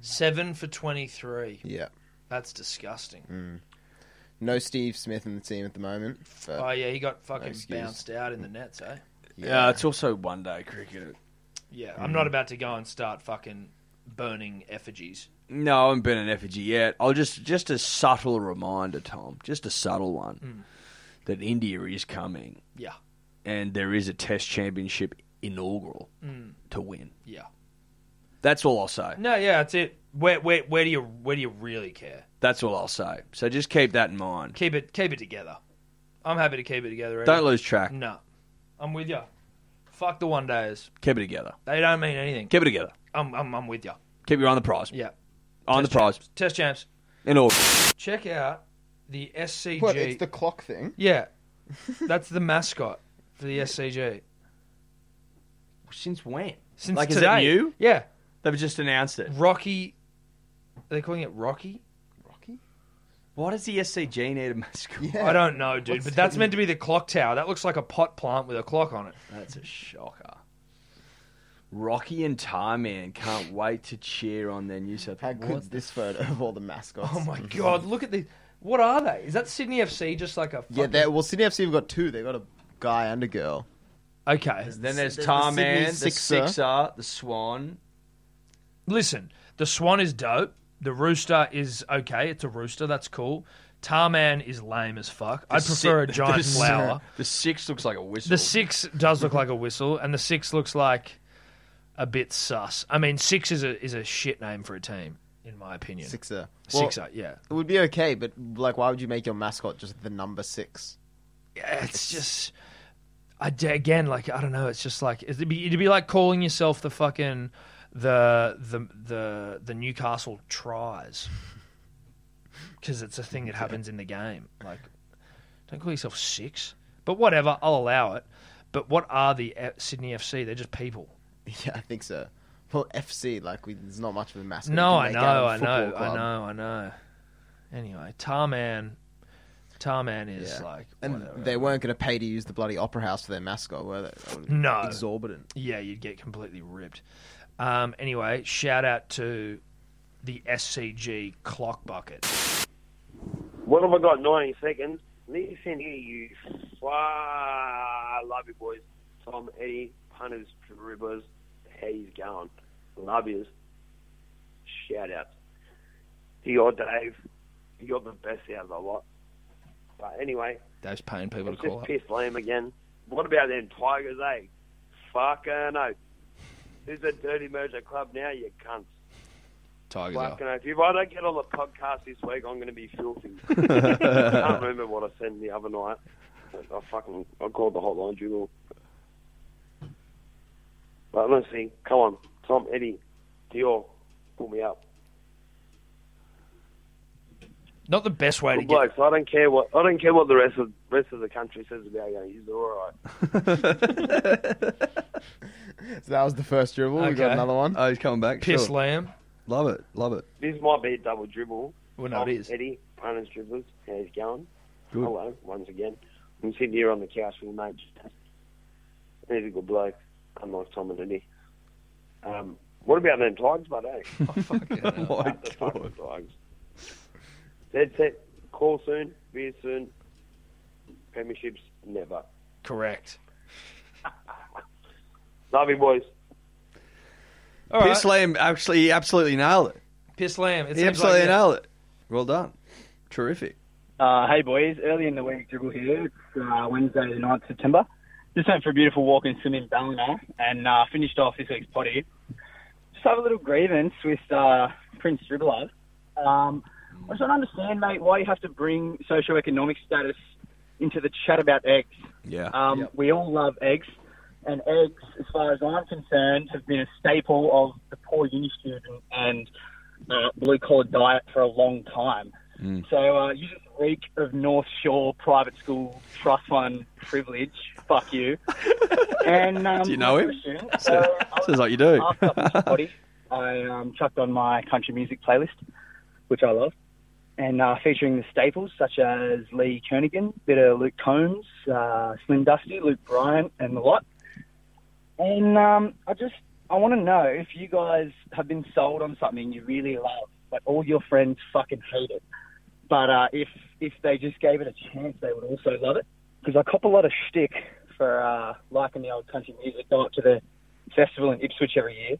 B: Seven for 23.
D: Yeah,
B: That's disgusting.
C: Mm.
D: no Steve Smith in the team at the moment. but-
B: Oh, yeah, he got fucking
D: Uh, excuse.
B: bounced out in the nets, eh?
C: Yeah, Uh, it's also one day cricket.
B: Yeah, I'm not about to go and start fucking burning effigies.
C: No, I haven't been an effigy yet. I'll just just a subtle reminder, Tom, just a subtle one, that India is coming
B: Hmm. Yeah,
C: and there is a Test Championship inaugural to win.
B: Mm, yeah.
C: That's all I'll say.
B: No, yeah, that's it. Where, where, where do you, where do you really care?
C: That's all I'll say. So just keep that in mind.
B: Keep it, keep it together. I'm happy to keep it together. Eddie.
C: Don't lose track.
B: No, I'm with you. Fuck the one days.
C: Keep it together.
B: They don't mean anything.
C: Keep it together.
B: I'm, I'm, I'm with you.
C: Keep your eye on the prize.
B: Yeah.
C: On the
B: Test
C: prize.
B: champs. Test champs.
C: In order.
B: Check out the SCG.
D: What, it's the clock thing. (laughs)
B: Yeah, that's the mascot for the SCG.
C: Since when?
B: Since
C: like,
B: today,
C: is that new?
B: Yeah,
C: They've just announced it.
B: Rocky. They're calling it Rocky.
C: Why does the SCG need a
B: (laughs)
C: mascot?
B: I don't know, dude, but that's meant to be the clock tower. That looks like a pot plant with a clock on it.
C: That's a shocker. Rocky and Tarman can't wait to cheer on their New South
D: How
C: Wales.
D: good's this photo of all the mascots?
B: Oh
D: (laughs)
B: my god, look at the. What are they? Is that Sydney FC just like a? Fucking...
D: Yeah, they well, Sydney FC have got two. They've got a guy and a girl.
B: Okay,
C: Then there's
D: The- the
C: Tarman, the,
D: Sydney Sixer.
C: Sixer, the Swan.
B: listen. The Swan is dope. The Rooster is okay. It's a rooster. That's cool. Tarman is lame as fuck.
C: (laughs)
B: I'd
C: The
B: prefer a
C: si-
B: giant
C: the si-
B: flower.
C: The six looks like a whistle.
B: The six does look like a whistle, and the six looks like a bit sus. I mean, six is a is a shit name for a team, in my opinion.
D: Sixer. Well,
B: Sixer, yeah.
D: It would be okay, but like, why would you make your mascot just the number six?
B: Yeah, It's just, I d- again, like I don't know. It's just like it'd be, it'd be like calling yourself the fucking the the the the Newcastle tries because it's a thing that happens in the game. Like, don't call yourself six, but whatever, I'll allow it. But what are the uh, Sydney FC? They're just people.
D: Yeah, I think so. Well, FC, like, we, there's not much of a mascot.
B: No,
D: you
B: I
D: can
B: know,
D: make out of a
B: I know,
D: football
B: I
D: club.
B: know, I know. Anyway, Tarman, Tarman is
D: Yeah.
B: like,
D: And
B: whatever.
D: they weren't going to pay to use the bloody opera house for their mascot, were they? That would've been
B: No.
D: exorbitant.
B: yeah, you'd get completely ripped. Um, anyway, shout out to the SCG clock bucket.
G: What have I got? 90 seconds. Listen here, you fly. Love you, boys. Tom, Eddie, punters, dribblers. How you going? Love yous. Shout out. To your Dave. You got the best out of the lot. But anyway,
B: Dave's paying people
G: I'm
B: to call
G: just
B: up.
G: pissed lame again. What about them Tigers, eh? Fucking oath. This is a dirty merger club now, you cunts.
B: Tigers are.
G: Fucking oath. If I don't get on the podcast this week, I'm going to be filthy. I can't remember what I said the other night. I fucking I called the hotline jewel. But honestly, come on, Tom, Eddie, Dior, pull me up.
B: Not the best way to
G: Good
B: get.
G: blokes. I don't care what I don't care what the rest of rest of the country says about you. You're all right.
D: So that was the first dribble. We
B: Okay.
D: got another one.
C: Oh, he's coming back.
B: Piss
C: Sure.
B: lamb.
C: Love it. Love it.
G: This might be a double dribble.
B: Well, no, it
G: Tom,
B: is.
G: Eddie, punters, dribblers, how's it going? Hello, once again. I'm sitting here on the couch with mate. He's a good bloke, unlike Tom and Eddie. Um, what about them Tigers, bud,
B: (laughs)
G: eh?
C: Oh, my
G: Up the
C: God.
G: fucking Tigers. Dead set, call soon, beer soon, premierships never.
B: Correct.
G: Love you, boys.
B: All right.
C: Piss Lamb actually he absolutely nailed it.
B: Piss lamb. It
C: He
B: seems
C: absolutely
B: like,
C: nailed it. Well done. Terrific.
H: Uh, hey boys, early in the week, Dribble here. It's uh, Wednesday, the 9th September. Just went for a beautiful walk in Simmons Ballina and uh, finished off this week's potty. Just have a little grievance with uh, Prince Dribbler. Um, I just don't understand, mate, why you have to bring socioeconomic status into the chat about eggs.
I: Yeah.
C: Ah,
H: Um, We all love eggs, and eggs, as far as I'm concerned, have been a staple of the poor uni student and uh, blue collar diet for a long time.
C: Mm.
H: So uh, you just reek of North Shore private school trust fund privilege. Fuck
C: (laughs)
H: you. And um,
C: Do you know him?
H: question.
C: So-
H: So I
C: Sounds like you do.
H: after I
C: (laughs)
H: finished potty, I um, chucked on my country music playlist, which I love, and uh, featuring the staples such as Lee Kernigan, bit of Luke Combs, uh, Slim Dusty, Luke Bryant, and the lot. And um, I just I want to know if you guys have been sold on something you really love, but all your friends fucking hate it. But uh, if if they just gave it a chance, they would also love it. Because I cop a lot of shtick for uh, liking the old country music. Go up to the festival in Ipswich every year.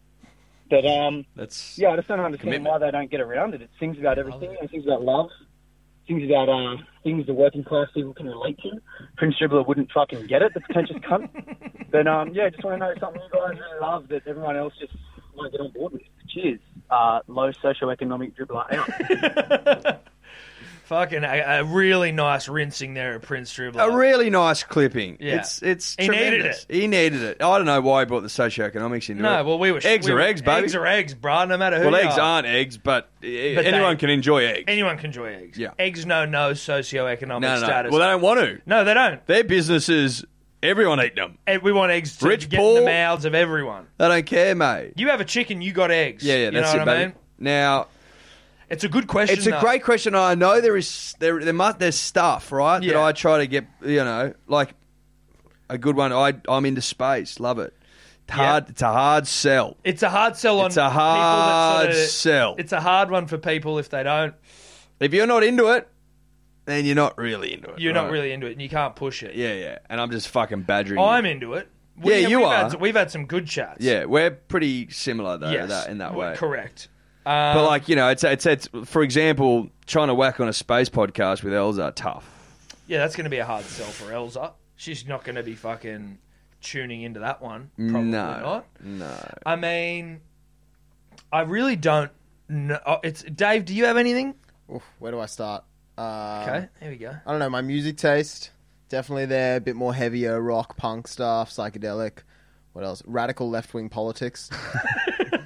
H: But um,
C: That's
H: yeah, I just don't understand
C: Commitment.
H: why they don't get around it. It sings about everything. It sings about love. Things about uh, things the working class people can relate to. Prince Dribbler wouldn't fucking get it. The pretentious cunt. (laughs) But um, yeah, just want to know something you guys really love that everyone else just won't get on board with. Cheers. Uh, low socioeconomic dribbler out.
B: Fucking a, a really nice rinsing there at Prince Dribbler.
C: a really nice clipping.
B: Yeah.
C: It's it's
B: He needed
C: tremendous.
B: it.
C: He needed it. I don't know why he brought the socioeconomics into it.
B: no, well we were
C: eggs
B: we
C: are
B: were-
C: eggs, baby.
B: Eggs are eggs, bro. No matter who.
C: well,
B: you
C: eggs
B: are.
C: aren't eggs, but, eh,
B: But
C: anyone
B: they-
C: can enjoy eggs.
B: Anyone can enjoy eggs.
C: Yeah.
B: Eggs know no
C: no,
B: socioeconomic
C: no, no.
B: status.
C: Well, they don't want to.
B: no, they don't.
C: Their businesses, everyone eat them.
B: Eh, We want eggs to
C: Rich,
B: get in
C: poor.
B: the mouths of everyone.
C: They don't care, mate.
B: You have a chicken, you got eggs.
C: Yeah, yeah,
B: you
C: that's it,
B: know what I
C: baby.
B: mean?
C: Now,
B: It's a good question.
C: it's a
B: though.
C: great question. and I know there is there there must there's stuff right that
B: Yeah.
C: I try to get. You know, like a good one. I I'm into space. Love it. It's hard. It's a hard sell.
B: It's a hard sell on
C: It's a
B: people that
C: hard
B: sorta-
C: sell.
B: It's a hard one for people if they don't.
C: If you're not into it, then you're not really into it.
B: You're not
C: right?
B: really into it, and you can't push it.
C: Yeah, yeah. And I'm just fucking badgering.
B: Oh, I'm
C: you.
B: into it.
C: Yeah, you
B: we've
C: are.
B: Had, we've had some good chats.
C: Yeah, we're pretty similar though.
B: yes,
C: That in that
B: Well,
C: way.
B: Correct. Um,
C: But like you know, it's, it's it's for example, trying to whack on a space podcast with Elza tough.
B: Yeah, that's going to be a hard sell for Elza. She's not going to be fucking tuning into that one. Probably
C: No.
B: not.
C: No.
B: I mean, I really don't know. oh, It's Dave. Do you have anything?
D: Oof, where do I start? Uh,
B: Okay, here we go.
D: I don't know. My music taste definitely there. A bit more heavier rock, punk stuff, psychedelic. What else? Radical left wing
B: (laughs)
D: politics.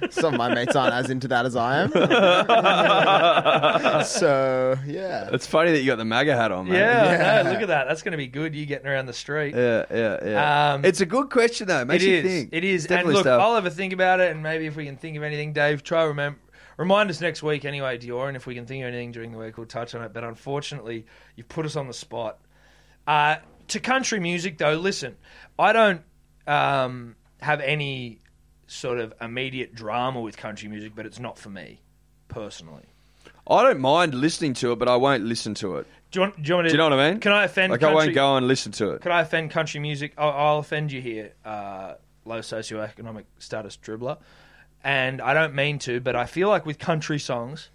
D: Some of my mates aren't as into that as I am. so yeah,
C: It's funny that you got the MAGA hat on, mate.
B: Yeah,
D: Yeah.
B: No, look at that. That's going to be good. You getting around the street.
C: Yeah, yeah, yeah.
B: Um,
C: it's a good question though. It
B: It
C: makes you
B: is.
C: think.
B: It is. And
C: Definitely
B: look,
C: stuff.
B: I'll ever think about it, and maybe if we can think of anything, Dave, try remember. Remind us next week anyway, Dior, and if we can think of anything during the week, we'll touch on it. But unfortunately, you put us on the spot. Uh, to country music, though, listen, I don't um, have any sort of immediate drama with country music, but it's not for me personally.
C: I don't mind listening to it, but I won't listen to it.
B: Do you want? Do you, want to,
C: Do you know what I mean?
B: Can I offend?
C: Like
B: country,
C: I won't go and listen to it.
B: Could I offend country music? I'll, I'll offend you here, uh, low socioeconomic status dribbler. And I don't mean to, but I feel like with country songs,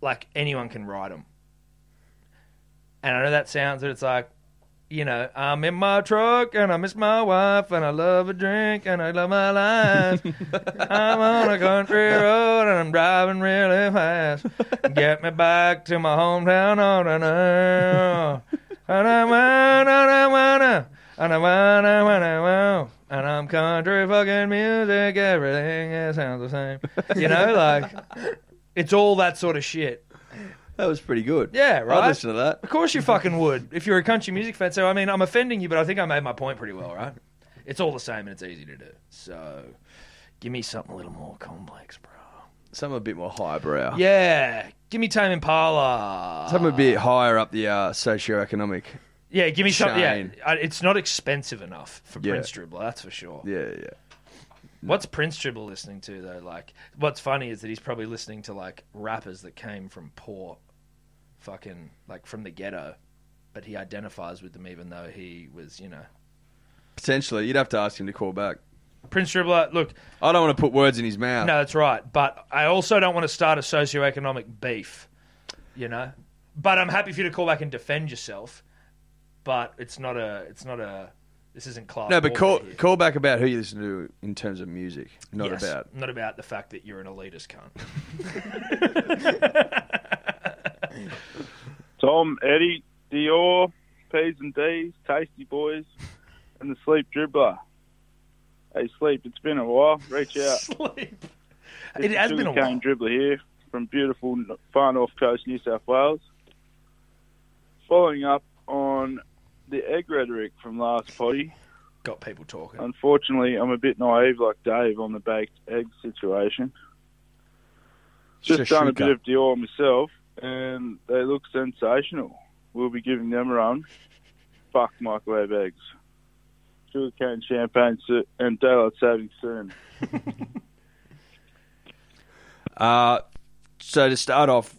B: like anyone can write them. And I know that sounds that it's like, you know, I'm in my truck and I miss my wife and I love a drink and I love my life. I'm on a country road and I'm driving really fast. Get me back to my hometown on an hour. And I wanna, and I wanna, and I wanna, wanna, wow. And I'm country fucking music. Everything it sounds the same. You know, like it's all that sort of shit.
C: That was pretty good.
B: Yeah, right.
C: I'd listen to that.
B: Of course you fucking would. If you're a country music fan, so I mean, I'm offending you, but I think I made my point pretty well, right? It's all the same and it's easy to do. So, give me something a little more complex, bro.
C: Some a bit more highbrow.
B: Yeah, give me Tame Impala.
C: Some a bit higher up the uh, socioeconomic.
B: yeah, give me something. Yeah,
C: Shane.
B: I- it's not expensive enough for
C: Yeah.
B: Prince Dribbler, that's for sure.
C: Yeah, yeah.
B: What's Prince Dribble listening to though? Like, what's funny is that he's probably listening to like rappers that came from poor, fucking like from the ghetto, but he identifies with them even though he was, you know,
C: Potentially, you'd have to ask him to call back.
B: Prince Dribbler. Look,
C: I don't want to put words in his mouth.
B: no, that's right, but I also don't want to start a socioeconomic beef. You know, But I'm happy for you to call back and defend yourself. But it's not a. It's not a. This isn't Clark.
C: No, but
B: Walker
C: call,
B: here.
C: call back about who you listen to in terms of music, not
B: Yes,
C: about.
B: not about the fact that you're an elitist
C: (laughs)
B: cunt. (laughs)
E: Tom, Eddie, Dior, P's and D's, Tasty Boys, and the Sleep Dribbler. Hey, Sleep, it's been a while. Reach out.
B: (laughs) Sleep.
E: This
B: It
E: is
B: has been a
E: Sugarcane
B: while.
E: Dribbler here from beautiful n- far north coast, New South Wales. Following up on the egg rhetoric from last potty,
B: Got people talking.
E: unfortunately, I'm a bit naive like Dave on the baked egg situation. Just done a bit of Dior myself, and they look sensational. We'll be giving them a run. Fuck microwave eggs. Sugarcane champagne so- and daylight saving soon.
C: Uh, so to start off,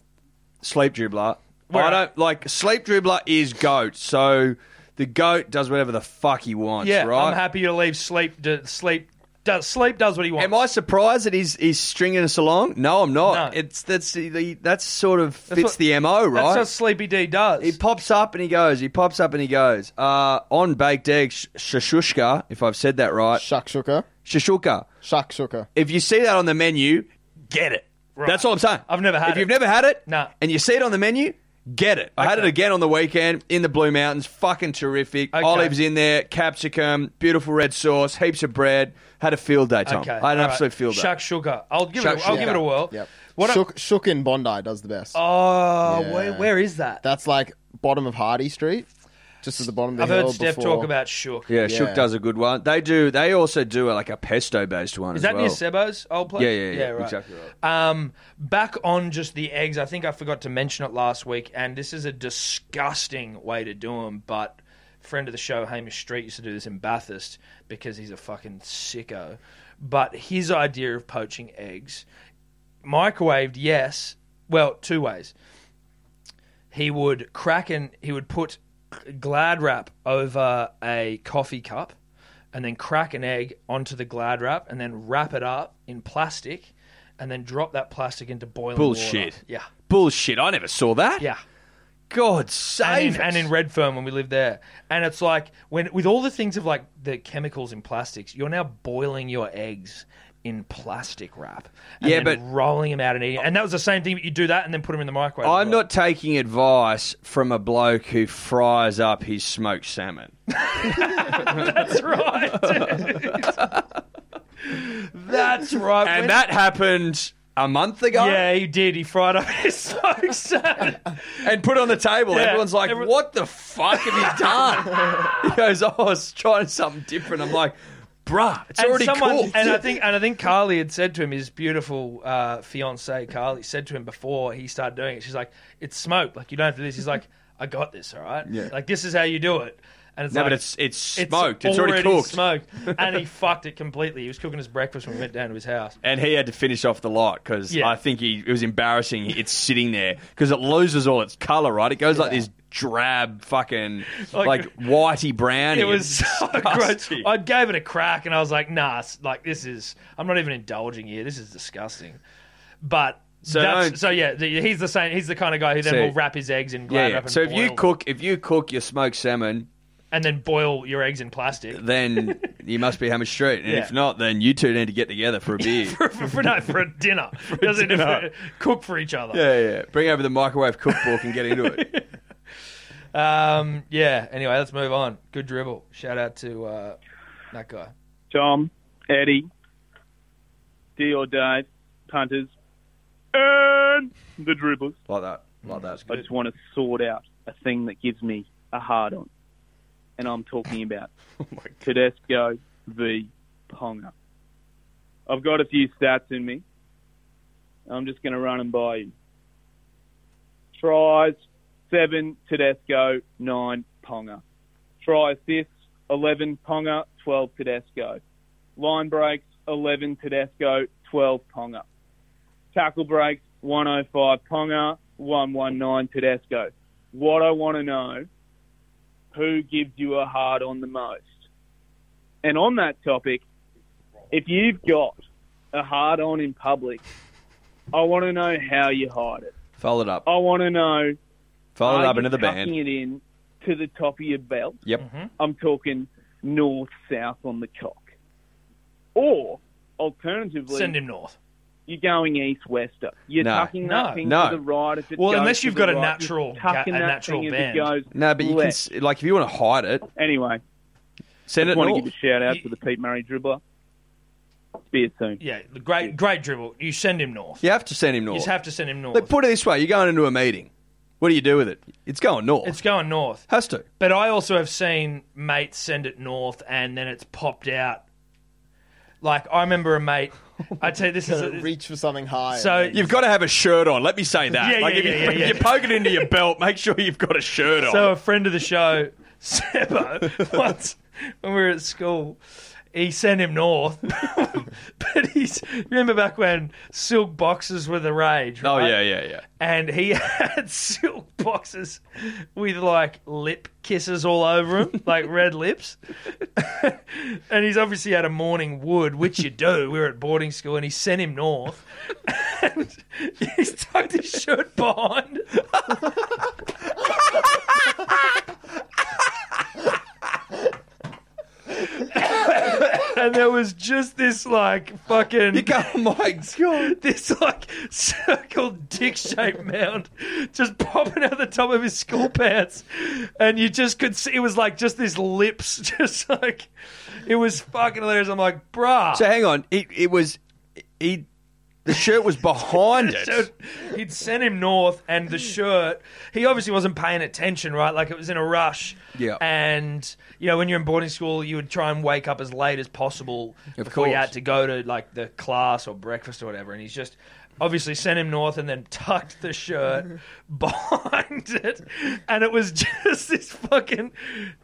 C: sleep dribbler. I don't like sleep dribbler is goat. So the goat does whatever the fuck he wants.
B: Yeah,
C: right.
B: I'm happy to leave sleep. To, sleep does sleep does what he wants.
C: Am I surprised that he's he's stringing us along? No, I'm not.
B: No.
C: It's that's the- the that's sort of fits
B: what-
C: the mo, right?
B: That's what Sleepy D does.
C: He pops up and he goes. He pops up and he goes. Uh, on baked eggs, shashushka. If I've said that right,
D: Shakshuka.
C: shashuka.
D: Shakshuka.
C: If you see that on the menu, get it. That's all I'm saying.
B: I've never had
C: If
B: it.
C: you've never had it,
B: Nah.
C: and you see it on the menu, get it. I had it
B: Okay.
C: again on the weekend in the Blue Mountains. Fucking terrific.
B: Okay.
C: Olives in there, capsicum, beautiful red sauce, heaps of bread. Had a field day, Tom. I had an
B: all
C: absolute
B: right.
C: field day.
B: Shuck sugar. I'll give
C: Shuck
B: it. A, I'll
C: sugar.
B: give it a whirl.
D: Yep.
B: What? I-
D: Shook, Shook in Bondi does the best.
B: oh,
D: Yeah.
B: where, where is that?
D: That's like bottom of Hardy Street, just at the bottom of the
B: I've
D: hill.
B: heard Steph
D: before-
B: talk about shook.
C: Yeah,
D: Yeah.
C: Shook does a good one. They do. They also do like a pesto based one.
B: Is
C: as
B: that
C: well.
B: near Sebo's old place?
C: Yeah, yeah, yeah,
B: right.
C: exactly right.
B: Um, back on just the eggs, I think I forgot to mention it last week, and this is a disgusting way to do them. But friend of the show, Hamish Street, used to do this in Bathurst because he's a fucking sicko. But his idea of poaching eggs, microwaved, yes. Well, two ways. He would crack and he would put glad wrap over a coffee cup and then crack an egg onto the glad wrap and then wrap it up in plastic and then drop that plastic into boiling
C: Bullshit.
B: water. Yeah.
C: Bullshit. I never saw that.
B: Yeah.
C: God
B: And
C: save
B: in, and in Redfern when we lived there. And it's like when with all the things of like the chemicals in plastics, you're now boiling your eggs in plastic wrap. And
C: Yeah,
B: then
C: but-
B: rolling them out and eating. And that was the same thing, but you do that and then put them in the microwave.
C: I'm not taking advice from a bloke who fries up his smoked salmon.
B: That's right. (laughs) That's right. Uh, When-
C: And that happened a month ago.
B: yeah, he did. He fried up his (laughs) smoked salmon.
C: And put it on the table.
B: Yeah.
C: Everyone's like,
B: Everyone-
C: what the fuck have you
B: (laughs)
C: done? he goes, oh, I was trying something different. I'm like, bruh, it's already cooked.
B: And I think, and I think Carly had said to him, his beautiful uh, fiance Carly said to him before he started doing it, she's like, "It's smoked. Like you don't have to do this." He's like, "I got this. All right. Yeah. Like this is how you do it." And it's
C: no,
B: like,
C: but it's, it's smoked. It's, already,
B: already
C: cooked.
B: Smoked,
C: (laughs)
B: and he fucked it completely. He was cooking his breakfast when we went down to his house.
C: And he had to finish off the light because
B: Yeah.
C: I think he, it was embarrassing. It's sitting there because it loses all its color, right? It goes like this drab, fucking, like,
B: Like- (laughs)
C: whitey brown.
B: It was
C: (laughs)
B: (laughs) so gross.
C: disgusting.
B: I gave it a crack and I was like, nah, it's- like this is, I'm not even indulging here. This is disgusting. But so,
C: don't-
B: that's, so yeah, the, he's the same. He's the kind of guy who then
C: So-
B: will wrap his eggs in
C: Yeah.
B: glad wrap and
C: So if you
B: boil them.
C: cook, if you cook your smoked salmon,
B: and then boil your eggs
C: (laughs)
B: in plastic. (laughs)
C: then you must be Hamish Street, and
B: Yeah.
C: if not, then you two need to get together for a beer.
B: (laughs) for, for, for- no, for
C: (laughs)
B: a dinner. Doesn't
C: dinner.
B: (laughs) cook for each other.
C: yeah, yeah. Bring over the microwave cookbook and get into
B: (laughs)
C: it.
B: Um, yeah. Anyway, let's move on. Good dribble. Shout out to uh, that guy.
E: Tom, Eddie, D or Dave, punters, and the dribblers.
C: Like that. Like that.
E: I just want to sort out a thing that gives me a hard on. And I'm talking
C: (laughs)
E: about
C: Oh
E: Tedesco v. Ponga. I've got a few stats in me. I'm just going to run them by you. Tries, seven Tedesco, nine Ponga. Try assists, 11 Ponga, 12 Tedesco. Line breaks, 11 Tedesco, 12 Ponga. Tackle breaks, 105 Ponga, 119 Tedesco. What I want to know, who gives you a hard on the most? And on that topic, if you've got a hard on in public, I want to know how you hide it.
B: Oh,
C: Fold it up.
E: I want to know
C: Follow it
J: Are
C: up
J: you
C: into the
J: tucking
C: band.
J: it in to the top of your belt.
C: Yep.
B: Mm-hmm.
J: I'm talking north south on the cock. Or alternatively,
B: Send him north.
J: you're going east wester. You're
C: No.
J: tucking that
B: No.
J: thing
C: No.
J: to the right. If it
B: Well,
J: goes
B: unless
J: to
B: you've
J: the
B: got a
J: right,
B: natural
J: you're
B: ca-
J: tucking
B: a
J: that
B: natural
J: thing
B: bend.
J: As it goes
C: No, but you can
J: left.
C: s- like if you want to hide it,
J: Anyway,
C: send it
J: want to
C: north.
J: give a shout out
B: You-
J: to the Pete Murray dribbler. See you soon.
B: Yeah, the great, great dribble. You send him north.
C: You have to send him
B: You
C: north.
B: just have to send him
C: They
B: north.
C: put it this way: you're going into a meeting. What do you do with it? It's going north.
B: it's going north.
C: has to.
B: But I also have seen mates send it north and then it's popped out. Like I remember a mate. I
D: (laughs)
B: tell you this is
D: Gotta reach for something high.
B: so
C: You've got to have a shirt on. Let me say that.
B: Yeah,
C: like
B: yeah,
C: if you,
B: yeah, yeah, yeah.
C: you poke it into your belt, make sure you've got a shirt on.
B: So a friend of the show, (laughs) Sebo, once when we were at school, he sent him north. (laughs) but he's remember back when silk boxes were the rage.
C: oh
B: right?
C: yeah, yeah, yeah.
B: And he (laughs) had silk boxes with like lip kisses all over them, like red lips. (laughs) and he's obviously had a morning wood, which you do. We were at boarding school, and he sent him north. (laughs) and he's tucked his shirt behind. and there was just this like fucking
C: You go, my (laughs) god.
B: this like circle dick shaped mound just popping out the top of his school pants and you just could see it was like just this lips (laughs) just like it was fucking hilarious i'm like bruh
C: So hang on. It, it was he. The shirt was
B: (laughs)
C: behind it.
B: So he'd sent him north and the shirt he obviously wasn't paying attention right like it was in a rush
C: Yeah.
B: and you know when you're in boarding school you would try and wake up as late as possible
C: Of
B: before you
C: course.
B: had to go to like the class or breakfast or whatever and he's just obviously sent him north and then (laughs) tucked
C: (laughs)
B: the shirt behind it and it was just this fucking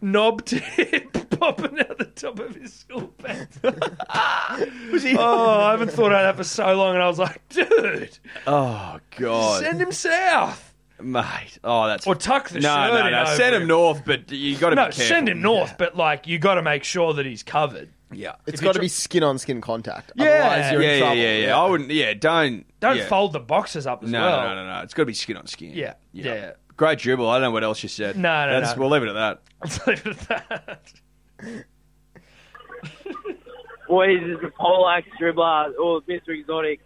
B: knob tip (laughs) popping out the top of his school
C: (laughs)
B: pants oh i haven't thought of that for so long and i was like dude
C: Oh god,
B: Send him south.
C: mate. Oh, that's
B: Or tuck the
C: no,
B: shirt
C: no,
B: in
C: no.
B: over
C: Send him
B: him.
C: north, but you got to
B: No,
C: be careful.
B: send him north, but like you got to make sure that he's covered.
C: Yeah,
D: it's got to be skin on skin contact. Yeah,
B: Otherwise,
D: Otherwise
C: yeah,
D: you're
C: yeah,
D: in trouble.
C: yeah, yeah. I wouldn't. Yeah, don't
B: Don't
C: yeah.
B: fold the boxes up as
C: No,
B: well.
C: no, no, no, no. It's got to be skin on skin.
B: Yeah, yeah.
C: Great dribble. I don't know what else you said.
B: No, no,
C: That's,
B: no.
C: We'll leave it at that.
B: Let's (laughs) leave it at that.
K: (laughs) boys, this is Polax dribbler or Mr. Exotic.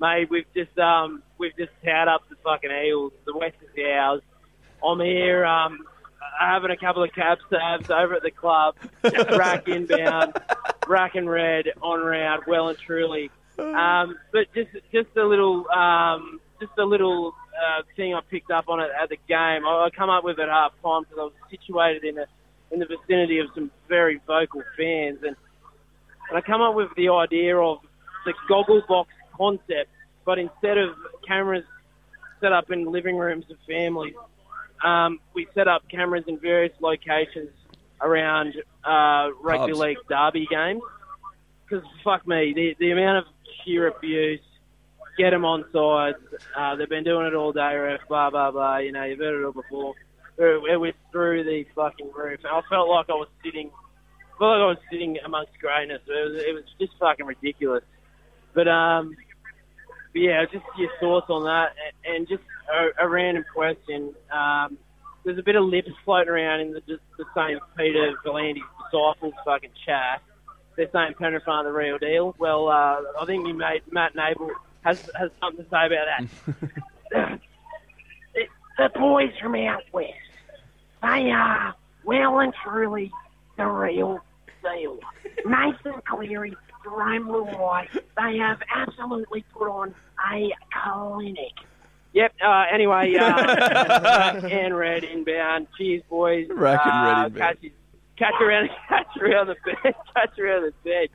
K: Mate, we've just um we've just tied up the fucking eels. The West is ours. I'm here um having a couple of cab stabs over at the club. rack inbound, rack and red on round, well and truly. Um, but just just a little um, just a little uh, thing I picked up on it at the game. I, I come up with it half time because I was situated in a in the vicinity of some very vocal fans and and I come up with the idea of the goggle box concept, but instead of cameras set up in living rooms of families, um, we set up cameras in various locations around uh, rugby
C: Pubs.
K: league derby games. Because fuck me, the, the amount of sheer abuse, get them on sides. Uh, they've been doing it all day, ref, blah blah blah. You know, you've heard it all before. It was through the fucking roof. I felt like I was sitting I felt like I was sitting amongst greatness. It was, it was just fucking ridiculous. But um, but yeah, just your thoughts on that, a- and just a, a random question. Um, there's a bit of lips floating around in the, just the same Peter Galandy's disciples fucking chat. They're saying Penrifan the real deal. Well, uh, I think your mate Matt Nable has has something to say about that.
L: (laughs) the, the boys from out west. They are well and truly the real deal. Nathan Cleary, Jerome Luai, they have absolutely put on a clinic.
K: Yep. Uh, anyway,
C: (laughs)
K: uh, Rack and red inbound. Cheers, boys.
C: Rack and red
K: Uh,
C: inbound.
K: Catch, you- catch around, catch around the (laughs) bed, catch around the bed.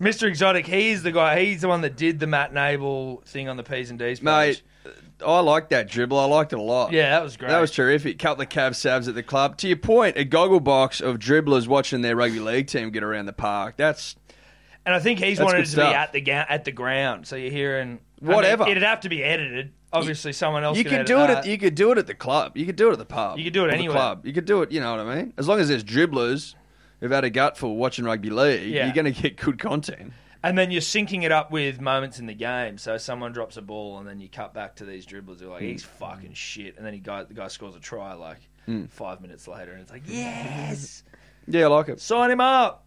B: Mr. Exotic, he's the guy. He's the one that did the Matt Nable thing on the P's and D's page.
C: Mate, uh, oh, I like that dribble. I liked it a lot.
B: Yeah, that was great.
C: That was terrific. Couple of Cav Savs at the club. To your point, a goggle box of dribblers watching their rugby league team get around the park. That's
B: and I think he's
C: That's
B: wanted
C: good
B: it to
C: stuff.
B: be at the ga- at the ground, so you're hearing I
C: Whatever.
B: mean, it'd have to be edited. Obviously, someone else.
C: you
B: can
C: could
B: edit
C: do it.
B: that.
C: At, you could do it at the club. You could do it at the pub.
B: You could do it
C: Or the
B: anywhere.
C: club. You could do it. You know what I mean? As long as there's dribblers who've had a gutful watching rugby league,
B: Yeah.
C: you're going to get good content.
B: And then you're syncing it up with moments in the game. So someone drops a ball, and then you cut back to these dribblers
M: Hmm.
B: who are like,
N: Mm.
B: he's fucking shit. And then he guy, the guy scores a try like
M: Hmm.
C: Mm.
B: five minutes later, and it's like, yes.
C: Yeah, I like it.
B: Sign him up.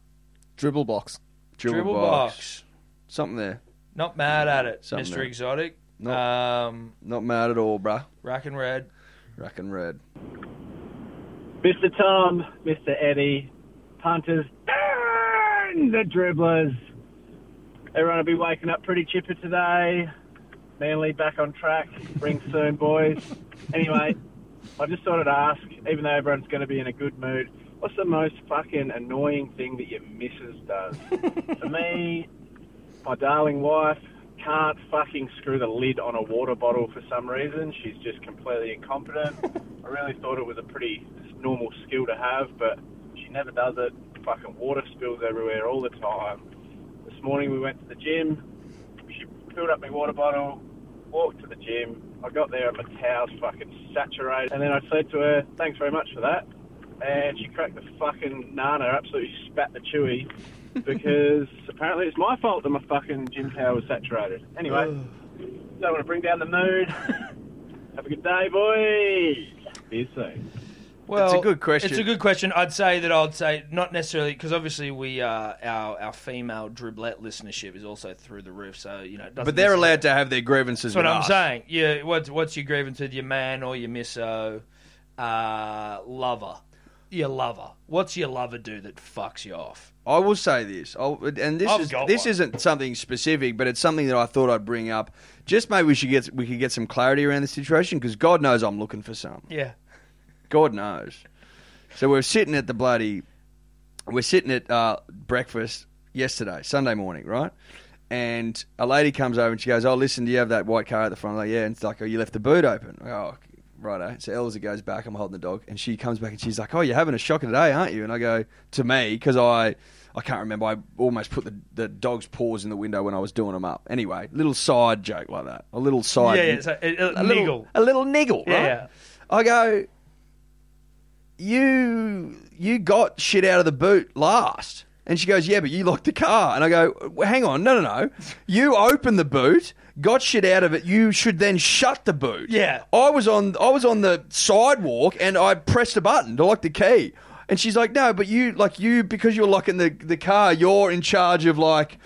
D: Dribble box.
C: Dribble,
B: Dribble
C: box. Something there.
B: Not mad at it,
C: Something
B: Mr.
C: there.
B: Exotic.
C: Not,
B: um,
C: not mad at all, bruh.
B: Rack and red.
C: Rack and red.
M: Mr. Tom, Mr. Eddie, punters, and the dribblers. Everyone will be waking up pretty chipper today. Manly back on track. Ring soon, boys. Anyway, I just thought I'd ask, even though everyone's going to be in a good mood, what's the most fucking annoying thing that your missus does? For me, my darling wife can't fucking screw the lid on a water bottle for some reason. She's just completely incompetent. I really thought it was a pretty normal skill to have, but she never does it. Fucking water spills everywhere all the time. This morning we went to the gym. She filled up my water bottle, walked to the gym. I got there and my towel's fucking saturated. And then I said to her, thanks very much for that. And she cracked the fucking nana, absolutely spat the chewy,
O: (laughs)
M: because apparently it's my fault that my fucking gym towel was saturated. Anyway, don't want to bring down the mood. Have a good day, boys. See you soon.
B: Well,
M: It's a good question.
B: It's a good question. I'd say that I'd say not necessarily because obviously we uh, our our female driblet listenership is also through the roof. So you know, it doesn't
C: But they're
B: necessarily-
C: allowed to have their grievances.
B: That's what
C: with
B: I'm
C: us.
B: saying. Yeah, what's what's your grievance with your man or your misso, uh, lover, your lover? What's your lover do that fucks you off?
C: I will say this, I'll, and this
B: I've
C: is
B: got
C: this
B: one.
C: isn't something specific, but it's something that I thought I'd bring up. Just maybe we should get we could get some clarity around the situation because God knows I'm looking for some.
B: Yeah.
C: God knows. So we're sitting at the bloody, we're sitting at uh, breakfast yesterday, Sunday morning, right? And a lady comes over and she goes, "Oh, listen, do you have that white car at the front?" I'm like, yeah. And it's like, "Oh, you left the boot open." I go, oh, right. So Elsa goes back. I'm holding the dog, and she comes back and she's like, "Oh, you're having a shocker today, aren't you?" And I go to me because I. I can't remember. I almost put the, the dog's paws in the window when I was doing them up. Anyway, little side joke like that. A little side.
B: yeah, yeah. So, uh, a,
C: a little-
B: niggle.
C: a little niggle,
B: Yeah,
C: right?
B: yeah.
C: I go, you you got shit out of the boot last. And she goes, yeah, but you locked the car. And I go, well, hang on, no, no, no. You opened the boot, got shit out of it. You should then shut the boot.
B: Yeah.
C: I was on I was on the sidewalk and I pressed a button to lock the key. And she's like, no, but you like you because you're locking the the car, you're in charge of like,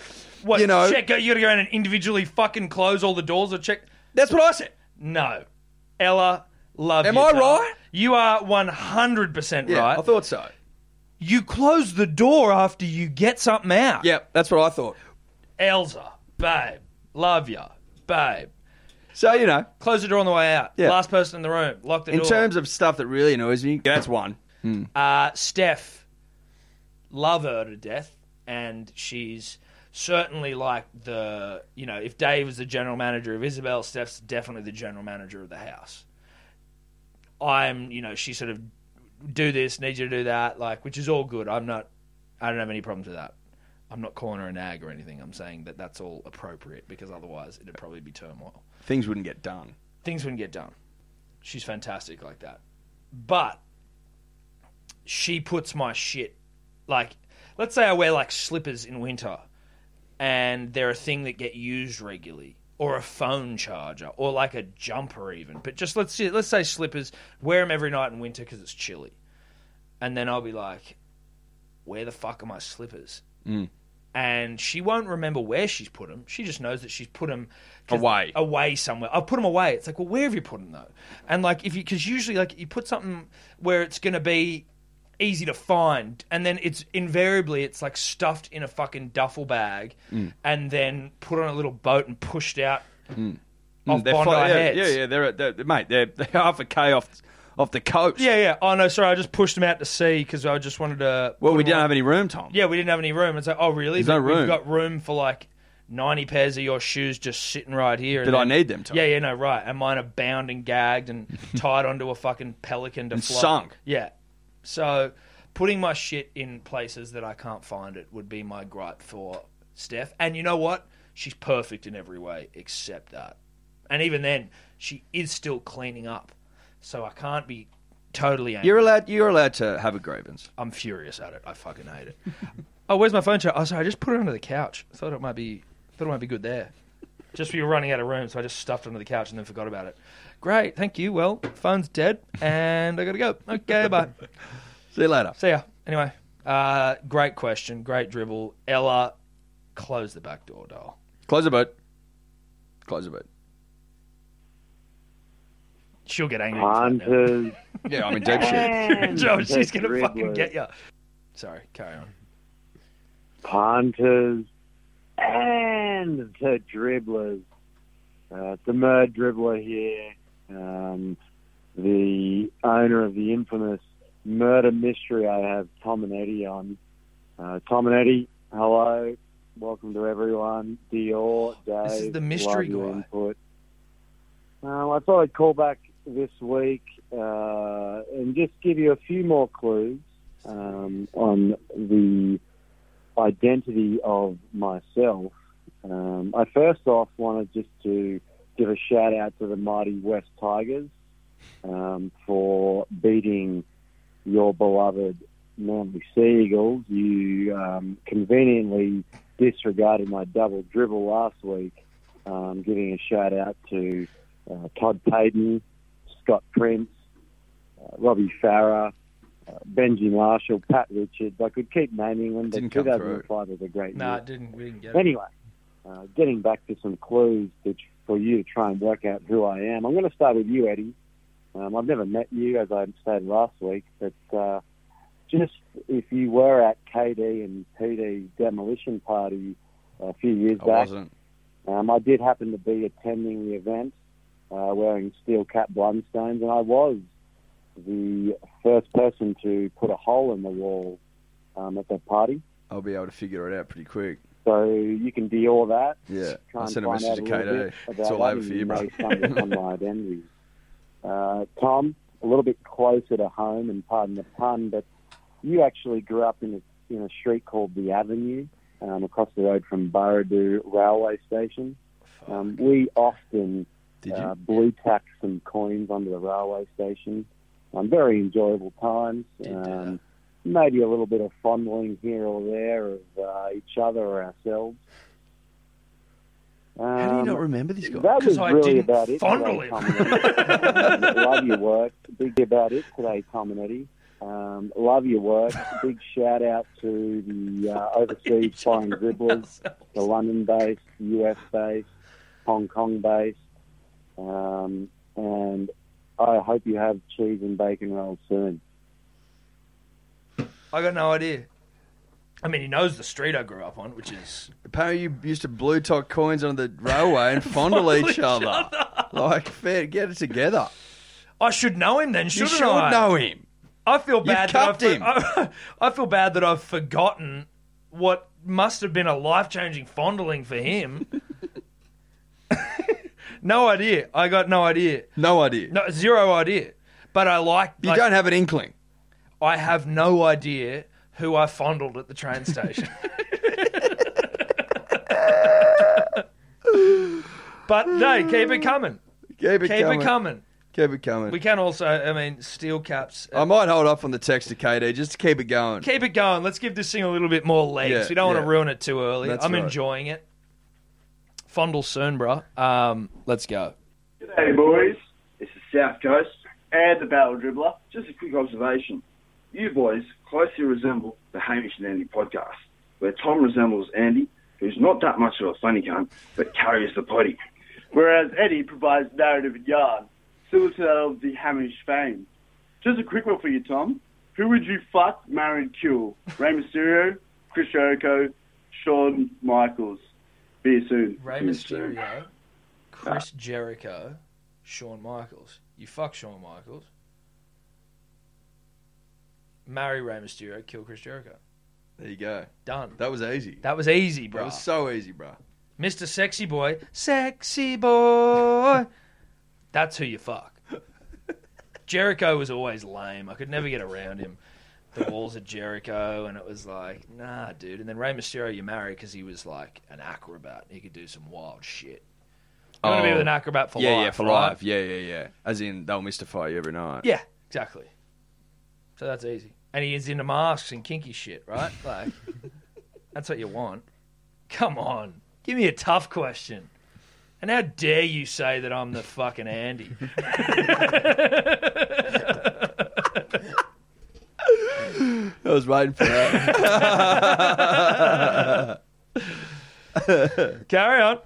B: What?
C: you know,
B: check. You got to go in and individually fucking close all the doors or check.
C: That's what I said.
B: No, Ella, love.
C: Am
B: you,
C: I
B: darling.
C: right?
B: You are one hundred percent
C: Yeah,
B: right.
C: I thought so.
B: You close the door after you get something out.
C: Yep, that's what I thought.
B: Elsa, babe, love ya, babe.
C: So you know,
B: close the door on the way out.
C: Yeah.
B: Last person in the room, lock the
C: in
B: door.
C: terms of stuff that really annoys me, that's one. Hmm.
B: Uh, Steph, love her to death, and she's certainly like the you know if Dave is the general manager of Isabel, Steph's definitely the general manager of the house. I'm you know she sort of do this, need you to do that, like which is all good. I'm not, I don't have any problems with that. I'm not calling her a nag or anything. I'm saying that that's all appropriate because otherwise it'd probably be turmoil.
C: Things wouldn't get done.
B: Things wouldn't get done. She's fantastic like that. But she puts my shit like let's say I wear like slippers in winter and they're a thing that get used regularly or a phone charger or like a jumper even but just let's say, let's say slippers wear them every night in winter cuz it's chilly and then I'll be like where the fuck are my slippers
C: Mm.
B: and she won't remember where she's put them. She just knows that she's put them
C: Away.
B: away somewhere. I'll put them away. It's like, well, where have you put them though? And like, if you because usually like you put something where it's going to be easy to find, and then it's invariably it's like stuffed in a fucking duffel bag,
C: Mm.
B: and then put on a little boat and pushed out
C: Mm.
B: Hmm. off
C: Mm, they're
B: Bondi
C: fly- yeah,
B: Heads.
C: Yeah, yeah, they're, they're mate, they're, they're half a k off off the coast.
B: Yeah, yeah. Oh no, sorry, I just pushed them out to sea because I just wanted to.
C: Well,
B: put
C: we
B: them
C: don't
B: on-
C: have any room, Tom.
B: Yeah, we didn't have any room. It's like, oh, really?
C: There's no
B: We've
C: room.
B: got room for like 90 pairs of your shoes just sitting right here. and
C: Did I
B: then-
C: need them, Tom?
B: Yeah, yeah, no, right. And mine are bound and gagged and
C: (laughs)
B: tied onto a fucking pelican to
C: And
B: fly.
C: sunk.
B: Yeah. So putting my shit in places that I can't find it would be my gripe for Steph. And you know what? She's perfect in every way except that. And even then, she is still cleaning up. So I can't be totally angry.
C: You're allowed. You're allowed to have a grievance.
B: I'm furious at it. I fucking hate it. (laughs) Oh, where's my phone charger? Oh, sorry, I just put it under the couch. Thought it might be, thought it might be good there. Just we were running out of room, so I just stuffed it under the couch and then forgot about it. Great, thank you. Well, phone's dead, and I gotta go. Okay, bye.
C: See you later.
B: See ya. Anyway, uh, great question, great dribble. Ella, close the back door, doll.
C: Close the boat. Close the boat.
B: She'll get angry. (laughs)
C: Hunters. Yeah, I mean, dead (laughs) shit.
B: Joe, she's gonna fucking get you. Sorry, carry on.
P: punters, and the dribblers. Uh, the Murd dribbler here, um, the owner of the infamous murder mystery I have Tom and Eddie on. Uh, Tom and Eddie, hello. Welcome to everyone. Dior, Dave.
B: This is the mystery
P: love your
B: guy.
P: Input. Um, I thought I'd call back this week uh, and just give you a few more clues um, on the identity of myself, um, I first off wanted just to give a shout out to the mighty West Tigers um, for beating your beloved Manly Seagulls. You um, conveniently disregarded my double dribble last week, um, giving a shout out to uh, Todd Payton, Scott Prince, uh, Robbie Farah, uh, Benji Marshall, Pat Richards. I could keep naming them, but
B: Didn't come
P: 2005 was a great
B: Nah,
P: year.
B: it didn't. We didn't get it.
P: Anyway, uh, getting back to some clues that, for you to try and work out who I am. I'm going to start with you, Eddie. Um, I've never met you, as I said last week, but uh, just if you were at KD and PD's demolition party a few years
C: I
P: back,
C: wasn't.
P: um, I did happen to be attending the event uh, wearing steel cap blundstones, and I was the first person to put a hole in the wall um, at that party.
C: I'll be able to figure it out pretty quick.
P: So you can do all that.
C: Yeah.
P: Try
C: I'll
P: and
C: send a
P: find
C: message
P: out
C: to
P: a little
C: Kato.
P: bit
C: It's
P: about
C: all
P: that
C: over
P: and
C: for
P: you
C: you, bro.
P: may stumble upon my identity. Uh, Tom, a little bit closer to home, and pardon the pun, but you actually grew up in a, in a street called the Avenue, um, across the road from Burradoo Railway Station. Um, we often uh, blue tack some coins onto the railway station. Um, very enjoyable times. Um, maybe a little bit of fondling here or there of uh, each other or ourselves.
C: How do you
P: Um,
C: not remember this guy?
P: that was really about it.
C: fondle
P: today, Tom and Eddie. Um, (laughs) love your work. Big about it today, Tom and Eddie. Um, love your work. Big shout out to the uh,
C: (laughs)
P: overseas foreign dribblers, the London-based, US-based, Hong Kong-based, um, and I hope you have cheese and bacon rolls soon.
B: I got no idea. I mean, he knows the street I grew up on, which is
C: Apparently, you used to blue top coins on the railway
B: (laughs)
C: and fondle each other. Like, fair, get it together.
B: I should know him then, shouldn't
C: you should
B: I?
C: know him.
B: I feel
C: You've
B: bad. that
C: cuffed
B: I've,
C: him.
B: I, (laughs) I feel bad that I've forgotten what must have been a life changing fondling
C: (laughs)
B: for him. no idea. I got no idea.
C: No idea.
B: No zero idea. But I like.
C: You
B: like-
C: don't have an inkling.
B: I have no idea who I fondled at the
C: (laughs)
B: train station. but no, keep it coming.
C: Keep it
B: keep
C: coming.
B: it coming.
C: Keep it coming.
B: We can also, I mean, steel caps.
C: I might hold off on the text to KD just to keep it going.
B: Keep it going. Let's give this thing a little bit more legs.
C: Yeah,
B: we don't want
C: yeah.
B: to ruin it too early.
C: That's
B: I'm
C: right.
B: enjoying it. Fondle soon, bro. Um, let's go.
O: Hey boys, this is South Coast and the Battle Dribbler. Just a quick observation. You boys closely resemble the Hamish and Andy podcast, where Tom resembles Andy, who's not that much of a funny cunt, but carries the potty. Whereas Eddie provides narrative and yarn, similar to that of the Hamish fame. Just a quick one for you, Tom. Who would
C: (laughs)
O: you (sighs) (laughs) fuck, marry, and kill? Rey Mysterio, Chris Jericho, Shawn Michaels. Be you soon.
B: Rey
O: See you soon.
B: Mysterio, Chris Jericho, Shawn Michaels. You fuck Shawn Michaels. Marry Rey Mysterio, kill Chris Jericho.
C: There you go.
B: Done.
C: That was easy.
B: That was easy,
C: That
B: bro.
C: was so easy, bro.
B: Mr. Sexy Boy, Sexy Boy. (laughs) That's who you fuck. Jericho was always lame. I could never get around him. The walls of Jericho, and it was like, nah, dude. And then Rey Mysterio, you marry because he was like an acrobat. He could do some wild shit. You
C: Oh,
B: want to be with an acrobat for
C: yeah,
B: life?
C: Yeah, for
B: right?
C: life. Yeah, yeah, yeah. As in, they'll mystify you every night.
B: Yeah,
Q: (laughs)
B: exactly. So that's easy. And he is into masks and kinky shit, right? Like, That's what you want. Come on. Give me a tough question. And how dare you say that I'm the
Q: (laughs)
B: fucking Andy?
C: I was waiting for
B: (laughs)
C: that.
B: Carry on.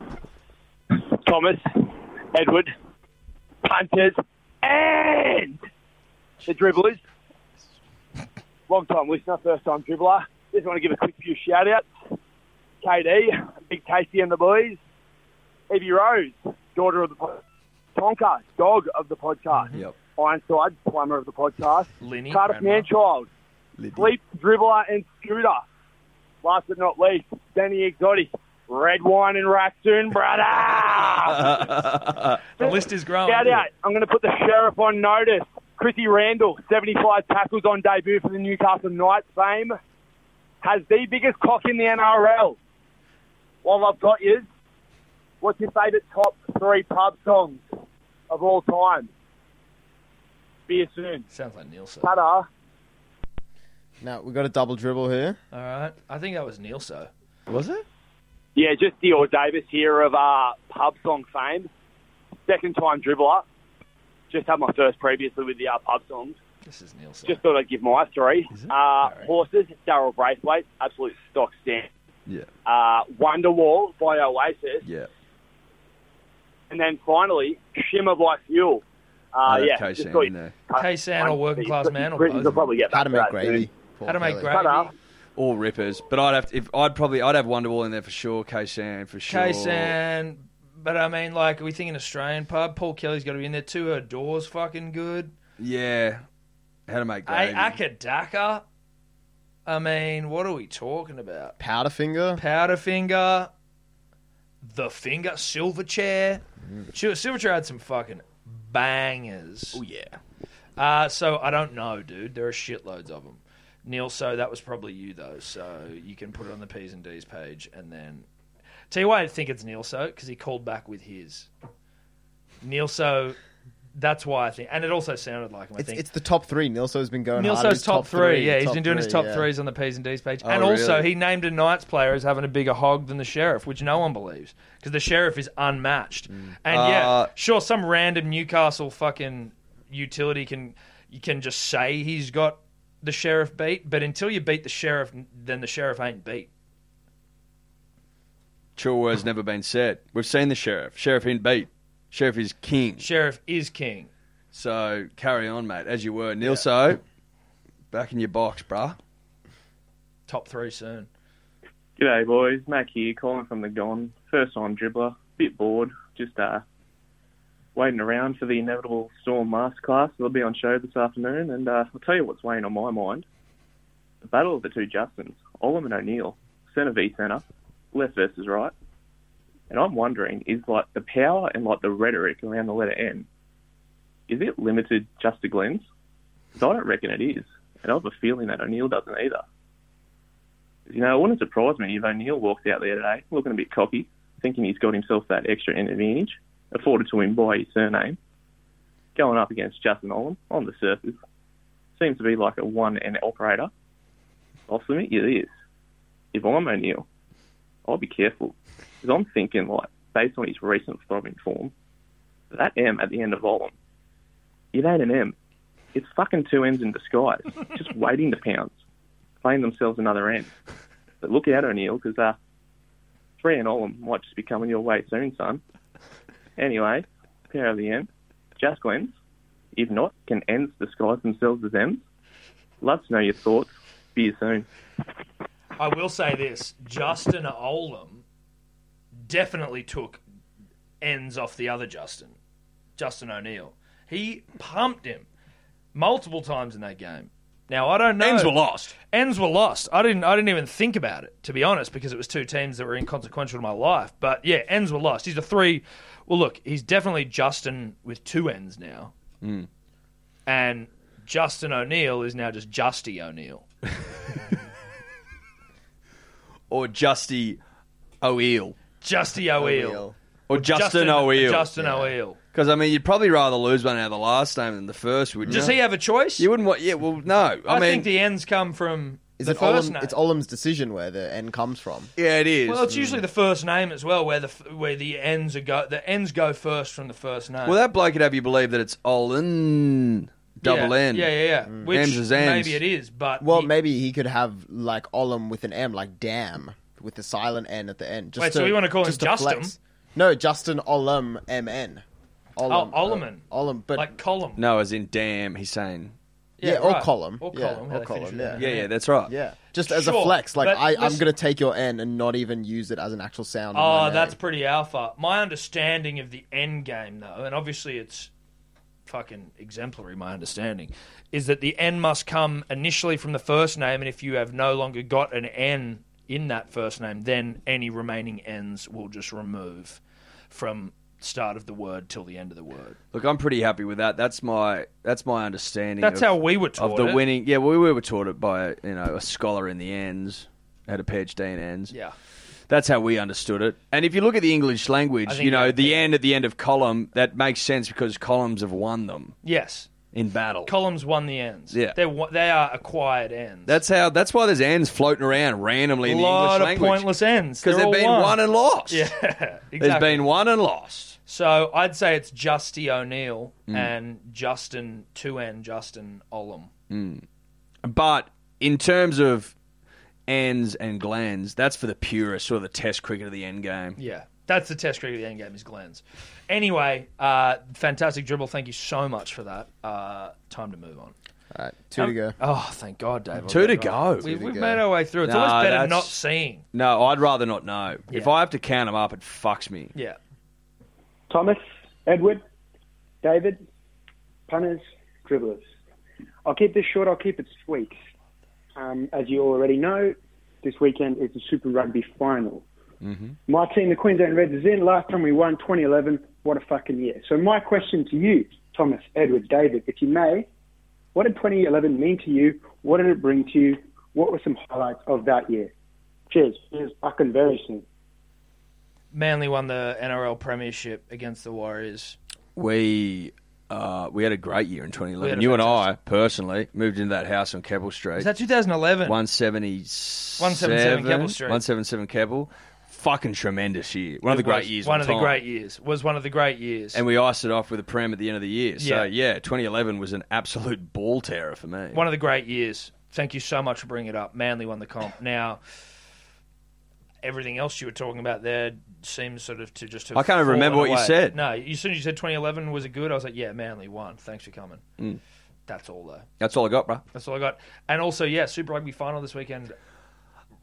Q: Thomas, Edward, punters, and the dribblers. Long time listener, first time dribbler. Just want to give a quick few shout outs. KD, Big Tasty and the boys. Evie Rose, daughter of the podcast. Tonka, dog of the podcast.
C: Yep.
Q: Ironside, plumber of the podcast.
B: Linny,
Q: Cardiff
B: grandma.
Q: Manchild, Sleep, Dribbler, and Scooter. Last but not least, Danny Exotic. Red wine and raccoon, brother.
B: the list is growing.
Q: Shout out. I'm going to put the sheriff on notice. Chrissy Randall, 75 tackles on debut for the Newcastle Knights fame. Has the biggest cock in the NRL. While I've got you, what's your favourite top three pub songs of all time? Be you soon.
B: Sounds like Nielsen.
Q: ta
D: Now we got a double dribble here.
B: All right. I think that was Nielsen.
D: Was it?
Q: Yeah, just the Or Davis here of uh, pub song fame. Second time dribbler. Just had my first previously with the uh, pub songs.
B: This is Nielsen.
Q: Just thought I'd give my three. Uh, Horses, Daryl Braithwaite, absolute stock stand.
C: Yeah.
Q: Uh, Wonderwall by Oasis.
C: Yeah.
Q: And then finally, Shimmer by Fuel. Uh,
C: I had
Q: yeah,
C: K-San
Q: just thought
C: in there.
B: K-San or Working Class Man or both
Q: You'll
B: of them.
Q: probably get
B: How to
Q: back
B: make
Q: that soon.
B: gravy. How to make Kelly. gravy. Ta-da.
C: All rippers, but I'd have to, if I'd probably I'd have Wonderwall in there for sure. K San for sure.
B: Kaysan, but I mean, like, we think an Australian pub. Paul Kelly's got to be in there too. Her door's fucking good.
C: Yeah. How to make
B: Hey,
C: gravy?
B: Akadaka. I mean, what are we talking about?
D: Powderfinger.
B: Powderfinger. The finger. Silverchair. Sure, Silverchair had some fucking bangers. Oh, yeah. Uh, so I don't know, dude. There are shitloads of them. Neil, so that was probably you, though. So you can put it on the P's and D's page and then. Tell you why I think it's Neil, so, because he called back with his. Neil, so. That's why I think, and it also sounded like him. I
D: It's,
B: think
D: it's the top three. Nilso's been going. hard at
B: Nilso's
D: his
B: top, three. Yeah,
D: he's
B: he's been doing his top
D: yeah.
B: threes on the P's and D's page.
D: Oh,
B: and also,
D: really?
B: he named a Knights player as having a bigger hog than the Sheriff, which no one believes because the Sheriff is unmatched. And yeah,
C: Uh,
B: sure, some random Newcastle fucking utility can you can just say he's got the Sheriff beat, but until you beat the Sheriff, then the Sheriff ain't beat.
C: True
B: Uh-huh.
C: words never been said. We've seen the sheriff. Sheriff in beat. Sheriff is king.
B: Sheriff is king.
C: So carry on, mate, as you were. Neil, so back in your box, bruh.
B: Top three soon.
J: G'day, boys. Mac here, calling from the Gone. First time dribbler. Bit bored. Just uh, waiting around for the inevitable Storm Masterclass. They'll be on show this afternoon, and uh, I'll tell you what's weighing on my mind. The battle of the two Justins, Olam and O'Neill, centre v centre, left versus right. And I'm wondering, is like the power and like the rhetoric around the letter N, is it limited just to Glenn's? 'Cause I don't reckon it is, and I have a feeling that O'Neill doesn't either. You know, it wouldn't surprise me if O'Neill walked out there today looking a bit cocky, thinking he's got himself that extra advantage afforded to him by his surname, going up against Justin Olin on the surface. Seems to be like a one and operator. I'll submit you this. If I'm O'Neill, I'll be careful because I'm thinking, like, based on his recent throbbing form, that M at the end of Olin, it ain't an M. It's fucking two M's in disguise, just waiting to pounce playing themselves another end. But look out, O'Neill, because uh, three and all might just be coming your way soon, son. Anyway, pair of the end. Just Glens. If not, can ends disguise themselves as M's? Love to know your thoughts. Be you soon.
B: I will say this: Justin Olam definitely took ends off the other Justin, Justin O'Neill. He pumped him multiple times in that game. Now I don't know.
C: Ends were lost.
B: Ends were lost. I didn't. I didn't even think about it to be honest, because it was two teams that were inconsequential to my life. But yeah, ends were lost. He's a three. Well, look, he's definitely Justin with two ends now,
C: Mm.
B: and Justin O'Neill is now just Justy O'Neill.
C: Or Justy O'Eel.
B: Justy O'Eel.
C: Or Justin O'Eel.
B: Justin O'Eel.
C: Because I mean, you'd probably rather lose one out of the last name than the first, wouldn't
B: Does
C: you?
B: he have a choice?
C: You wouldn't want. Yeah, well, no. I,
B: I,
C: mean,
B: think the ends come from
D: Is
B: The
D: it
B: first
D: Olam,
B: name.
D: It's Olam's decision where the end comes from.
C: Yeah, it is.
B: Well, it's usually the first name as well, where the f- where the ends are go the ends go first from the first name.
C: Well, that bloke could have you believe that it's Olin double
B: yeah.
C: N. Mm.
B: Yeah, yeah, yeah. Which
C: M's is N's.
B: maybe it is, but
D: Mm. Well, maybe he could have like Olam with an M, like damn, with the silent N at the end. Just
B: Wait,
D: to,
B: so we wanna call him
D: just to
B: Justin?
D: flex. No, Justin Olam M N.
B: Oh, Olaman.
D: Olam, but
B: like column.
C: No, as in damn. He's saying.
D: Yeah, or column.
B: Or
D: Yeah,
B: column.
D: or
B: how they
D: column,
B: finish
D: yeah.
B: it.
C: Yeah, yeah, that's right.
D: Yeah. Just as a
B: Sure,
D: flex, like
B: but
D: I, I'm
B: listen-
D: going to take your N and not even use it as an actual sound. in my
B: Oh,
D: name.
B: that's pretty alpha. My understanding of the end game, though, and obviously it's fucking exemplary, my understanding, is that the N must come initially from the first name, and if you have no longer got an N in that first name, then any remaining N's will just remove from start of the word till the end of the word.
C: Look, I'm pretty happy with that. That's my that's my understanding.
B: That's
C: of-
B: how we were taught
C: of the
B: it.
C: winning. Yeah, we were taught it by you know a scholar in the ends, had a PhD in ends.
B: Yeah.
C: That's how we understood it. And if you look at the English
B: I
C: language,
B: think
C: you know,
B: that-
C: the end at the end of column, that makes sense because columns have won them
B: Yes,
C: in battle.
B: columns won the ends.
C: Yeah.
B: They're, wa- they are acquired ends.
C: That's how. That's why there's ends floating around randomly in the
B: lot
C: English
B: of
C: language.
B: pointless ends.
C: 'Cause
B: They're
C: they've
B: all
C: been won and lost.
B: (laughs) Yeah, exactly.
C: There's been one and lost.
B: So I'd say it's Justy O'Neill
C: Mm.
B: and Justin two N Justin Olam.
C: Mm. But in terms of ends and glens, that's for the purist, sort of the test cricket of the end game.
B: Yeah, that's the test cricket of the end game is Glenn's. Anyway, uh, fantastic dribble. Thank you so much for that. Uh, time to move on.
D: All right, two to go.
B: Oh, thanhank God, Dave.
C: Two to
B: I've got-
C: go.
B: We, we've made our way through. It's
C: No,
B: always better
C: that's-
B: not seeing.
C: No, I'd rather not know. If
B: Yeah.
C: I have to count them up, it fucks me.
B: Yeah.
R: Thomas, Edward, David, punters, dribblers. I'll keep this short. I'll keep it sweet. Um, as you already know, this weekend is the Super Rugby final.
S: Mm-hmm.
R: My team, the Queensland Reds, is in. Last time we won, 2011. What a fucking year. So my question to you, Thomas, Edward, David, if you may, what did 2011 mean to you? What did it bring to you? What were some highlights of that year? Cheers. Cheers. Fucking very soon.
B: Manly won the NRL Premiership against the Warriors.
C: We uh, we had a great year in 2011.
B: We
C: You
B: had a
C: and I personally moved into that house on Keppel Street.
B: Was that 2011?
C: 177.
B: 177 Keppel Street.
C: 177 Keppel. Fucking tremendous year. One of the
B: It
C: great
B: was
C: years.
B: One of the
C: time.
B: great years was one of the great years.
C: And we iced it off with a prem at the end of the year. So
B: Yeah.
C: yeah, 2011 was an absolute ball terror for me.
B: One of the great years. Thank you so much for bringing it up. Manly won the comp. Now, everything else you were talking about there seems sort of to just. Have
C: I can't even
B: fallen
C: remember what you
B: away.
C: said.
B: No, you- as soon as you said 2011 was a good, I was like, yeah, Manly won. Thanks for coming.
C: Mm.
B: That's all though.
C: That's all I got, bro.
B: That's all I got. And also, yeah, Super Rugby final this weekend.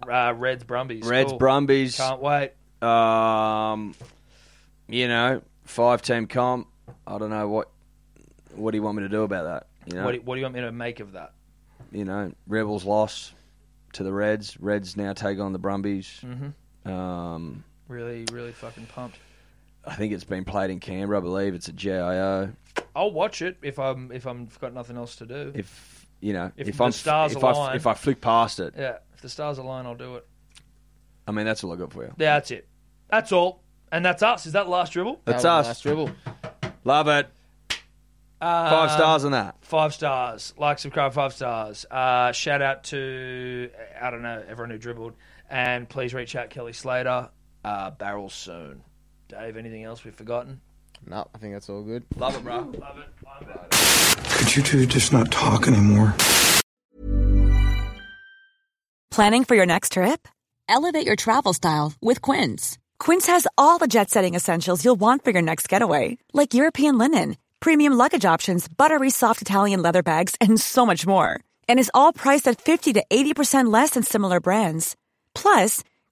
B: Uh, Reds Brumbies.
C: Reds
B: Cool.
C: Brumbies.
B: Can't wait.
C: Um, you know, five team comp. I don't know what. What do you want me to do about that? You know,
B: What, do, what do you want me to make of that?
C: you know, Rebels loss to the Reds. Reds now take on the Brumbies.
B: Mhm.
C: Um,
B: Really, really fucking pumped.
C: I think it's been played in Canberra. I believe it's a JIO.
B: I'll watch it if I'm if I'm got nothing else to do.
C: If you know,
B: If
C: if,
B: the
C: I'm
B: stars
C: if I
B: align.
C: if I flick past it,
B: yeah, if the stars align, I'll do it.
C: I mean that's all I got for you.
B: Yeah, that's it. That's all. And that's us. Is that last dribble?
C: That's us. Love it. Five stars on that.
B: Um, Five stars. Like, subscribe, five stars. Uh, shout out to, I don't know, everyone who dribbled. And please reach out, Kelly Slater. Uh, barrel soon. Dave, anything else we've forgotten?
D: No, I think that's all good.
C: Love it, bro.
B: Love it.
T: Could you two just not talk anymore?
U: Planning for your next trip? Elevate your travel style with Quince. Quince has all the jet setting essentials you'll want for your next getaway, like European linen, premium luggage options, buttery soft Italian leather bags, and so much more. And is all priced at 50 to 80% less than similar brands. Plus,